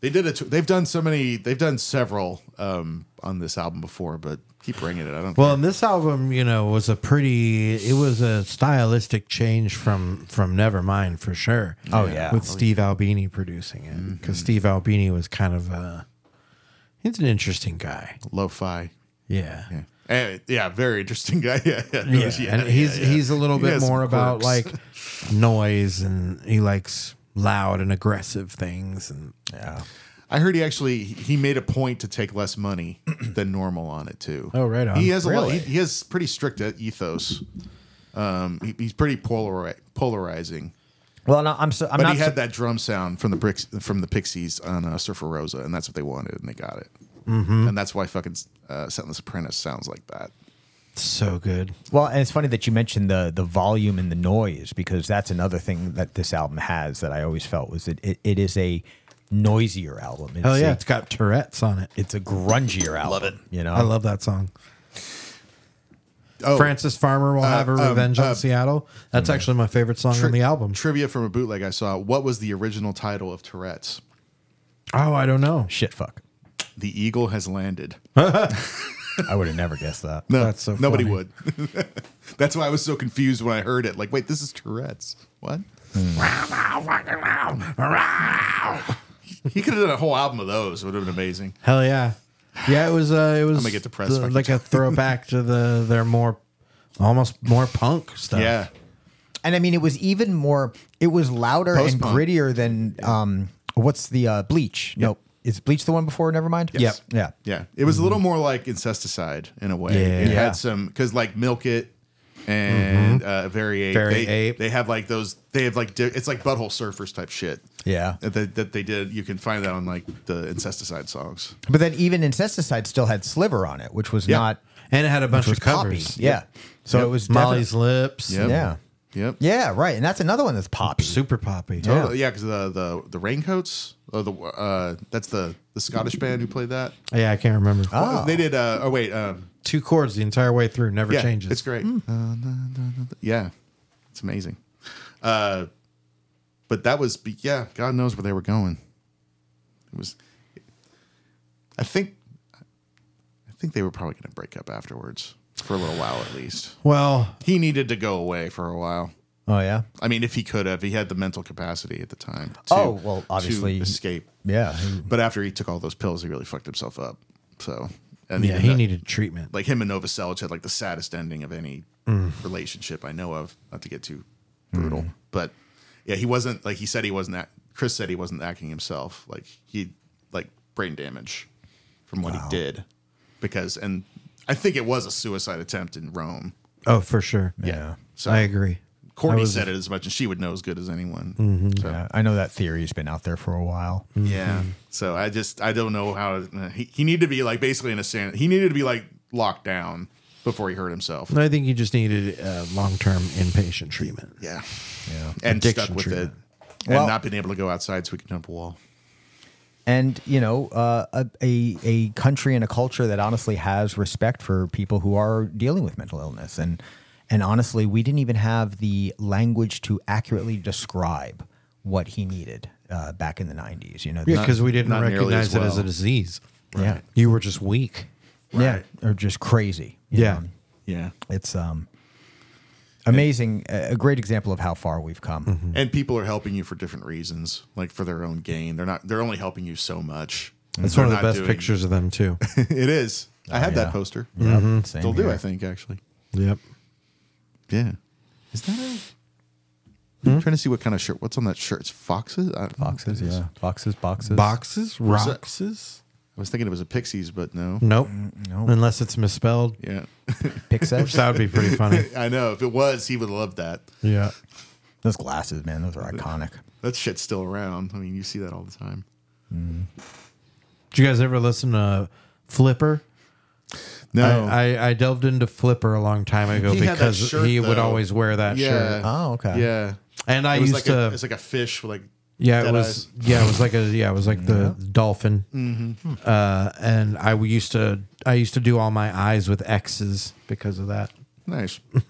Speaker 3: They did it. They've done so many. They've done several um, on this album before, but keep bringing it. I don't.
Speaker 1: Well, and this album, you know, was a pretty. It was a stylistic change from from Nevermind for sure.
Speaker 2: Oh, yeah. Mm-hmm.
Speaker 1: with Steve Albini producing it because Steve Albini was kind of a. He's an interesting guy.
Speaker 3: care. lo-fi.
Speaker 1: Yeah.
Speaker 3: Yeah. Eh, yeah, very interesting guy. Yeah, yeah,
Speaker 1: Yeah,
Speaker 3: yeah,
Speaker 1: and
Speaker 3: yeah,
Speaker 1: he's
Speaker 3: yeah.
Speaker 1: he's a little
Speaker 3: He
Speaker 1: bit
Speaker 3: has some
Speaker 1: more about
Speaker 3: quirks.
Speaker 1: like noise, and he likes loud and aggressive things, and
Speaker 2: Yeah.
Speaker 3: I heard he actually he made a point to take less money than normal on it too.
Speaker 1: Oh, right on.
Speaker 3: He has a lot. He,
Speaker 2: Really?
Speaker 3: he has pretty strict e, ethos. Um, he, he's pretty polari- polarizing.
Speaker 2: Well, no, I'm so I'm
Speaker 3: But
Speaker 2: not
Speaker 3: he
Speaker 2: su-
Speaker 3: had that drum sound from the bricks from the Pixies on uh, Surfer Rosa, and that's what they wanted, and they got it.
Speaker 1: Mm-hmm.
Speaker 3: And that's why fucking uh, Sentless Apprentice sounds like that.
Speaker 1: so good.
Speaker 2: Well, and it's funny that you mentioned the the volume and the noise because that's another thing that this album has that I always felt was that it, it is a noisier album. It's
Speaker 1: Hell yeah,
Speaker 2: a-
Speaker 1: it's got Tourette's on it.
Speaker 2: it's a grungier album. Love it. You know.
Speaker 1: I love that song.
Speaker 3: Oh,
Speaker 1: Francis Farmer will have her
Speaker 3: um,
Speaker 1: revenge on
Speaker 3: uh,
Speaker 1: Seattle. That's actually my favorite song on the album.
Speaker 3: trivia from a bootleg I saw. What was the original title of Tourette's?
Speaker 1: Oh, I don't know.
Speaker 2: Shit, fuck.
Speaker 3: The Eagle Has Landed.
Speaker 2: I would have never guessed that.
Speaker 3: No,
Speaker 1: That's so
Speaker 3: nobody
Speaker 1: funny.
Speaker 3: would. That's why I was so confused when I heard it. Like, wait, this is Tourette's. What?
Speaker 1: Hmm.
Speaker 3: he could have done a whole album of those. It would have been amazing.
Speaker 1: Hell yeah, yeah. It was. Uh, it was.
Speaker 3: gonna get depressed
Speaker 1: the-
Speaker 3: if I keep
Speaker 1: like a throwback to the their more, almost more punk stuff.
Speaker 3: Yeah.
Speaker 2: and I mean, it was even more. It was louder
Speaker 3: Post-punk.
Speaker 2: and grittier than um, what's the uh, bleach? No, is bleach the one before? Never mind.
Speaker 3: Yes.
Speaker 2: Yep. Yeah.
Speaker 3: Yeah. It was a little more like incesticide in a way.
Speaker 1: Yeah. Mm-hmm.
Speaker 3: It
Speaker 2: Yeah.
Speaker 3: had some, because like Milk It and uh, Very Ape.
Speaker 1: Very
Speaker 3: they,
Speaker 1: Ape.
Speaker 3: They have like those, they have like, di- it's like Butthole Surfers type shit.
Speaker 2: Yeah.
Speaker 3: That, that they did. You can find that on like the incesticide songs.
Speaker 2: But then even Incesticide still had Sliver on it, which was
Speaker 3: Yeah.
Speaker 2: not
Speaker 1: and it had a bunch
Speaker 2: was
Speaker 1: of covers.
Speaker 2: poppy. Yeah. So
Speaker 3: Yep.
Speaker 2: it was
Speaker 1: Molly's
Speaker 2: definite-
Speaker 1: lips.
Speaker 3: Yep.
Speaker 2: Yeah.
Speaker 3: Yep.
Speaker 2: Yeah. Right. And that's another one that's poppy.
Speaker 1: Super poppy.
Speaker 2: Yeah.
Speaker 3: Totally, yeah, because the, the the raincoats, or the uh, that's the the Scottish band who played that.
Speaker 1: Yeah, I can't remember.
Speaker 2: Oh.
Speaker 3: They did. Uh, oh wait, um,
Speaker 1: Two chords the entire way through. Never
Speaker 3: yeah,
Speaker 1: changes.
Speaker 3: it's great.
Speaker 2: Hmm.
Speaker 3: Uh, da, da, da, da. yeah, it's amazing. Uh, but that was be- yeah. God knows where they were going. It was. I think. I think they were probably going to break up afterwards for a little while at least.
Speaker 1: Well,
Speaker 3: He needed to go away for a while.
Speaker 2: Oh yeah.
Speaker 3: I mean, if he could have, he had the mental capacity at the time. To,
Speaker 2: Oh, well,
Speaker 3: to
Speaker 2: obviously-
Speaker 3: escape.
Speaker 2: Yeah.
Speaker 3: But after he took all those pills, he really fucked himself up. So, and
Speaker 1: yeah,
Speaker 3: even
Speaker 1: he
Speaker 3: that-
Speaker 1: needed treatment.
Speaker 3: like him and Novoselic had like the saddest ending of any relationship I know of. Not to get too brutal,
Speaker 1: Mm.
Speaker 3: but yeah, he wasn't like he said he wasn't. Act, Chris said he wasn't acting himself. Like he like brain damage from what he did because and I think it was a suicide attempt in Rome.
Speaker 1: oh, for sure.
Speaker 2: Yeah.
Speaker 3: So
Speaker 1: I agree. I
Speaker 3: Courtney
Speaker 1: was- Mm-hmm.
Speaker 3: said it as much, and she would know as good as anyone. So.
Speaker 2: Yeah. I know that theory's been out there for a while.
Speaker 3: Yeah. So I just I don't know how he, he needed to be like basically in a san he needed to be like locked down before he hurt himself.
Speaker 1: I think he just needed uh, long-term inpatient treatment.
Speaker 3: Yeah.
Speaker 2: Yeah.
Speaker 3: And
Speaker 1: Addiction
Speaker 3: stuck with
Speaker 1: treatment.
Speaker 3: it.
Speaker 2: Well-
Speaker 3: and not being able to go outside so we could jump a wall.
Speaker 2: and you know uh, a, a a country and a culture that honestly has respect for people who are dealing with mental illness and and honestly we didn't even have the language to accurately describe what he needed uh, back in the 90s you know
Speaker 1: Yeah, because we didn't
Speaker 3: not nearly
Speaker 1: recognize
Speaker 3: as
Speaker 1: it as a
Speaker 3: well.
Speaker 1: disease.
Speaker 2: Yeah.
Speaker 1: you were just weak.
Speaker 2: yeah or just crazy you
Speaker 1: Yeah.
Speaker 2: know?
Speaker 3: Yeah.
Speaker 2: it's um amazing a a great example of how far we've come
Speaker 1: Mm-hmm.
Speaker 3: And people are helping you for different reasons, like for their own gain. They're not they're only helping you so much.
Speaker 1: That's
Speaker 3: They're
Speaker 1: one of
Speaker 3: not
Speaker 1: the best
Speaker 3: doing-
Speaker 1: pictures of them too.
Speaker 3: it is. I have
Speaker 2: yeah.
Speaker 3: that poster.
Speaker 2: Yep,
Speaker 1: Mm-hmm.
Speaker 2: same
Speaker 3: Still do,
Speaker 2: here.
Speaker 3: I think, actually.
Speaker 1: yep.
Speaker 3: Yeah. Is that a I'm trying to see what kind of shirt. What's on that shirt? It's foxes. I don't know what
Speaker 2: boxes
Speaker 3: that is.
Speaker 2: yeah boxes boxes
Speaker 1: Boxes,
Speaker 3: that?
Speaker 1: roxes.
Speaker 3: I was thinking it was a Pixies, but no.
Speaker 1: Nope. Unless it's misspelled.
Speaker 3: Mm, Yeah,
Speaker 1: Which
Speaker 2: Pixar.
Speaker 1: that would be pretty funny.
Speaker 3: I know. If it was, he would love that.
Speaker 1: yeah.
Speaker 2: Those glasses, man, those are iconic.
Speaker 3: That shit's still around. I mean, you see that all the time.
Speaker 1: Did you guys ever listen to Flipper?
Speaker 3: No,
Speaker 1: I, I, I delved into Flipper a long time ago
Speaker 3: He had that
Speaker 1: because
Speaker 3: shirt,
Speaker 1: he would
Speaker 3: though.
Speaker 1: always wear that
Speaker 3: yeah,
Speaker 1: shirt.
Speaker 2: Oh, okay.
Speaker 3: yeah.
Speaker 1: And I
Speaker 3: it was
Speaker 1: used
Speaker 3: like
Speaker 1: to
Speaker 3: a, it's like a fish with like
Speaker 1: Yeah, it
Speaker 3: dead
Speaker 1: was.
Speaker 3: eyes.
Speaker 1: Yeah, it was like a. Yeah, it was like the dolphin.
Speaker 3: Mm-hmm.
Speaker 1: Uh, and I w- used to. I used to do all my eyes with X's because of that,
Speaker 3: nice.
Speaker 1: which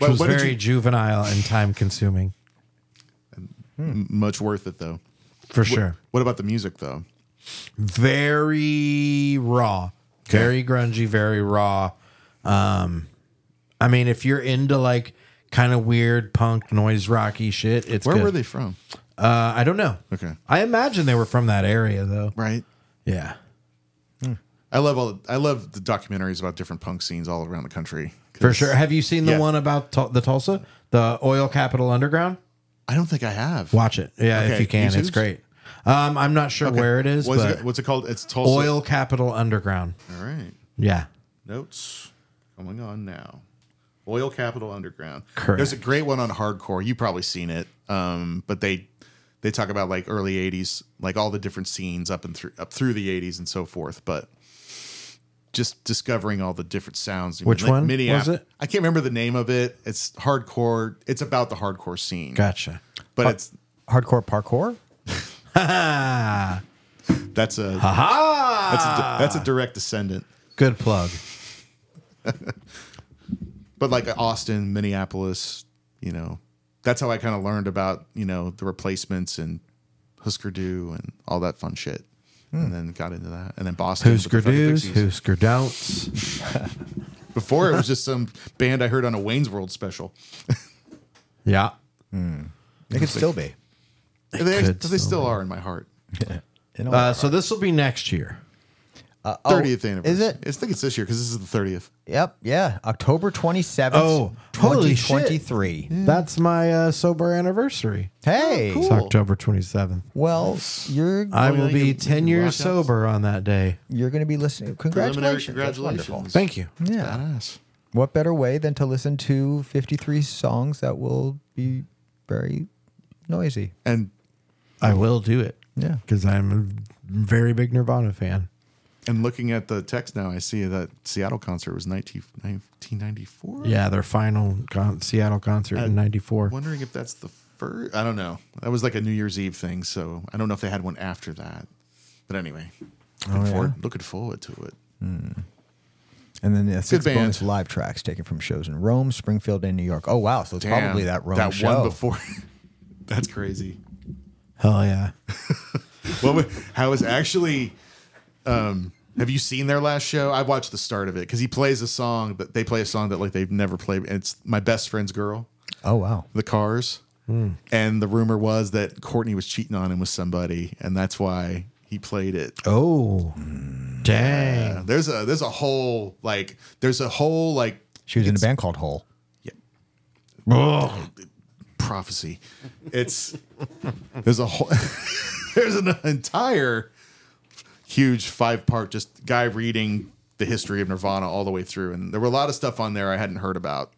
Speaker 3: Why-
Speaker 1: was
Speaker 3: why did
Speaker 1: very
Speaker 3: you-
Speaker 1: juvenile and time consuming
Speaker 3: M- Much worth it though.
Speaker 1: for sure.
Speaker 3: What about the music though?
Speaker 1: Very raw, very grungy, very raw. Um, I mean, if you're into like kind of weird punk noise rocky shit, it's
Speaker 3: Where
Speaker 1: good.
Speaker 3: were they from?
Speaker 1: Uh, I don't know.
Speaker 3: Okay.
Speaker 1: I imagine they were from that area though.
Speaker 3: Right.
Speaker 1: Yeah.
Speaker 3: I love all. I love the documentaries about different punk scenes all around the country. 'Cause
Speaker 1: For sure. Have you seen the
Speaker 3: Yeah.
Speaker 1: one about Tul- the Tulsa, the oil capital underground?
Speaker 3: I don't think I have.
Speaker 1: Watch it. Yeah, if
Speaker 3: Okay,
Speaker 1: you can, it's
Speaker 3: YouTube's?
Speaker 1: great. Um, I'm not sure where it is,
Speaker 3: What's
Speaker 1: but
Speaker 3: it, what's it called? It's Tulsa.
Speaker 1: oil capital underground.
Speaker 3: All right.
Speaker 1: Yeah.
Speaker 3: Notes going on now. Oil Capital Underground.
Speaker 1: Correct.
Speaker 3: There's a great one on hardcore. You probably seen it. Um, but they they talk about like early '80s, like all the different scenes up and through up through the '80s and so forth. But just discovering all the different sounds.
Speaker 1: Which
Speaker 3: Like
Speaker 1: one
Speaker 3: Minneapolis-
Speaker 1: was it?
Speaker 3: I can't remember the name of it. It's hardcore. It's about the hardcore scene.
Speaker 1: Gotcha.
Speaker 3: But it's
Speaker 2: Hardcore parkour.
Speaker 1: Ah.
Speaker 3: that's a
Speaker 1: Aha.
Speaker 3: that's a, that's a direct descendant.
Speaker 1: Good plug.
Speaker 3: but like Austin, Minneapolis, you know, that's how I kind of learned about you know the replacements and Husker Du and all that fun shit,
Speaker 2: Hmm.
Speaker 3: and then got into that, and then Boston. with the
Speaker 1: Hoosker
Speaker 3: Pathetic
Speaker 1: do's,
Speaker 3: Pixies.
Speaker 1: Hoosker don'ts.
Speaker 3: Before it was just some band I heard on a Wayne's World special.
Speaker 1: Yeah.
Speaker 2: It could still be.
Speaker 3: They, they
Speaker 1: could
Speaker 3: still,
Speaker 1: still
Speaker 3: are in my heart.
Speaker 2: You know,
Speaker 1: Uh, so this will be next year.
Speaker 2: oh,
Speaker 3: Thirtieth anniversary.
Speaker 2: Is it?
Speaker 3: I think it's this year because this is the thirtieth.
Speaker 2: Yep. Yeah. October 27th,
Speaker 1: Oh, holy shit.
Speaker 2: 2023.
Speaker 1: That's my uh, sober anniversary.
Speaker 2: Hey.
Speaker 3: Mm. cool.
Speaker 1: It's October 27th.
Speaker 2: Well, you're
Speaker 1: I
Speaker 3: Oh, yeah,
Speaker 1: will be
Speaker 3: you-
Speaker 1: 10
Speaker 3: you
Speaker 1: years
Speaker 3: rock out.
Speaker 1: sober on that day.
Speaker 2: you're going to be listening.
Speaker 3: Preliminary
Speaker 2: Congratulations. That's
Speaker 3: congratulations.
Speaker 2: wonderful.
Speaker 1: Thank you.
Speaker 2: Yeah.
Speaker 3: Badass.
Speaker 2: What better way than to listen to 53 songs that will be very noisy?
Speaker 3: And
Speaker 1: I will do it.
Speaker 2: Yeah.
Speaker 1: Because I'm a very big Nirvana fan.
Speaker 3: and looking at the text now, I see that Seattle concert was 19, 1994.
Speaker 1: Yeah, their final con- Seattle concert
Speaker 3: Uh,
Speaker 1: in '94.
Speaker 3: Wondering if that's the first. I don't know. That was like a New Year's Eve thing, so I don't know if they had one after that. But anyway,
Speaker 2: Oh,
Speaker 3: looking, forward, looking forward to it.
Speaker 2: And then yeah, six
Speaker 3: Good band.
Speaker 2: bonus live tracks taken from shows in Rome, Springfield, and New York. Oh wow, so it's probably
Speaker 3: Damn,
Speaker 2: that Rome
Speaker 3: that
Speaker 2: show.
Speaker 3: one before. that's crazy.
Speaker 1: Hell yeah!
Speaker 3: What wa- how is actually? Um, have you seen their last show? I watched the start of it because he plays a song that they play a song that like they've never played. It's my best friend's girl.
Speaker 2: Oh wow,
Speaker 3: the cars.
Speaker 2: Hmm.
Speaker 3: And the rumor was that Courtney was cheating on him with somebody, and that's why he played it.
Speaker 1: Oh, dang!
Speaker 3: Uh, there's a there's a whole like there's a whole like
Speaker 2: she was in a band called Hole.
Speaker 1: Ugh.
Speaker 3: prophecy. It's there's a whole there's an entire huge five part just guy reading the history of Nirvana all the way through, and there were a lot of stuff on there I hadn't heard about.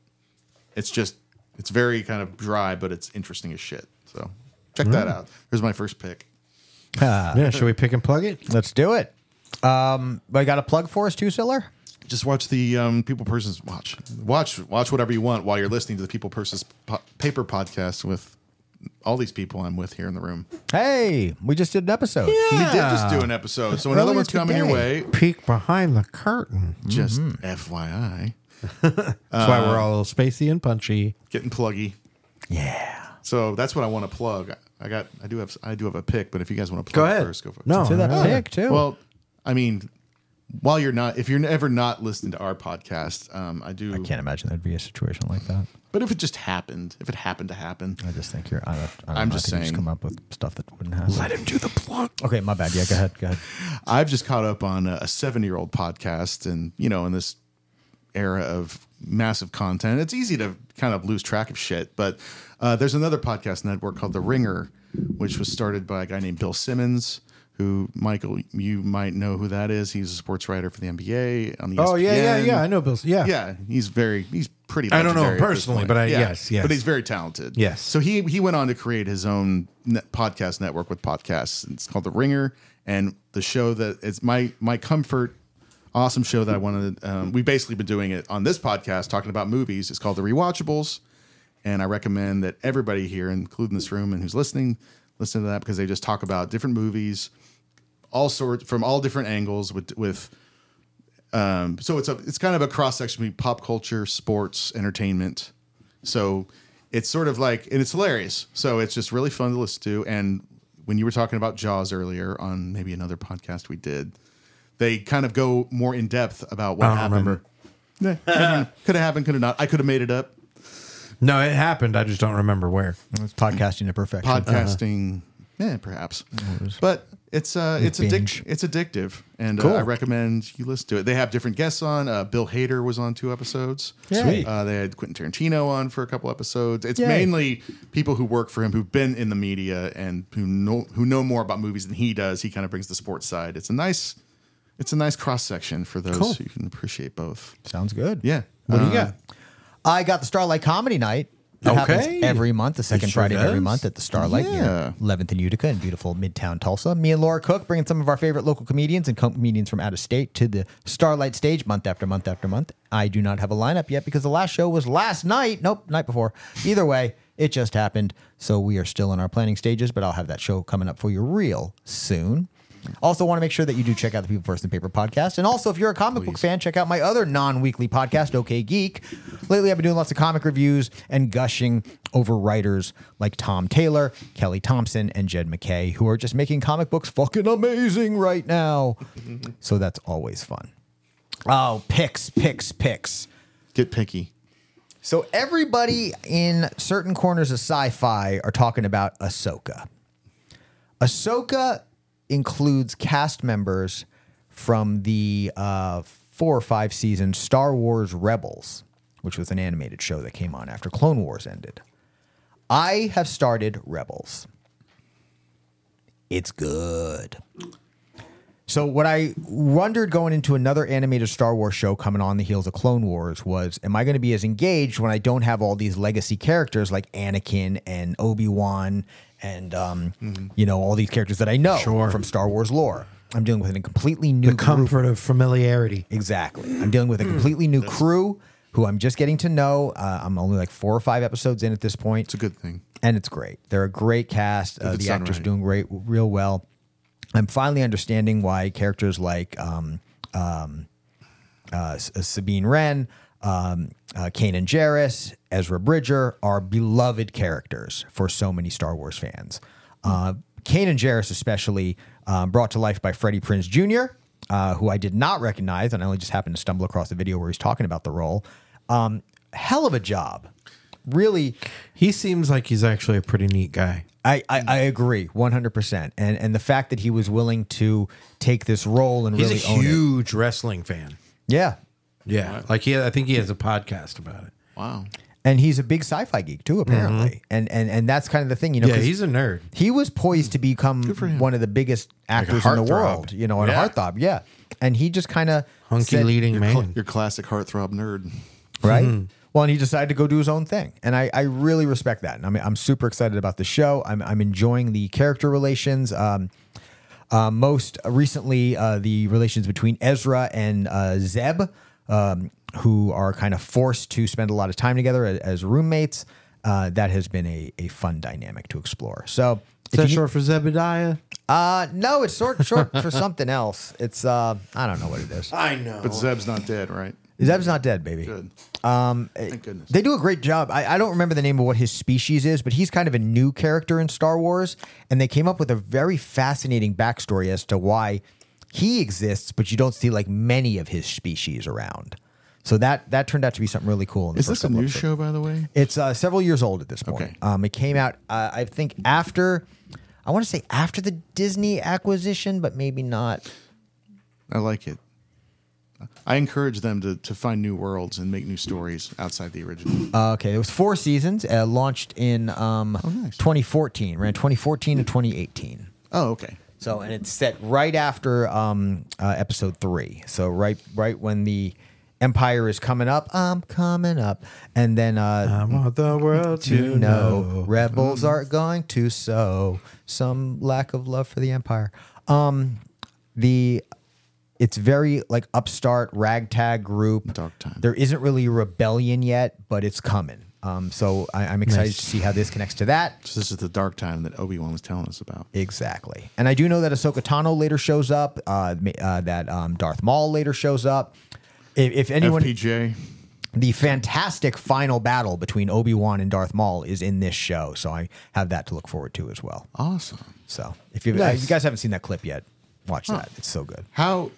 Speaker 3: It's just it's very kind of dry, but it's interesting as shit. So check that out. Here's my first pick.
Speaker 1: Yeah, should we pick and plug it?
Speaker 2: Let's do it. Um, but I got a plug for us too, Siller.
Speaker 3: just watch the um, people persons watch watch watch whatever you want while you're listening to the people persons po- paper podcast with all these people I'm with here in the room.
Speaker 2: Hey, we just did an episode.
Speaker 3: We did just do an episode, so another
Speaker 2: Earlier
Speaker 3: one's coming your
Speaker 2: today.
Speaker 3: way.
Speaker 1: Peek behind the curtain.
Speaker 3: Just FYI,
Speaker 1: That's why
Speaker 3: Uh,
Speaker 1: we're all a little spacey and punchy.
Speaker 3: getting pluggy.
Speaker 2: Yeah.
Speaker 3: So that's what I want to plug. I got I do have I do have a pick, but if you guys want to plug
Speaker 1: Go ahead.
Speaker 3: first, go for it.
Speaker 1: No,
Speaker 2: To that
Speaker 1: yeah.
Speaker 2: pick too.
Speaker 3: Well, I mean, while you're not, if you're ever not listening to our podcast, um, I do.
Speaker 2: I can't imagine there'd be a situation like that.
Speaker 3: But if it just happened, if it happened to happen,
Speaker 2: I just think you're. I don't, I don't
Speaker 3: I'm
Speaker 2: know. I
Speaker 3: just
Speaker 2: think you
Speaker 3: saying.
Speaker 2: come up with stuff that wouldn't happen.
Speaker 1: Let him do the plug.
Speaker 2: Okay, my bad. Yeah, go ahead. Go ahead.
Speaker 3: I've just caught up on a seven-year-old podcast, and you know, in this era of massive content, it's easy to kind of lose track of shit. But uh, there's another podcast network called The Ringer which was started by a guy named Bill Simmons, who Michael you might know who that is. He's a sports writer for the NBA on the E
Speaker 4: Oh yeah, yeah,
Speaker 3: ESPN.
Speaker 4: yeah. I know Bill's. Yeah,
Speaker 3: Yeah, he's very he's pretty.
Speaker 1: I don't know him
Speaker 3: legendary at this
Speaker 1: personally,
Speaker 3: point.
Speaker 1: but I- yes, yes.
Speaker 3: But he's very talented.
Speaker 1: Yes.
Speaker 3: So he he went on to create his own net podcast network with podcasts. It's called The Ringer, and the show that it's my my comfort. Awesome show that I wanted. Um, we've basically been doing it on this podcast, talking about movies. It's called The Rewatchables, and I recommend that everybody here, including this room and who's listening, listen to that because they just talk about different movies, all sorts from all different angles with with um, so it's a it's kind of a cross section between pop culture, sports, entertainment. So it's sort of like and it's hilarious. So it's just really fun to listen to. And when you were talking about Jaws earlier on maybe another podcast we did, they kind of go more in depth about what
Speaker 1: I don't
Speaker 3: happened.
Speaker 1: remember.
Speaker 3: Remember. could have happened, could have not. I could have made it up.
Speaker 1: No, it happened. I just don't remember where.
Speaker 2: It's podcasting to perfection.
Speaker 1: Uh-huh.
Speaker 2: Uh,
Speaker 3: Podcasting, eh, perhaps. But it's uh, it's
Speaker 2: binge.
Speaker 3: addic- it's addictive, and uh, I recommend you listen to it. They have different guests on. Uh, Bill Hader was on two episodes.
Speaker 4: Sweet.
Speaker 3: Uh, they had Quentin Tarantino on for a couple episodes. It's
Speaker 2: Yay.
Speaker 3: mainly people who work for him who've been in the media and who know who know more about movies than he does. He kind of brings the sports side. It's a nice, it's a nice cross section for those who can appreciate both.
Speaker 2: Sounds good.
Speaker 3: Yeah.
Speaker 1: What do
Speaker 3: Uh,
Speaker 1: you got?
Speaker 2: I got the Starlight Comedy Night. That
Speaker 1: Okay.
Speaker 2: happens every month, the second
Speaker 1: sure
Speaker 2: Friday of every
Speaker 1: does.
Speaker 2: month at the Starlight
Speaker 3: Yeah.
Speaker 2: near 11th and Utica in beautiful Midtown Tulsa. Me and Laura Cook bringing some of our favorite local comedians and comedians from out of state to the Starlight stage month after month after month. I do not have a lineup yet because the last show was last night. Nope, night before. Either way, it just happened. So we are still in our planning stages, but I'll have that show coming up for you real soon. Also, want to make sure that you do check out the People First and Paper podcast. And also, if you're a comic book fan, check out my other non weekly podcast, OK Geek. Lately, I've been doing lots of comic reviews and gushing over writers like Tom Taylor, Kelly Thompson, and Jed McKay, who are just making comic books fucking amazing right now. so that's always fun. Oh, picks, picks, picks.
Speaker 3: Get picky.
Speaker 2: So everybody in certain corners of sci-fi are talking about Ahsoka. Ahsoka includes cast members from the uh, four or five season Star Wars Rebels, which was an animated show that came on after Clone Wars ended. I have started Rebels. It's good. So what I wondered going into another animated Star Wars show coming on the heels of Clone Wars was, am I going to be as engaged when I don't have all these legacy characters like Anakin and Obi Wan and um, you know all these characters that I know from Star Wars lore? I'm dealing with a completely new
Speaker 1: The comfort of familiarity.
Speaker 2: Exactly. I'm dealing with a completely new crew who I'm just getting to know. Uh, I'm only like four or five episodes in at this point
Speaker 3: It's a good thing.
Speaker 2: and it's great. They're a great cast. Uh,
Speaker 3: it's
Speaker 2: the
Speaker 3: done
Speaker 2: actors
Speaker 3: right.
Speaker 2: doing great, real well. I'm finally understanding why characters like um, um, uh, S- uh, Sabine Wren, um, uh, Kanan Jarrus, Ezra Bridger are beloved characters for so many Star Wars fans. Uh, Kanan Jarrus, especially, um, brought to life by Freddie Prinze Jr., uh, who I did not recognize, and I only just happened to stumble across a video where he's talking about the role. Um, hell of a job. Really,
Speaker 1: He seems like he's actually a pretty neat guy.
Speaker 2: I, I, I agree 100% and and the fact that he was willing to take this role and
Speaker 1: He's
Speaker 2: really
Speaker 1: a
Speaker 2: own it
Speaker 1: huge wrestling fan.
Speaker 2: yeah
Speaker 1: Yeah, like he. I think he has a podcast about it.
Speaker 3: Wow.
Speaker 2: and he's a big sci-fi geek too apparently and, and and that's kind of the thing you know
Speaker 1: Mm-hmm. Yeah,
Speaker 2: 'cause
Speaker 1: he's a nerd. Hmm.
Speaker 2: he was poised to become one of the biggest actors in the
Speaker 1: heartthrob.
Speaker 2: world you know and
Speaker 1: Yeah.
Speaker 2: a heartthrob yeah and he just kind of
Speaker 1: Hunky leading
Speaker 3: Cl-
Speaker 1: man.
Speaker 3: Your classic heartthrob nerd.
Speaker 2: right?
Speaker 1: Mm-hmm.
Speaker 2: Well, and he decided to go do his own thing, and I, I really respect that. And I mean, I'm super excited about the show. I'm, I'm enjoying the character relations. Um, uh, most recently, uh, the relations between Ezra and uh, Zeb, um, who are kind of forced to spend a lot of time together as, as roommates. Uh, that has been a, a fun dynamic to explore. So, if
Speaker 1: Is that
Speaker 2: you-
Speaker 1: short for Zebediah?
Speaker 2: uh, no, it's short short for something else. It's uh, I don't know what it is.
Speaker 1: I know.
Speaker 3: But Zeb's not dead, right?
Speaker 2: Zeb's not dead, baby.
Speaker 3: Good.
Speaker 2: Um,
Speaker 3: Thank goodness.
Speaker 2: They do a great job. I, I don't remember the name of what his species is, but he's kind of a new character in Star Wars, and they came up with a very fascinating backstory as to why he exists, but you don't see like many of his species around. So that that turned out to be something really cool. In the
Speaker 3: Is
Speaker 2: first
Speaker 3: this a
Speaker 2: couple
Speaker 3: new
Speaker 2: episodes.
Speaker 3: show, by the way?
Speaker 2: It's uh, several years old at this point.
Speaker 3: Okay.
Speaker 2: Um, it came out, uh, I think, after I want to say after the Disney acquisition, but maybe not.
Speaker 3: I like it. I encourage them to, to find new worlds and make new stories outside the original.
Speaker 2: Uh, okay, it was four seasons, uh, launched in um, 2014, ran 2014 to 2018.
Speaker 3: Oh, okay.
Speaker 2: So, and it's set right after um, uh, episode three. So, right, right when the Empire is coming up, I'm coming up, and then uh,
Speaker 1: I want the world
Speaker 2: to
Speaker 1: to
Speaker 2: know,
Speaker 1: know.
Speaker 2: rebels are going to sow some lack of love for the empire. Um, the it's very like upstart ragtag group.
Speaker 3: Dark time.
Speaker 2: There isn't really a rebellion yet, but it's coming. Um, so I, I'm excited to see how this connects to that.
Speaker 3: So this is the dark time that Obi Wan was telling us about.
Speaker 2: Exactly, and I do know that Ahsoka Tano later shows up. Uh, ma- uh, that um, Darth Maul later shows up. If, if anyone
Speaker 3: FPJ.
Speaker 2: the fantastic final battle between Obi Wan and Darth Maul is in this show, so I have that to look forward to as well.
Speaker 3: Awesome.
Speaker 2: So if you
Speaker 1: Nice.
Speaker 2: if you guys haven't seen that clip yet, watch that. It's so good.
Speaker 3: How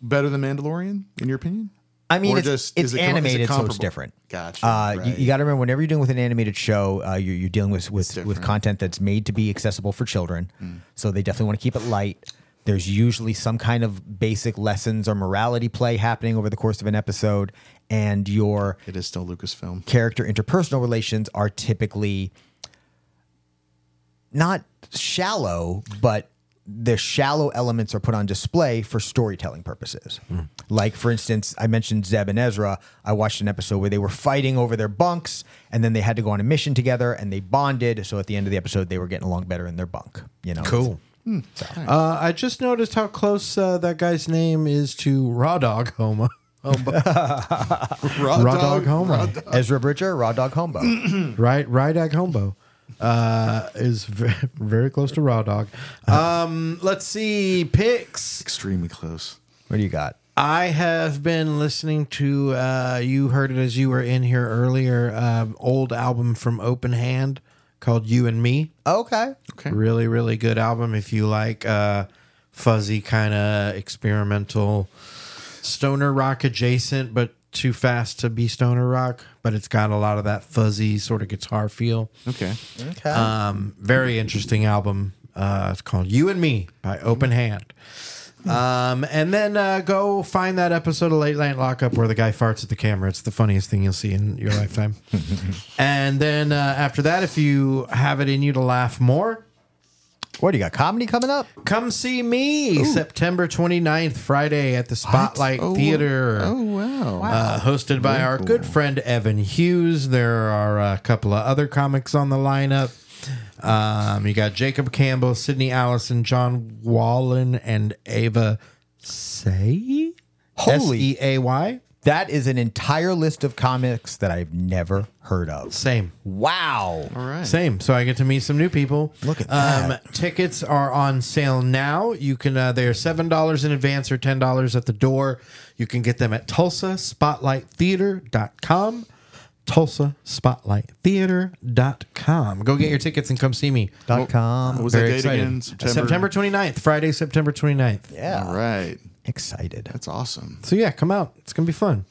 Speaker 3: better than Mandalorian in your opinion?
Speaker 2: I mean,
Speaker 3: Or
Speaker 2: it's, it's
Speaker 3: is it com- is it
Speaker 2: animated, so it's
Speaker 3: comparable?
Speaker 2: different.
Speaker 3: Gotcha.
Speaker 2: Uh, you,
Speaker 3: right.
Speaker 2: you got to remember, whenever you're dealing with an animated show, uh, you're, you're dealing with with, with
Speaker 3: different. Hmm.
Speaker 2: content that's made to be accessible for children. So they definitely want to keep it light. There's usually some kind of basic lessons or morality play happening over the course of an episode, and your
Speaker 3: it is still Lucasfilm.
Speaker 2: character interpersonal relations are typically not shallow, but the shallow elements are put on display for storytelling purposes. Like, for instance, I mentioned Zeb and Ezra. I watched an episode where they were fighting over their bunks, and then they had to go on a mission together, and they bonded. So at the end of the episode, they were getting along better in their bunk. You know,
Speaker 1: Cool. Uh, I just noticed how close uh, that guy's name is to Raw Dog Homo.
Speaker 3: Raw,
Speaker 1: Raw Dog Homo.
Speaker 2: Ezra Bridger, Raw Dog Hombo.
Speaker 1: Right, Rydag Hombo uh, is very, very close to Raw Dog. Um, let's see picks.
Speaker 3: Extremely close.
Speaker 2: what do you got?
Speaker 1: I have been listening to uh, you heard it as you were in here earlier. Uh, old album from Open Hand called "You and Me."
Speaker 2: Okay.
Speaker 3: Okay.
Speaker 1: Really, really good album. If you like uh, fuzzy kind of experimental stoner rock adjacent, but too fast to be stoner rock, but it's got a lot of that fuzzy sort of guitar feel.
Speaker 3: Okay.
Speaker 2: Okay.
Speaker 1: Um, very interesting album. Uh, it's called "You and Me" by Open Hand. Um, and then uh, go find that episode of Late Night Lockup where the guy farts at the camera. It's the funniest thing you'll see in your lifetime. and then uh, after that, if you have it in you to laugh more,
Speaker 2: what do you got? Comedy coming up?
Speaker 1: come see me September 29th, Friday at the Spotlight
Speaker 3: Oh,
Speaker 1: Theater
Speaker 3: Oh wow.
Speaker 1: uh, hosted by our good friend Evan Hughes. There are a couple of other comics on the lineup. Um, you got Jacob Campbell, Sydney Allison, John Wallen, and Ava Say. S E
Speaker 2: Holy-
Speaker 1: A Y.
Speaker 2: That is an entire list of comics that I've never heard of.
Speaker 1: Same.
Speaker 2: Wow.
Speaker 3: All right.
Speaker 1: Same. So I get to meet some new people. Um,
Speaker 2: Look at that.
Speaker 1: tickets are on sale now. You can uh, they are seven dollars in advance or ten dollars at the door. You can get them at Tulsa Spotlight Theater.com. Tulsa Spotlight Theater.com. Go get your tickets and come see me.
Speaker 2: Dot
Speaker 3: What
Speaker 2: com.
Speaker 3: was that
Speaker 1: Very
Speaker 3: date
Speaker 1: excited.
Speaker 3: again?
Speaker 1: September. 29th, Friday, September 29th.
Speaker 2: Yeah.
Speaker 3: All right.
Speaker 2: Excited.
Speaker 3: That's awesome.
Speaker 1: So yeah, come out. It's gonna be fun.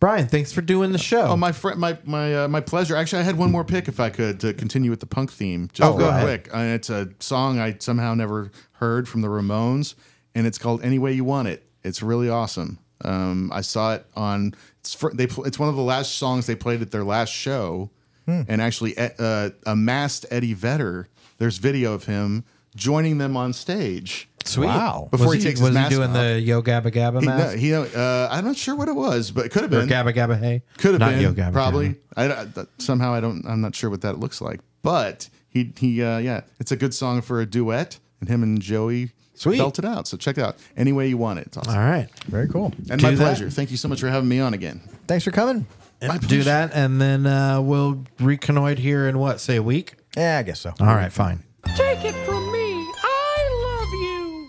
Speaker 1: Brian, thanks for doing the show.
Speaker 3: Oh, my friend, my my uh, my pleasure. Actually, I had one more pick if I could to continue with the punk theme. Just
Speaker 1: Oh, go
Speaker 3: real
Speaker 1: ahead.
Speaker 3: quick. Uh, it's a song I somehow never heard from the Ramones, and it's called "Any Way You Want It." It's really awesome. Um, I saw it on. It's fr- they. Pl- it's one of the last songs they played at their last show,
Speaker 1: Hmm.
Speaker 3: and actually eh, uh, amassed Eddie Vedder. There's video of him joining them on stage.
Speaker 1: Sweet.
Speaker 2: Wow.
Speaker 1: Before he takes
Speaker 3: his
Speaker 1: was
Speaker 3: mask
Speaker 1: he doing
Speaker 3: off.
Speaker 1: the Yo Gabba Gabba
Speaker 3: He, no,
Speaker 1: mask?
Speaker 3: he, uh, I'm not sure what it was, but it could have
Speaker 1: or
Speaker 3: been.
Speaker 1: Gabba Gabba Hey?
Speaker 3: Could have
Speaker 1: Not
Speaker 3: been
Speaker 1: Yo Gabba
Speaker 3: probably.
Speaker 1: Gabba.
Speaker 3: I, I- th- somehow I don't. I'm not sure what that looks like. But he he uh, yeah, it's a good song for a duet, and him and Joey
Speaker 1: Sweet.
Speaker 3: belt it out. So check it out any way you want it. It's awesome.
Speaker 1: All right.
Speaker 2: Very cool.
Speaker 3: And
Speaker 1: Do
Speaker 3: my
Speaker 1: that.
Speaker 3: pleasure. Thank you so much for having me on again.
Speaker 2: Thanks for coming.
Speaker 3: My
Speaker 1: do
Speaker 3: pleasure.
Speaker 1: that, and then uh, we'll reconnoit here in what say a week.
Speaker 2: Yeah, I guess so.
Speaker 1: All right, fine.
Speaker 4: Take it from me. I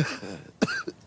Speaker 4: love you.